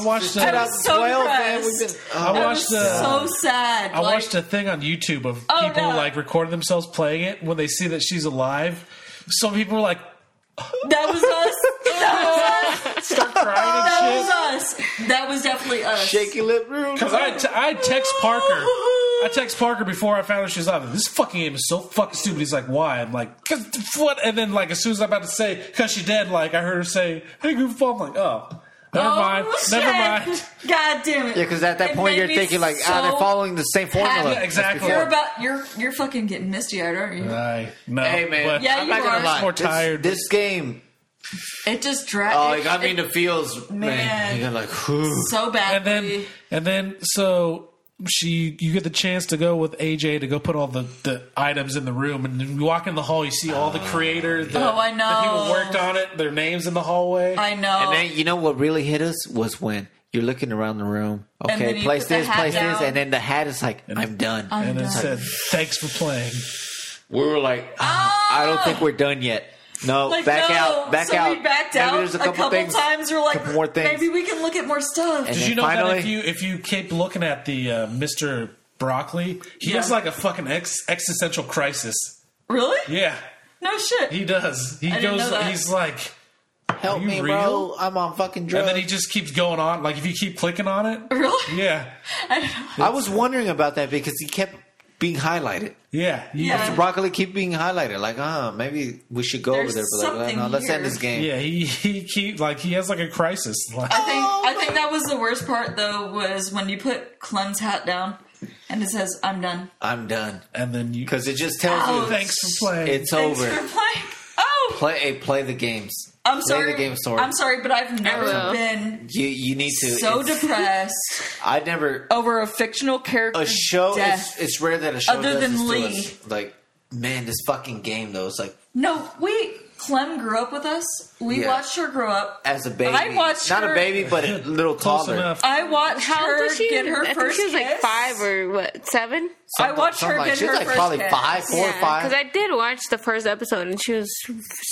[SPEAKER 1] watched. I watched.
[SPEAKER 3] depressed. I
[SPEAKER 1] The,
[SPEAKER 3] was so
[SPEAKER 2] 2012, man, we've
[SPEAKER 3] depressed.
[SPEAKER 2] been- oh,
[SPEAKER 1] I
[SPEAKER 3] I
[SPEAKER 1] watched
[SPEAKER 3] was
[SPEAKER 1] the.
[SPEAKER 3] so sad.
[SPEAKER 1] I
[SPEAKER 3] like,
[SPEAKER 1] watched a thing on YouTube of
[SPEAKER 3] Oh,
[SPEAKER 1] people
[SPEAKER 3] no.
[SPEAKER 1] like recording themselves playing it when they see that she's alive. Some people were like
[SPEAKER 3] that was us. That was us.
[SPEAKER 1] start crying and
[SPEAKER 3] That
[SPEAKER 1] shit.
[SPEAKER 3] was us. That was definitely us.
[SPEAKER 2] shaky lip room.
[SPEAKER 1] Because I, t- I text Parker. I text Parker before I found out she was alive. This fucking game is so fucking stupid. He's like, why? I'm like, cause what? And then like, as soon as I'm about to say, cause she dead, like I heard her say, hey goofball. I'm like, oh, never
[SPEAKER 3] Oh,
[SPEAKER 1] mind, never
[SPEAKER 3] shit.
[SPEAKER 1] mind.
[SPEAKER 3] God damn it.
[SPEAKER 2] yeah, because at that
[SPEAKER 3] It
[SPEAKER 2] point
[SPEAKER 3] made
[SPEAKER 2] you're
[SPEAKER 3] me
[SPEAKER 2] thinking like, ah,
[SPEAKER 3] so
[SPEAKER 2] they're following the same formula.
[SPEAKER 3] happy.
[SPEAKER 1] Yeah, exactly.
[SPEAKER 2] That's
[SPEAKER 3] You're
[SPEAKER 2] before.
[SPEAKER 3] about you're you're fucking getting misty eyed, aren't you?
[SPEAKER 1] I no,
[SPEAKER 2] Hey man,
[SPEAKER 1] but
[SPEAKER 3] Yeah,
[SPEAKER 2] I'm
[SPEAKER 3] you
[SPEAKER 2] not
[SPEAKER 3] are.
[SPEAKER 2] gonna lie.
[SPEAKER 1] More
[SPEAKER 2] This-
[SPEAKER 1] tired.
[SPEAKER 2] This game,
[SPEAKER 3] It just dragged.
[SPEAKER 2] oh, it got me in the feels, man.
[SPEAKER 3] Man.
[SPEAKER 2] You're like, whew.
[SPEAKER 3] so bad.
[SPEAKER 1] and then and then so she you get the chance to go with AJ to go put all the, the items in the room and then you walk in the hall you see all the creator the,
[SPEAKER 3] Oh, I
[SPEAKER 1] the people who
[SPEAKER 3] know.
[SPEAKER 1] worked on it their names in the hallway
[SPEAKER 3] I know.
[SPEAKER 2] And then you know what really hit us was when you're looking around the room.
[SPEAKER 3] then
[SPEAKER 2] Okay,
[SPEAKER 3] you
[SPEAKER 2] place
[SPEAKER 3] put the
[SPEAKER 2] this,
[SPEAKER 3] hat
[SPEAKER 2] place this,
[SPEAKER 3] down.
[SPEAKER 2] and then the hat is like, I'm done.
[SPEAKER 1] and it
[SPEAKER 3] No.
[SPEAKER 1] said thanks for playing
[SPEAKER 2] we were like, "Ah, I don't think we're done yet. No,
[SPEAKER 3] like,
[SPEAKER 2] back
[SPEAKER 3] no.
[SPEAKER 2] out, back
[SPEAKER 3] so
[SPEAKER 2] out.
[SPEAKER 3] We backed
[SPEAKER 2] Maybe
[SPEAKER 3] out
[SPEAKER 2] there's a couple, things.
[SPEAKER 3] times. We're like,
[SPEAKER 2] couple more things.
[SPEAKER 3] maybe we can look at more stuff.
[SPEAKER 2] And
[SPEAKER 1] did
[SPEAKER 2] then
[SPEAKER 1] you know that
[SPEAKER 2] finally-
[SPEAKER 1] if you if you keep looking at the uh, Mr. Broccoli he
[SPEAKER 3] Yeah.
[SPEAKER 1] has like a fucking ex- existential crisis
[SPEAKER 3] really?
[SPEAKER 1] yeah
[SPEAKER 3] No shit.
[SPEAKER 1] he does he
[SPEAKER 3] I didn't
[SPEAKER 1] goes
[SPEAKER 3] know that.
[SPEAKER 1] he's like
[SPEAKER 2] Help
[SPEAKER 1] Are you
[SPEAKER 2] me, bro.
[SPEAKER 1] real?
[SPEAKER 2] I'm on fucking
[SPEAKER 1] and
[SPEAKER 2] drugs.
[SPEAKER 1] then he just keeps going on like if you keep clicking on it
[SPEAKER 3] really?
[SPEAKER 1] yeah
[SPEAKER 3] I don't know.
[SPEAKER 2] I was wondering about that because he kept being highlighted.
[SPEAKER 1] yeah you-
[SPEAKER 3] Yeah.
[SPEAKER 2] The broccoli keep being highlighted. Like, ah, maybe we should go over
[SPEAKER 3] There's
[SPEAKER 2] there. But like,
[SPEAKER 3] something
[SPEAKER 2] no, let's end
[SPEAKER 3] here.
[SPEAKER 2] this game.
[SPEAKER 1] Yeah, he he keep like he has like a crisis. Like,
[SPEAKER 3] I think I think that was the worst part though was when you put Clem's hat down and it says I'm done.
[SPEAKER 2] I'm done
[SPEAKER 1] and then you
[SPEAKER 2] because it just tells
[SPEAKER 3] Ow.
[SPEAKER 2] you
[SPEAKER 1] thanks for playing.
[SPEAKER 2] it's
[SPEAKER 3] Oh, Thanks
[SPEAKER 2] over.
[SPEAKER 3] for playing. Oh,
[SPEAKER 2] Play, play the games.
[SPEAKER 3] I'm
[SPEAKER 2] play
[SPEAKER 3] sorry.
[SPEAKER 2] the game, Sora.
[SPEAKER 3] I'm sorry, but I've
[SPEAKER 4] will.
[SPEAKER 3] never been
[SPEAKER 2] You you need to.
[SPEAKER 3] so
[SPEAKER 2] It's-
[SPEAKER 3] depressed
[SPEAKER 2] I never
[SPEAKER 3] over a fictional character.
[SPEAKER 2] a show. It's,
[SPEAKER 3] Death.
[SPEAKER 2] it's rare that a show
[SPEAKER 3] Other
[SPEAKER 2] does
[SPEAKER 3] than
[SPEAKER 2] this to
[SPEAKER 3] Lee.
[SPEAKER 2] us. Like man, this fucking game though. It's like
[SPEAKER 3] No, we. Clem grew up with us. We
[SPEAKER 2] Yeah.
[SPEAKER 3] watched her grow up.
[SPEAKER 2] as a baby,
[SPEAKER 3] I watched
[SPEAKER 2] not
[SPEAKER 3] her-
[SPEAKER 2] a baby, but a little
[SPEAKER 1] close
[SPEAKER 2] toddler.
[SPEAKER 1] enough.
[SPEAKER 3] I watched
[SPEAKER 4] How old
[SPEAKER 3] her
[SPEAKER 4] was she?
[SPEAKER 3] get her
[SPEAKER 4] I think
[SPEAKER 3] first
[SPEAKER 4] she was like
[SPEAKER 3] kiss.
[SPEAKER 4] five or what, seven?
[SPEAKER 3] I watched her
[SPEAKER 2] Something
[SPEAKER 3] get
[SPEAKER 2] She was
[SPEAKER 3] her
[SPEAKER 2] like
[SPEAKER 3] first
[SPEAKER 2] probably
[SPEAKER 3] kiss.
[SPEAKER 2] five, four, or
[SPEAKER 4] Because
[SPEAKER 2] five.
[SPEAKER 4] I did watch the first episode and she was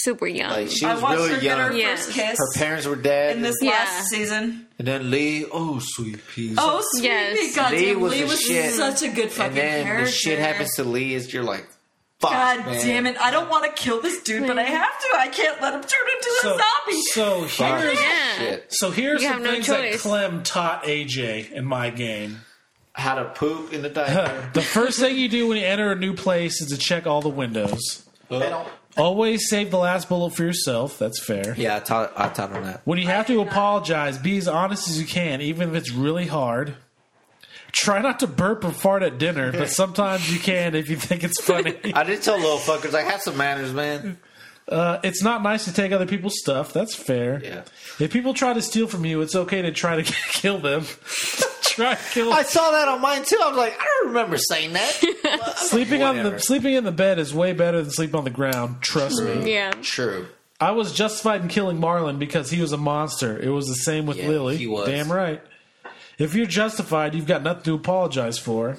[SPEAKER 4] super young.
[SPEAKER 2] like she
[SPEAKER 3] I
[SPEAKER 2] was
[SPEAKER 3] watched
[SPEAKER 2] really
[SPEAKER 3] her
[SPEAKER 2] young.
[SPEAKER 3] get her
[SPEAKER 4] Yeah.
[SPEAKER 3] first kiss.
[SPEAKER 2] Her parents were dead,
[SPEAKER 3] in this
[SPEAKER 4] Yeah.
[SPEAKER 3] last season.
[SPEAKER 2] and then Lee. Oh, sweet peas.
[SPEAKER 3] Oh, sweet
[SPEAKER 4] Yes.
[SPEAKER 3] goddamn,
[SPEAKER 2] Lee
[SPEAKER 3] Lee
[SPEAKER 2] was
[SPEAKER 3] was,
[SPEAKER 2] the shit.
[SPEAKER 3] such a good fucking
[SPEAKER 2] and then
[SPEAKER 3] character.
[SPEAKER 2] the shit happens to Lee. Is you're like, fuck,
[SPEAKER 3] God
[SPEAKER 2] man.
[SPEAKER 3] damn it! I don't want to kill this dude, but I have to. I can't let him turn into
[SPEAKER 1] So,
[SPEAKER 3] a zombie.
[SPEAKER 1] so
[SPEAKER 2] Fuck
[SPEAKER 1] here's
[SPEAKER 4] Yeah.
[SPEAKER 2] shit.
[SPEAKER 1] so here's
[SPEAKER 4] You
[SPEAKER 1] some
[SPEAKER 4] have no
[SPEAKER 1] things that
[SPEAKER 4] choice.
[SPEAKER 1] Clem taught AJ in my game.
[SPEAKER 2] How to poop in the diaper.
[SPEAKER 1] The first thing you do when you enter a new place is to check all the windows. Always save the last bullet for yourself. That's fair.
[SPEAKER 2] yeah, I taught. I taught him that.
[SPEAKER 1] When you have to apologize, be as honest as you can, even if it's really hard. Try not to burp or fart at dinner, but sometimes you can if you think it's funny.
[SPEAKER 2] I did tell little fuckers like, have some manners, man.
[SPEAKER 1] Uh, it's not nice to take other people's stuff. That's fair.
[SPEAKER 2] Yeah.
[SPEAKER 1] If people try to steal from you, it's okay to try to kill them. try to kill.
[SPEAKER 2] I saw that on mine too. I was like, I don't remember saying that.
[SPEAKER 1] sleeping on the
[SPEAKER 2] Whatever.
[SPEAKER 1] sleeping in the bed is way better than sleeping on the ground. Trust me.
[SPEAKER 4] yeah.
[SPEAKER 2] True.
[SPEAKER 1] I was justified in killing Marlon because he was a monster. It was the same with
[SPEAKER 2] Yeah,
[SPEAKER 1] Lily.
[SPEAKER 2] he was.
[SPEAKER 1] Damn right. If you're justified, you've got nothing to apologize for.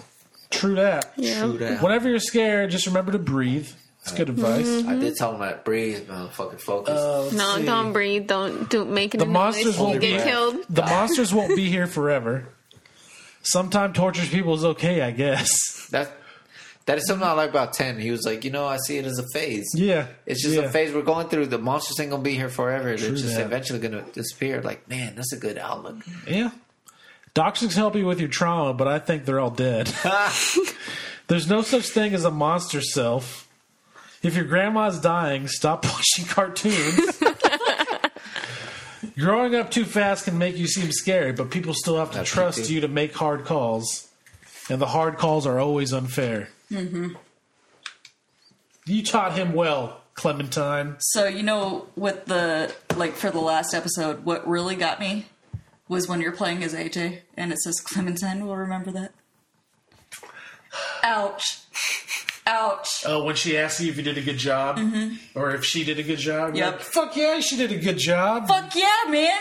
[SPEAKER 1] True that.
[SPEAKER 4] Yeah.
[SPEAKER 2] True that.
[SPEAKER 1] Whenever you're scared, just remember to breathe. That's good advice.
[SPEAKER 2] I did tell him that breathe, motherfucking focus.
[SPEAKER 4] No, don't breathe. Don't do make any
[SPEAKER 1] The
[SPEAKER 4] noise.
[SPEAKER 1] monsters
[SPEAKER 4] you
[SPEAKER 1] won't
[SPEAKER 4] get
[SPEAKER 1] breathe.
[SPEAKER 4] killed.
[SPEAKER 1] The monsters won't be here forever. Sometime tortures people is okay, I guess.
[SPEAKER 2] that That is something I like about Ten. He was like, you know, I see it as a phase.
[SPEAKER 1] Yeah.
[SPEAKER 2] It's just
[SPEAKER 1] Yeah.
[SPEAKER 2] a phase we're going through. The monsters ain't gonna be here forever. They're just
[SPEAKER 1] that.
[SPEAKER 2] eventually gonna disappear. Like, man, that's a good outlook.
[SPEAKER 1] Yeah. Doctors help you with your trauma, but I think they're all dead. There's no such thing as a monster self. If your grandma's dying, stop watching cartoons. Growing up too fast can make you seem scary, but people still have to
[SPEAKER 2] That's
[SPEAKER 1] trust
[SPEAKER 2] creepy.
[SPEAKER 1] you to make hard calls. And the hard calls are always unfair. Mm-hmm. You taught him well, Clementine.
[SPEAKER 3] So you know what the like for the last episode, what really got me was when you're playing as AJ and it says Clementine will remember that. Ouch. Ouch.
[SPEAKER 1] Oh, when she asked you if you did a good job, or if she did a good job, you're
[SPEAKER 3] Mm-hmm. Yep.
[SPEAKER 1] like, fuck yeah, she did a good job.
[SPEAKER 3] Fuck yeah, man.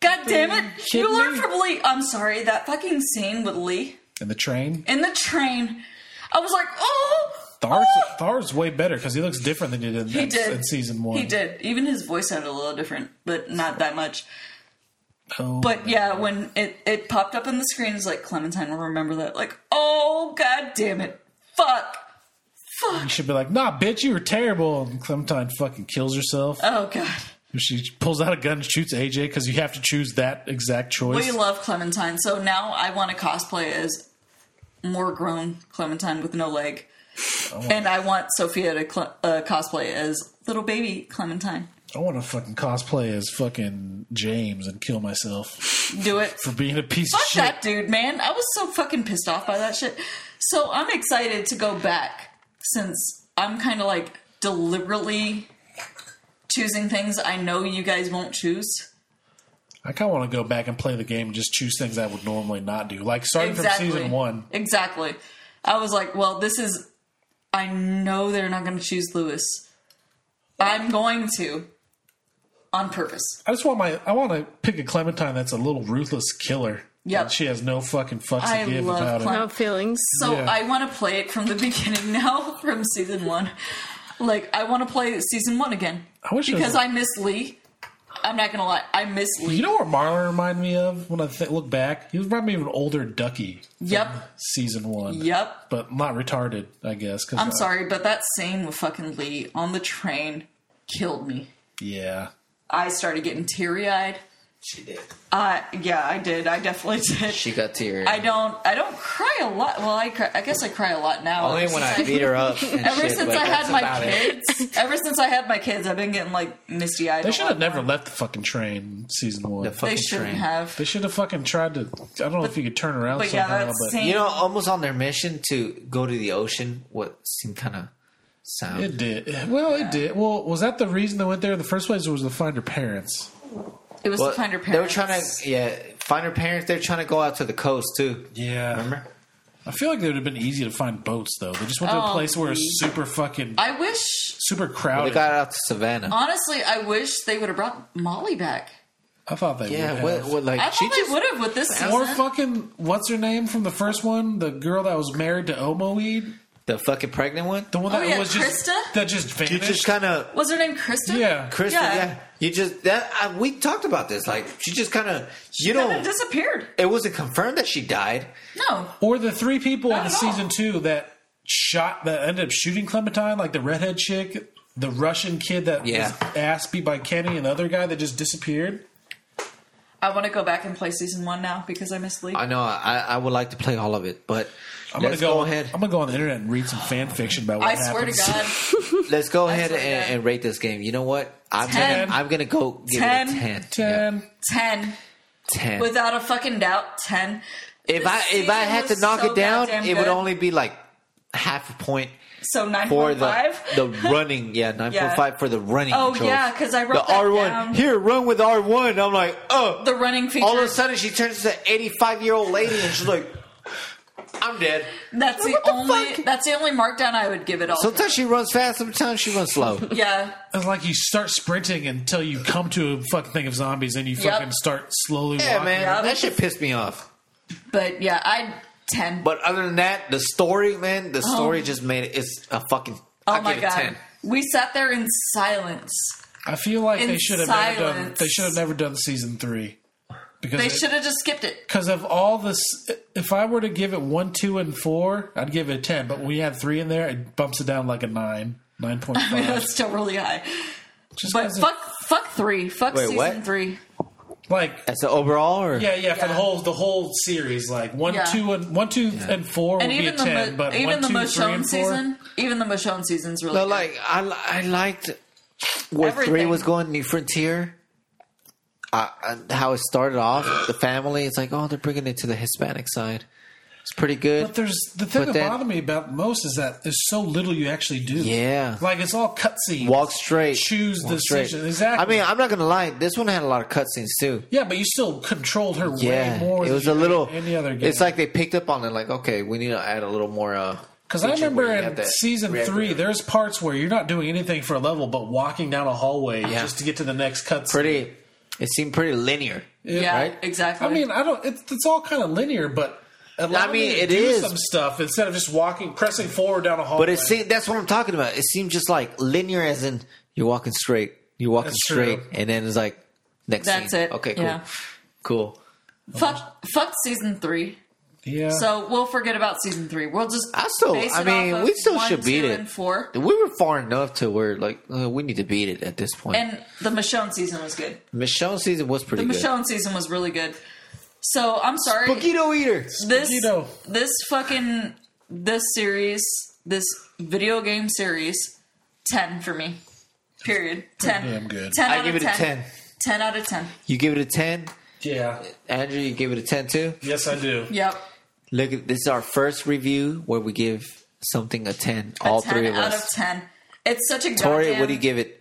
[SPEAKER 3] God damn it.
[SPEAKER 1] Kidding
[SPEAKER 3] You learned
[SPEAKER 1] me?
[SPEAKER 3] from Lee. I'm sorry, that fucking scene with Lee
[SPEAKER 1] And the train.
[SPEAKER 3] in the train. I was like, oh
[SPEAKER 1] Thar's,
[SPEAKER 3] oh.
[SPEAKER 1] Thar's way better because he looks different than he did, in,
[SPEAKER 3] He did.
[SPEAKER 1] in season one.
[SPEAKER 3] He did. Even his voice sounded a little different, but not that much.
[SPEAKER 1] Oh,
[SPEAKER 3] But yeah, when it, it popped up on the screen, it's like Clementine will remember that. Like, oh god damn it, fuck,
[SPEAKER 1] you
[SPEAKER 3] fuck.
[SPEAKER 1] should be like, nah, bitch, you were terrible. And Clementine fucking kills herself.
[SPEAKER 3] Oh god,
[SPEAKER 1] she pulls out a gun and shoots AJ because you have to choose that exact choice.
[SPEAKER 3] we love Clementine. So now I want to cosplay as more grown Clementine with no leg,
[SPEAKER 1] Oh,
[SPEAKER 3] and I want Sophia to cl- uh, cosplay as little baby Clementine.
[SPEAKER 1] I want to fucking cosplay as fucking James and kill myself
[SPEAKER 3] Do it.
[SPEAKER 1] for being a piece
[SPEAKER 3] Fuck
[SPEAKER 1] of shit.
[SPEAKER 3] that dude, man. I was so fucking pissed off by that shit. So I'm excited to go back since I'm kind of like deliberately choosing things I know you guys won't choose.
[SPEAKER 1] I kind of want to go back and play the game and just choose things I would normally not do. Like starting
[SPEAKER 3] Exactly.
[SPEAKER 1] from season one.
[SPEAKER 3] Exactly. I was like, well, this is. I know they're not going to choose Lewis. I'm going to on purpose.
[SPEAKER 1] I just want my. I want to pick a Clementine that's a little ruthless killer.
[SPEAKER 3] Yep.
[SPEAKER 1] And she has no fucking fucks
[SPEAKER 3] I
[SPEAKER 1] to give
[SPEAKER 3] love
[SPEAKER 1] about
[SPEAKER 3] Clem-
[SPEAKER 1] it.
[SPEAKER 4] No feelings.
[SPEAKER 3] So
[SPEAKER 1] Yeah.
[SPEAKER 3] I want to play it from the beginning now, from season one. Like I want to play season one again.
[SPEAKER 1] I wish it was-
[SPEAKER 3] because I miss Lee. I'm not gonna lie, I miss Lee.
[SPEAKER 1] You know what Marlon reminded me of when I th- look back? He reminded me of an older Ducky,
[SPEAKER 3] yep,
[SPEAKER 1] season one.
[SPEAKER 3] yep.
[SPEAKER 1] But not retarded, I guess. Cause
[SPEAKER 3] I'm
[SPEAKER 1] uh,
[SPEAKER 3] sorry, but that scene with fucking Lee on the train killed me.
[SPEAKER 1] Yeah.
[SPEAKER 3] I started getting teary eyed.
[SPEAKER 2] She did.
[SPEAKER 3] Uh, yeah, I did. I definitely did.
[SPEAKER 2] She got teary.
[SPEAKER 3] I don't. I don't cry a lot. Well, I cry, I guess I cry a lot now.
[SPEAKER 2] Only
[SPEAKER 3] Ever
[SPEAKER 2] when I
[SPEAKER 3] since
[SPEAKER 2] beat her up. and
[SPEAKER 3] Ever
[SPEAKER 2] shit,
[SPEAKER 3] since
[SPEAKER 2] but
[SPEAKER 3] I
[SPEAKER 2] that's
[SPEAKER 3] had my
[SPEAKER 2] about it.
[SPEAKER 3] kids, ever since I had my kids, I've been getting like misty eyed.
[SPEAKER 1] They should have never left the fucking train in season one.
[SPEAKER 2] The fucking
[SPEAKER 3] They shouldn't
[SPEAKER 2] train.
[SPEAKER 3] have.
[SPEAKER 1] they should have fucking tried to. I don't know if you could turn around
[SPEAKER 3] but yeah,
[SPEAKER 1] somehow,
[SPEAKER 3] that
[SPEAKER 1] but
[SPEAKER 3] scene-
[SPEAKER 2] You know, almost on their mission to go to the ocean. What seemed kind of sound.
[SPEAKER 1] it did. Well, it did. Well, was that the reason they went there in the first place, or was to find her parents?
[SPEAKER 3] It was
[SPEAKER 2] Well,
[SPEAKER 3] to find her
[SPEAKER 2] They were
[SPEAKER 3] parents.
[SPEAKER 2] trying to yeah find her parents. They're trying to go out to the coast too.
[SPEAKER 1] Yeah.
[SPEAKER 2] Remember?
[SPEAKER 1] I feel like it would have been easy to find boats, though. They just went to a
[SPEAKER 3] Oh,
[SPEAKER 1] place where it's
[SPEAKER 3] please.
[SPEAKER 1] super fucking
[SPEAKER 3] I wish,
[SPEAKER 1] super
[SPEAKER 2] They
[SPEAKER 1] crowded.
[SPEAKER 2] got out to Savannah.
[SPEAKER 3] honestly, I wish they would have brought Molly back.
[SPEAKER 1] I thought they would
[SPEAKER 2] yeah,
[SPEAKER 1] have.
[SPEAKER 2] what, what like
[SPEAKER 3] I
[SPEAKER 2] she
[SPEAKER 3] thought
[SPEAKER 2] just
[SPEAKER 3] they would have with this season.
[SPEAKER 1] Or fucking what's her name from the first one? The girl that was married to Omoweed,
[SPEAKER 2] the fucking pregnant one.
[SPEAKER 1] the one
[SPEAKER 3] Oh,
[SPEAKER 1] that
[SPEAKER 3] yeah,
[SPEAKER 1] was just
[SPEAKER 3] Krista?
[SPEAKER 1] that just
[SPEAKER 2] You
[SPEAKER 1] vanished.
[SPEAKER 2] just kind of
[SPEAKER 3] was her name Kristen?
[SPEAKER 1] yeah,
[SPEAKER 2] Krista, yeah.
[SPEAKER 3] Yeah.
[SPEAKER 2] You just that I, we talked about this. Like she just kind of you
[SPEAKER 3] Kind
[SPEAKER 2] don't.
[SPEAKER 3] of disappeared.
[SPEAKER 2] it wasn't confirmed that she died.
[SPEAKER 3] No.
[SPEAKER 1] or the three people in
[SPEAKER 3] Not
[SPEAKER 1] the
[SPEAKER 3] at all.
[SPEAKER 1] season two that shot that ended up shooting Clementine, like the redhead chick, the Russian kid that
[SPEAKER 2] Yeah.
[SPEAKER 1] was ass beat by Kenny, and the other guy that just disappeared.
[SPEAKER 3] I want to go back and play season one now because I missed Lee.
[SPEAKER 2] I know. I, I would like to play all of it, but
[SPEAKER 1] I'm
[SPEAKER 2] let's
[SPEAKER 1] gonna
[SPEAKER 2] go,
[SPEAKER 1] go,
[SPEAKER 2] ahead.
[SPEAKER 1] I'm gonna go on the internet and read some fan fiction about what
[SPEAKER 3] I swear to
[SPEAKER 1] happens.
[SPEAKER 3] God,
[SPEAKER 2] let's go ahead
[SPEAKER 3] swear to
[SPEAKER 2] and,
[SPEAKER 3] God.
[SPEAKER 2] and rate this game. You know what? I'm
[SPEAKER 3] Ten.
[SPEAKER 2] gonna I'm gonna go give it a
[SPEAKER 3] Ten.
[SPEAKER 2] ten.
[SPEAKER 1] Ten.
[SPEAKER 3] ten
[SPEAKER 2] Yeah, ten.
[SPEAKER 3] without a fucking doubt, ten.
[SPEAKER 2] if I
[SPEAKER 3] This
[SPEAKER 2] if I
[SPEAKER 3] season
[SPEAKER 2] had to
[SPEAKER 3] was
[SPEAKER 2] knock
[SPEAKER 3] so
[SPEAKER 2] it down,
[SPEAKER 3] goddamn
[SPEAKER 2] it would
[SPEAKER 3] good.
[SPEAKER 2] only be like half a point
[SPEAKER 3] So nine
[SPEAKER 2] for
[SPEAKER 3] point
[SPEAKER 2] the
[SPEAKER 3] five.
[SPEAKER 2] the running. Yeah, nine point five for the running.
[SPEAKER 3] Oh,
[SPEAKER 2] controls.
[SPEAKER 3] yeah, 'cause I wrote
[SPEAKER 2] the
[SPEAKER 3] that
[SPEAKER 2] R one
[SPEAKER 3] down.
[SPEAKER 2] here. Run with R one. I'm like, oh,
[SPEAKER 3] The running feature.
[SPEAKER 2] all of a sudden she turns into an 85 year old lady and she's like i'm dead
[SPEAKER 3] that's the,
[SPEAKER 2] What the
[SPEAKER 3] only.
[SPEAKER 2] fuck?
[SPEAKER 3] That's the only markdown I would give it all. to.
[SPEAKER 2] sometimes she runs fast sometimes she runs slow
[SPEAKER 3] yeah.
[SPEAKER 1] It's like you start sprinting until you come to a fucking thing of zombies, and you
[SPEAKER 3] Yep.
[SPEAKER 1] fucking start slowly.
[SPEAKER 2] yeah
[SPEAKER 1] walking.
[SPEAKER 2] man
[SPEAKER 3] Yeah.
[SPEAKER 2] that shit pissed me off
[SPEAKER 3] But yeah, I ten.
[SPEAKER 2] but other than that the story man
[SPEAKER 5] Oh.
[SPEAKER 2] the story just made it it's a fucking
[SPEAKER 3] oh
[SPEAKER 2] i
[SPEAKER 3] my
[SPEAKER 2] give
[SPEAKER 3] god,
[SPEAKER 2] it 10
[SPEAKER 3] we sat there in silence.
[SPEAKER 1] I feel like
[SPEAKER 3] In
[SPEAKER 1] they should have never done.
[SPEAKER 3] silence.
[SPEAKER 1] They should have never done season three.
[SPEAKER 5] because
[SPEAKER 3] They
[SPEAKER 5] it-
[SPEAKER 3] should have just skipped it.
[SPEAKER 5] because of all this, if I were to give it one, two, and four, I'd give it a ten. But when we had three in there, it bumps it down like a nine, nine point
[SPEAKER 3] I mean,
[SPEAKER 5] five.
[SPEAKER 3] that's still really high.
[SPEAKER 5] Oh, Just
[SPEAKER 3] But
[SPEAKER 5] 'cause it-
[SPEAKER 3] fuck, fuck three. Fuck
[SPEAKER 2] Wait,
[SPEAKER 3] season
[SPEAKER 2] what?
[SPEAKER 3] three.
[SPEAKER 5] like
[SPEAKER 2] That's the overall, or
[SPEAKER 5] yeah, yeah, for the
[SPEAKER 3] Yeah.
[SPEAKER 5] whole the whole series, like one,
[SPEAKER 3] Yeah.
[SPEAKER 5] two, and one, two, and four
[SPEAKER 3] And
[SPEAKER 5] would be a
[SPEAKER 3] even the
[SPEAKER 5] ten.
[SPEAKER 3] Mo-
[SPEAKER 5] but
[SPEAKER 3] even
[SPEAKER 5] one,
[SPEAKER 3] the
[SPEAKER 5] two, three,
[SPEAKER 3] Michonne
[SPEAKER 5] and four,
[SPEAKER 3] season, even the Michonne season's really
[SPEAKER 2] No,
[SPEAKER 3] good.
[SPEAKER 2] like I, li- I liked where three
[SPEAKER 3] Everything.
[SPEAKER 2] was going, New Frontier. Uh, uh, how it started off, the family. It's like, oh, they're bringing it to the Hispanic side. It's pretty
[SPEAKER 5] But
[SPEAKER 2] good.
[SPEAKER 5] there's the thing
[SPEAKER 2] But
[SPEAKER 5] that
[SPEAKER 2] then-
[SPEAKER 5] bothered me about most is that there's so little you actually do.
[SPEAKER 2] Yeah.
[SPEAKER 5] like it's all cutscenes.
[SPEAKER 2] Walk straight.
[SPEAKER 5] Choose
[SPEAKER 2] Walk
[SPEAKER 5] the
[SPEAKER 2] straight.
[SPEAKER 5] decision exactly.
[SPEAKER 2] I mean, I'm not gonna lie. This one had a lot of cutscenes too.
[SPEAKER 5] yeah, but you still controlled her
[SPEAKER 2] Yeah,
[SPEAKER 5] way more.
[SPEAKER 2] it
[SPEAKER 5] than
[SPEAKER 2] was
[SPEAKER 5] you
[SPEAKER 2] a
[SPEAKER 5] did
[SPEAKER 2] little.
[SPEAKER 5] Any other game?
[SPEAKER 2] It's like they picked up on it. Like, okay, we need to add a little more. uh
[SPEAKER 5] Because I
[SPEAKER 2] feature
[SPEAKER 5] remember
[SPEAKER 2] where you have
[SPEAKER 5] in
[SPEAKER 2] that
[SPEAKER 5] season
[SPEAKER 2] red
[SPEAKER 5] three,
[SPEAKER 2] ring.
[SPEAKER 5] there's parts where you're not doing anything for a level, but walking down a hallway
[SPEAKER 2] Yeah.
[SPEAKER 5] just to get to the next cutscene.
[SPEAKER 2] pretty. It seemed pretty linear.
[SPEAKER 3] yeah,
[SPEAKER 2] right?
[SPEAKER 3] exactly.
[SPEAKER 5] I mean, I don't. It's, it's all kind of linear, but allow
[SPEAKER 2] I mean,
[SPEAKER 5] me to
[SPEAKER 2] it
[SPEAKER 5] do
[SPEAKER 2] is.
[SPEAKER 5] some stuff instead of just walking, pressing forward down a hallway.
[SPEAKER 2] But it seemed that's what I'm talking about. It seemed just like linear, as in you're walking straight, you're walking
[SPEAKER 5] That's
[SPEAKER 2] straight,
[SPEAKER 5] true.
[SPEAKER 2] and then it's like next.
[SPEAKER 3] That's
[SPEAKER 2] scene.
[SPEAKER 3] it,
[SPEAKER 2] Okay, cool,
[SPEAKER 3] yeah.
[SPEAKER 2] cool.
[SPEAKER 3] fuck, fuck season three.
[SPEAKER 5] yeah.
[SPEAKER 3] So we'll forget about season three. We'll just.
[SPEAKER 2] I still-
[SPEAKER 3] base
[SPEAKER 2] I
[SPEAKER 3] it
[SPEAKER 2] mean,
[SPEAKER 3] off of
[SPEAKER 2] we still
[SPEAKER 3] one,
[SPEAKER 2] should beat
[SPEAKER 3] two,
[SPEAKER 2] it.
[SPEAKER 3] And four.
[SPEAKER 2] We were far enough to where like uh, we need to beat it at this point. And
[SPEAKER 3] And the Michonne season was good.
[SPEAKER 2] Michonne season was pretty
[SPEAKER 3] The
[SPEAKER 2] good.
[SPEAKER 3] Michonne season was really good. So I'm sorry.
[SPEAKER 2] Mosquito eater.
[SPEAKER 3] this
[SPEAKER 5] Mosquito.
[SPEAKER 3] this fucking this series, this video game series, ten for me. Period. Ten.
[SPEAKER 5] damn good.
[SPEAKER 3] Ten.
[SPEAKER 2] I
[SPEAKER 3] out
[SPEAKER 2] give
[SPEAKER 3] of
[SPEAKER 2] it a
[SPEAKER 3] 10.
[SPEAKER 2] 10.
[SPEAKER 3] Ten out of ten.
[SPEAKER 2] You give it a ten.
[SPEAKER 5] yeah.
[SPEAKER 2] Andrew, you give it a ten too.
[SPEAKER 5] Yes, I do.
[SPEAKER 3] Yep.
[SPEAKER 2] Look, at this is our first review where we give something a ten.
[SPEAKER 3] A
[SPEAKER 2] all
[SPEAKER 3] ten
[SPEAKER 2] three of
[SPEAKER 3] out
[SPEAKER 2] us.
[SPEAKER 3] of ten. It's such a
[SPEAKER 2] Tori,
[SPEAKER 3] goddamn,
[SPEAKER 2] what do you give it?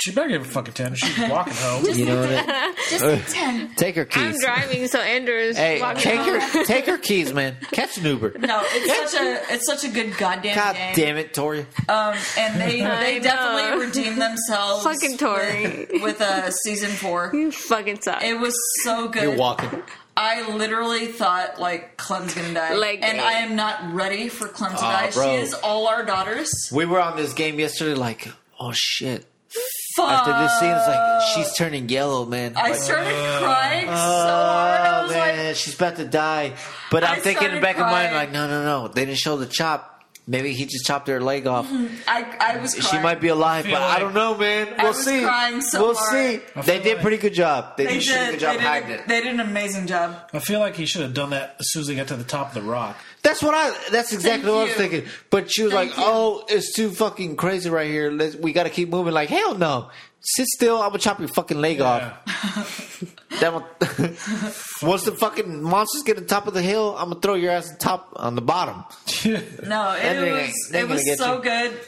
[SPEAKER 5] She better give a fucking ten. She's walking home.
[SPEAKER 2] You know what? I-
[SPEAKER 3] Just a ten.
[SPEAKER 2] Take her
[SPEAKER 4] I'm
[SPEAKER 2] keys.
[SPEAKER 4] driving, so Andrew's
[SPEAKER 2] Hey,
[SPEAKER 4] walking
[SPEAKER 2] take
[SPEAKER 4] home.
[SPEAKER 2] her, take her keys, man. Catch an Uber.
[SPEAKER 3] No, it's such a it's such a good goddamn
[SPEAKER 2] God
[SPEAKER 3] game.
[SPEAKER 2] damn it, Tori.
[SPEAKER 3] Um, and they they
[SPEAKER 4] know.
[SPEAKER 3] definitely redeemed themselves.
[SPEAKER 4] Fucking Tori.
[SPEAKER 3] with, with a season four.
[SPEAKER 4] You fucking suck.
[SPEAKER 3] It was so good.
[SPEAKER 2] You're walking.
[SPEAKER 3] I literally thought like Clem's gonna die,
[SPEAKER 4] Like-
[SPEAKER 3] and I am not ready for Clem to
[SPEAKER 2] Aw,
[SPEAKER 3] die.
[SPEAKER 2] Ah, bro.
[SPEAKER 3] She is all our daughters.
[SPEAKER 2] We were on this game yesterday, like, oh shit.
[SPEAKER 3] Fuck.
[SPEAKER 2] After this scene, it's like she's turning yellow, man.
[SPEAKER 3] Oh. I
[SPEAKER 2] Like,
[SPEAKER 3] started crying so hard. I
[SPEAKER 2] oh
[SPEAKER 3] was
[SPEAKER 2] man, she's about to die. But
[SPEAKER 3] I
[SPEAKER 2] I'm thinking in the
[SPEAKER 3] started
[SPEAKER 2] back of
[SPEAKER 3] crying.
[SPEAKER 2] my mind, like, no, no, no. They didn't show the chop. Maybe he just chopped her leg off.
[SPEAKER 3] like, I I was. Crying.
[SPEAKER 2] She might be alive,
[SPEAKER 5] I
[SPEAKER 2] but
[SPEAKER 5] feel
[SPEAKER 2] I
[SPEAKER 5] like-
[SPEAKER 2] don't know, man. We'll
[SPEAKER 3] Mhm. I was
[SPEAKER 2] see.
[SPEAKER 3] crying so
[SPEAKER 2] we'll
[SPEAKER 3] hard.
[SPEAKER 2] see.
[SPEAKER 5] I
[SPEAKER 2] They
[SPEAKER 5] feel
[SPEAKER 2] did
[SPEAKER 5] like-
[SPEAKER 2] pretty good job. They,
[SPEAKER 3] They
[SPEAKER 2] did, a
[SPEAKER 3] did.
[SPEAKER 2] good
[SPEAKER 3] They
[SPEAKER 2] job
[SPEAKER 3] did,
[SPEAKER 2] hiding
[SPEAKER 3] a,
[SPEAKER 2] it.
[SPEAKER 3] they did an amazing job.
[SPEAKER 5] I feel like he should have done that as soon as they got to the top of the rock.
[SPEAKER 2] That's what I. That's exactly
[SPEAKER 3] Thank
[SPEAKER 2] what I was
[SPEAKER 3] you.
[SPEAKER 2] thinking. But she was
[SPEAKER 3] Thank
[SPEAKER 2] like,
[SPEAKER 3] you.
[SPEAKER 2] "Oh, it's too fucking crazy right here. Let's, we got to keep moving." Like, hell no. Sit still. I'm gonna chop your fucking leg off. That one- Once the fucking monsters get on top of the hill, I'm gonna throw your ass on top on the bottom.
[SPEAKER 5] Yeah.
[SPEAKER 3] No, it
[SPEAKER 2] That nigga ain't-
[SPEAKER 3] was
[SPEAKER 2] they
[SPEAKER 3] it
[SPEAKER 2] gonna
[SPEAKER 3] was
[SPEAKER 2] get
[SPEAKER 3] so
[SPEAKER 2] you.
[SPEAKER 3] good.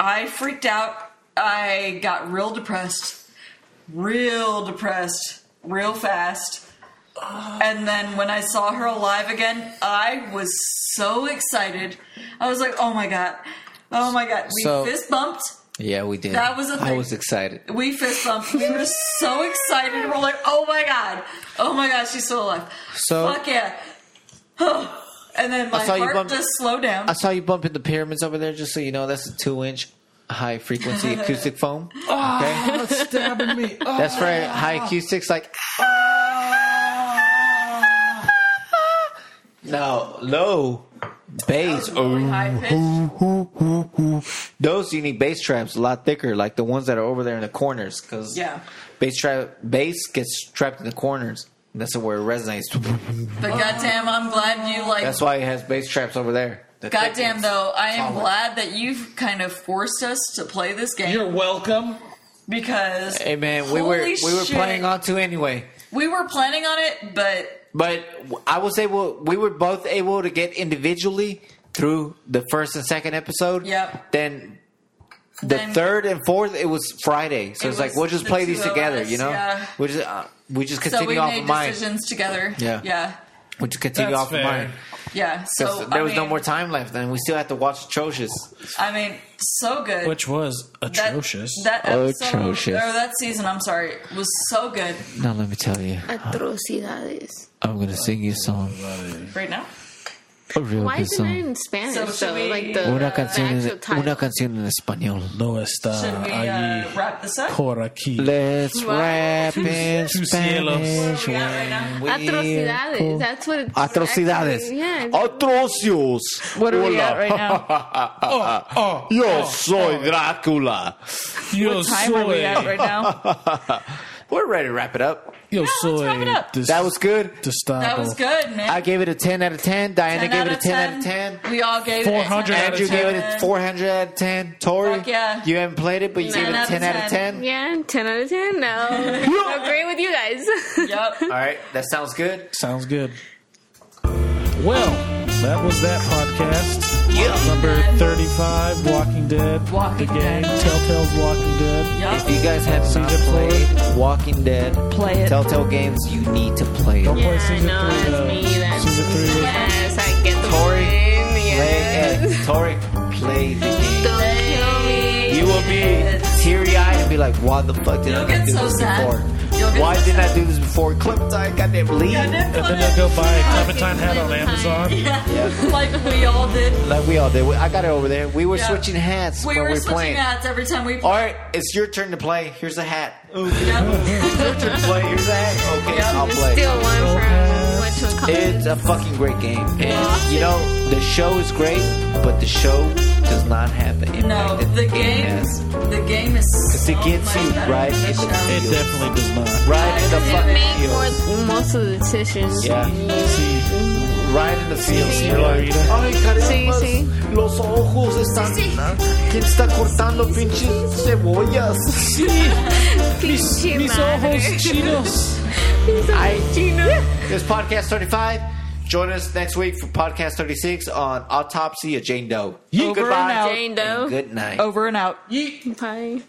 [SPEAKER 3] I freaked out. I got real depressed, real depressed, real fast. And then when I saw her alive again, I was so excited. I was like, "Oh my god, oh my god!" We
[SPEAKER 2] So-
[SPEAKER 3] fist bumped.
[SPEAKER 2] Yeah, we did.
[SPEAKER 3] That was a
[SPEAKER 2] I
[SPEAKER 3] thing.
[SPEAKER 2] was excited.
[SPEAKER 3] We fist bumped. We were so excited. We're like, "Oh my god, oh my god, she's still alive!"
[SPEAKER 2] So-
[SPEAKER 3] fuck yeah. and then my
[SPEAKER 2] saw you
[SPEAKER 3] heart
[SPEAKER 2] bumped-
[SPEAKER 3] just slowed down.
[SPEAKER 2] I saw you bumping the pyramids over there. Just so you know, that's a two inch high frequency acoustic foam. Okay,
[SPEAKER 5] Oh, it's stabbing me. Oh.
[SPEAKER 2] that's for high acoustics. Like, no, low bass.
[SPEAKER 3] Really high pitched.
[SPEAKER 2] Those you need bass traps a lot thicker, like the ones that are over there in the corners, because
[SPEAKER 3] Yeah.
[SPEAKER 2] bass trap bass gets trapped in the corners. And that's where it resonates.
[SPEAKER 3] But goddamn, I'm glad you like.
[SPEAKER 2] That's why it has bass traps over there. The thick
[SPEAKER 3] goddamn
[SPEAKER 2] ones.
[SPEAKER 3] though, I am
[SPEAKER 2] Solid.
[SPEAKER 3] glad that you've kind of forced us to play this game
[SPEAKER 5] You're welcome.
[SPEAKER 3] because
[SPEAKER 2] Hey man, we
[SPEAKER 3] Holy
[SPEAKER 2] were we were
[SPEAKER 3] shit.
[SPEAKER 2] playing on to anyway.
[SPEAKER 3] we were planning on it, but
[SPEAKER 2] But I was able. We were both able to get individually through the first and second episode.
[SPEAKER 3] Yep.
[SPEAKER 2] Then the
[SPEAKER 3] Then-
[SPEAKER 2] third and fourth, it was Friday, so
[SPEAKER 3] It
[SPEAKER 2] it's like
[SPEAKER 3] was
[SPEAKER 2] we'll just
[SPEAKER 3] the
[SPEAKER 2] play
[SPEAKER 3] two
[SPEAKER 2] these
[SPEAKER 3] of
[SPEAKER 2] together.
[SPEAKER 3] us,
[SPEAKER 2] you know,
[SPEAKER 3] yeah.
[SPEAKER 2] we just uh, we just
[SPEAKER 3] so
[SPEAKER 2] continue
[SPEAKER 3] we
[SPEAKER 2] off of
[SPEAKER 3] made
[SPEAKER 2] mine.
[SPEAKER 3] decisions together.
[SPEAKER 2] Yeah.
[SPEAKER 3] yeah,
[SPEAKER 2] We just continue
[SPEAKER 5] That's
[SPEAKER 2] off of mine.
[SPEAKER 5] fair.
[SPEAKER 3] yeah.
[SPEAKER 2] 'Cause
[SPEAKER 3] So
[SPEAKER 2] there
[SPEAKER 3] I
[SPEAKER 2] was no
[SPEAKER 3] mean-
[SPEAKER 2] more time left, and we still had to watch atrocious.
[SPEAKER 3] I mean, so good.
[SPEAKER 5] Which was
[SPEAKER 3] that,
[SPEAKER 5] atrocious.
[SPEAKER 3] That episode,
[SPEAKER 2] Atrocious.
[SPEAKER 3] or that season, I'm sorry, was so good.
[SPEAKER 2] Now let me tell you,
[SPEAKER 4] Atrocidades.
[SPEAKER 2] I'm gonna sing you a song.
[SPEAKER 3] Right now,
[SPEAKER 4] Why isn't it in Spanish
[SPEAKER 3] So should
[SPEAKER 4] though?
[SPEAKER 3] we-
[SPEAKER 4] Like the,
[SPEAKER 2] Una
[SPEAKER 4] the
[SPEAKER 2] canción,
[SPEAKER 4] actual
[SPEAKER 2] en,
[SPEAKER 4] title.
[SPEAKER 2] una canción en español.
[SPEAKER 5] No está
[SPEAKER 3] Should we
[SPEAKER 5] allí
[SPEAKER 3] uh, wrap this up?
[SPEAKER 5] por aquí.
[SPEAKER 2] Let's
[SPEAKER 4] Wow.
[SPEAKER 2] rap in
[SPEAKER 5] Two cielos.
[SPEAKER 2] Spanish.
[SPEAKER 3] Where are we at right now?
[SPEAKER 2] when we
[SPEAKER 4] Atrocidades. That's what it's
[SPEAKER 2] Atrocidades. Oh.
[SPEAKER 4] actually- yeah. it's-
[SPEAKER 2] Atrocios.
[SPEAKER 3] What are we at right now?
[SPEAKER 5] Oh, oh,
[SPEAKER 2] uh, Yo soy Drácula.
[SPEAKER 5] yo
[SPEAKER 3] What time are we at
[SPEAKER 5] soy,
[SPEAKER 3] right now?
[SPEAKER 2] We're ready to wrap it up.
[SPEAKER 5] yo
[SPEAKER 3] let's
[SPEAKER 5] soy.
[SPEAKER 3] wrap it up.
[SPEAKER 5] This,
[SPEAKER 2] That was good.
[SPEAKER 5] Gustavo.
[SPEAKER 3] That was good, man.
[SPEAKER 2] I gave it a 10 out of 10. Diana
[SPEAKER 3] 10
[SPEAKER 2] gave
[SPEAKER 3] out
[SPEAKER 2] it a
[SPEAKER 3] of
[SPEAKER 2] 10, out of 10.
[SPEAKER 3] We all gave it a
[SPEAKER 5] 400
[SPEAKER 3] 10
[SPEAKER 5] out
[SPEAKER 2] Andrew
[SPEAKER 5] of
[SPEAKER 2] gave
[SPEAKER 5] 10.
[SPEAKER 2] it a 400 out of 10. Tori,
[SPEAKER 3] Fuck yeah.
[SPEAKER 2] you haven't played it, but you
[SPEAKER 4] 10
[SPEAKER 2] gave it a
[SPEAKER 4] out of
[SPEAKER 2] 10 out of 10.
[SPEAKER 3] 10.
[SPEAKER 4] Yeah, 10 out of 10. No. I agree with you guys.
[SPEAKER 3] Yep.
[SPEAKER 2] All right, that sounds good.
[SPEAKER 5] Sounds good. Well, that was that podcast. Number 35, Walking Dead.
[SPEAKER 3] Walking
[SPEAKER 5] the game,
[SPEAKER 3] Dead.
[SPEAKER 5] Telltale's Walking Dead.
[SPEAKER 2] If
[SPEAKER 3] Yep.
[SPEAKER 2] you guys have
[SPEAKER 5] Season
[SPEAKER 2] not
[SPEAKER 5] four.
[SPEAKER 2] played Walking Dead,
[SPEAKER 3] Play it.
[SPEAKER 2] Telltale Games, you need to play
[SPEAKER 5] Don't
[SPEAKER 2] it.
[SPEAKER 5] play
[SPEAKER 4] Yeah, I
[SPEAKER 5] season
[SPEAKER 4] know,
[SPEAKER 5] three.
[SPEAKER 4] that's
[SPEAKER 5] though.
[SPEAKER 4] me, that's
[SPEAKER 5] season three.
[SPEAKER 4] yes, I get the
[SPEAKER 2] Tori,
[SPEAKER 4] win.
[SPEAKER 2] Play
[SPEAKER 4] Yes.
[SPEAKER 2] it. Tori, play the game.
[SPEAKER 4] Don't kill me.
[SPEAKER 2] You will be teary eyed and be like, why the fuck did
[SPEAKER 3] You'll
[SPEAKER 2] I not
[SPEAKER 3] get
[SPEAKER 2] do
[SPEAKER 3] so
[SPEAKER 2] this
[SPEAKER 3] sad. You'll
[SPEAKER 2] before?
[SPEAKER 3] get
[SPEAKER 2] Why
[SPEAKER 3] so
[SPEAKER 2] did I
[SPEAKER 3] sad.
[SPEAKER 2] do this before? Clementine, goddamn, leave.
[SPEAKER 3] And
[SPEAKER 5] And then they'll go buy a Clementine hat on Amazon.
[SPEAKER 3] Yeah. like we all did.
[SPEAKER 2] Like we all did. We- I got it over there. We were
[SPEAKER 3] Yeah.
[SPEAKER 2] switching hats
[SPEAKER 3] We
[SPEAKER 2] when
[SPEAKER 3] were
[SPEAKER 2] we were
[SPEAKER 3] switching
[SPEAKER 2] playing.
[SPEAKER 3] hats every time we
[SPEAKER 2] All
[SPEAKER 3] played.
[SPEAKER 2] right, it's your turn to play. Here's a hat.
[SPEAKER 3] Yep.
[SPEAKER 2] Your turn to play. Here's a hat. Okay,
[SPEAKER 3] Yeah.
[SPEAKER 2] I'll play.
[SPEAKER 4] Steal one from which one called
[SPEAKER 2] It's a fucking great game. And, you know, the show is great, but the show does not have the impact
[SPEAKER 3] No,
[SPEAKER 2] that
[SPEAKER 3] the
[SPEAKER 2] game
[SPEAKER 3] game,
[SPEAKER 2] has.
[SPEAKER 3] the game is.
[SPEAKER 2] Because
[SPEAKER 3] So
[SPEAKER 2] it gets
[SPEAKER 3] much
[SPEAKER 2] you
[SPEAKER 3] better
[SPEAKER 2] right
[SPEAKER 3] than
[SPEAKER 2] in
[SPEAKER 3] the
[SPEAKER 2] the
[SPEAKER 3] show.
[SPEAKER 5] It
[SPEAKER 2] feels.
[SPEAKER 5] definitely does not.
[SPEAKER 2] Right in the
[SPEAKER 4] It
[SPEAKER 2] fucking
[SPEAKER 4] made
[SPEAKER 2] feels.
[SPEAKER 4] more, most of the decisions.
[SPEAKER 2] Yeah.
[SPEAKER 5] See,
[SPEAKER 2] Right in the feels.
[SPEAKER 4] Sí.
[SPEAKER 2] You're like, ay,
[SPEAKER 4] Sí,
[SPEAKER 2] caramba,
[SPEAKER 4] sí.
[SPEAKER 2] los ojos están...
[SPEAKER 4] Sí,
[SPEAKER 2] ¿Quién está cortando pinches cebollas?
[SPEAKER 4] Pinche
[SPEAKER 5] mis
[SPEAKER 4] madre.
[SPEAKER 5] ojos chinos.
[SPEAKER 4] Mis ojos chinos.
[SPEAKER 2] This is Podcast 35. Join us next week for Podcast 36 on Autopsy of Jane Doe.
[SPEAKER 5] Yeet.
[SPEAKER 2] Goodbye.
[SPEAKER 3] Over and out.
[SPEAKER 4] Jane Doe.
[SPEAKER 2] Good night.
[SPEAKER 3] Over and out.
[SPEAKER 4] Bye.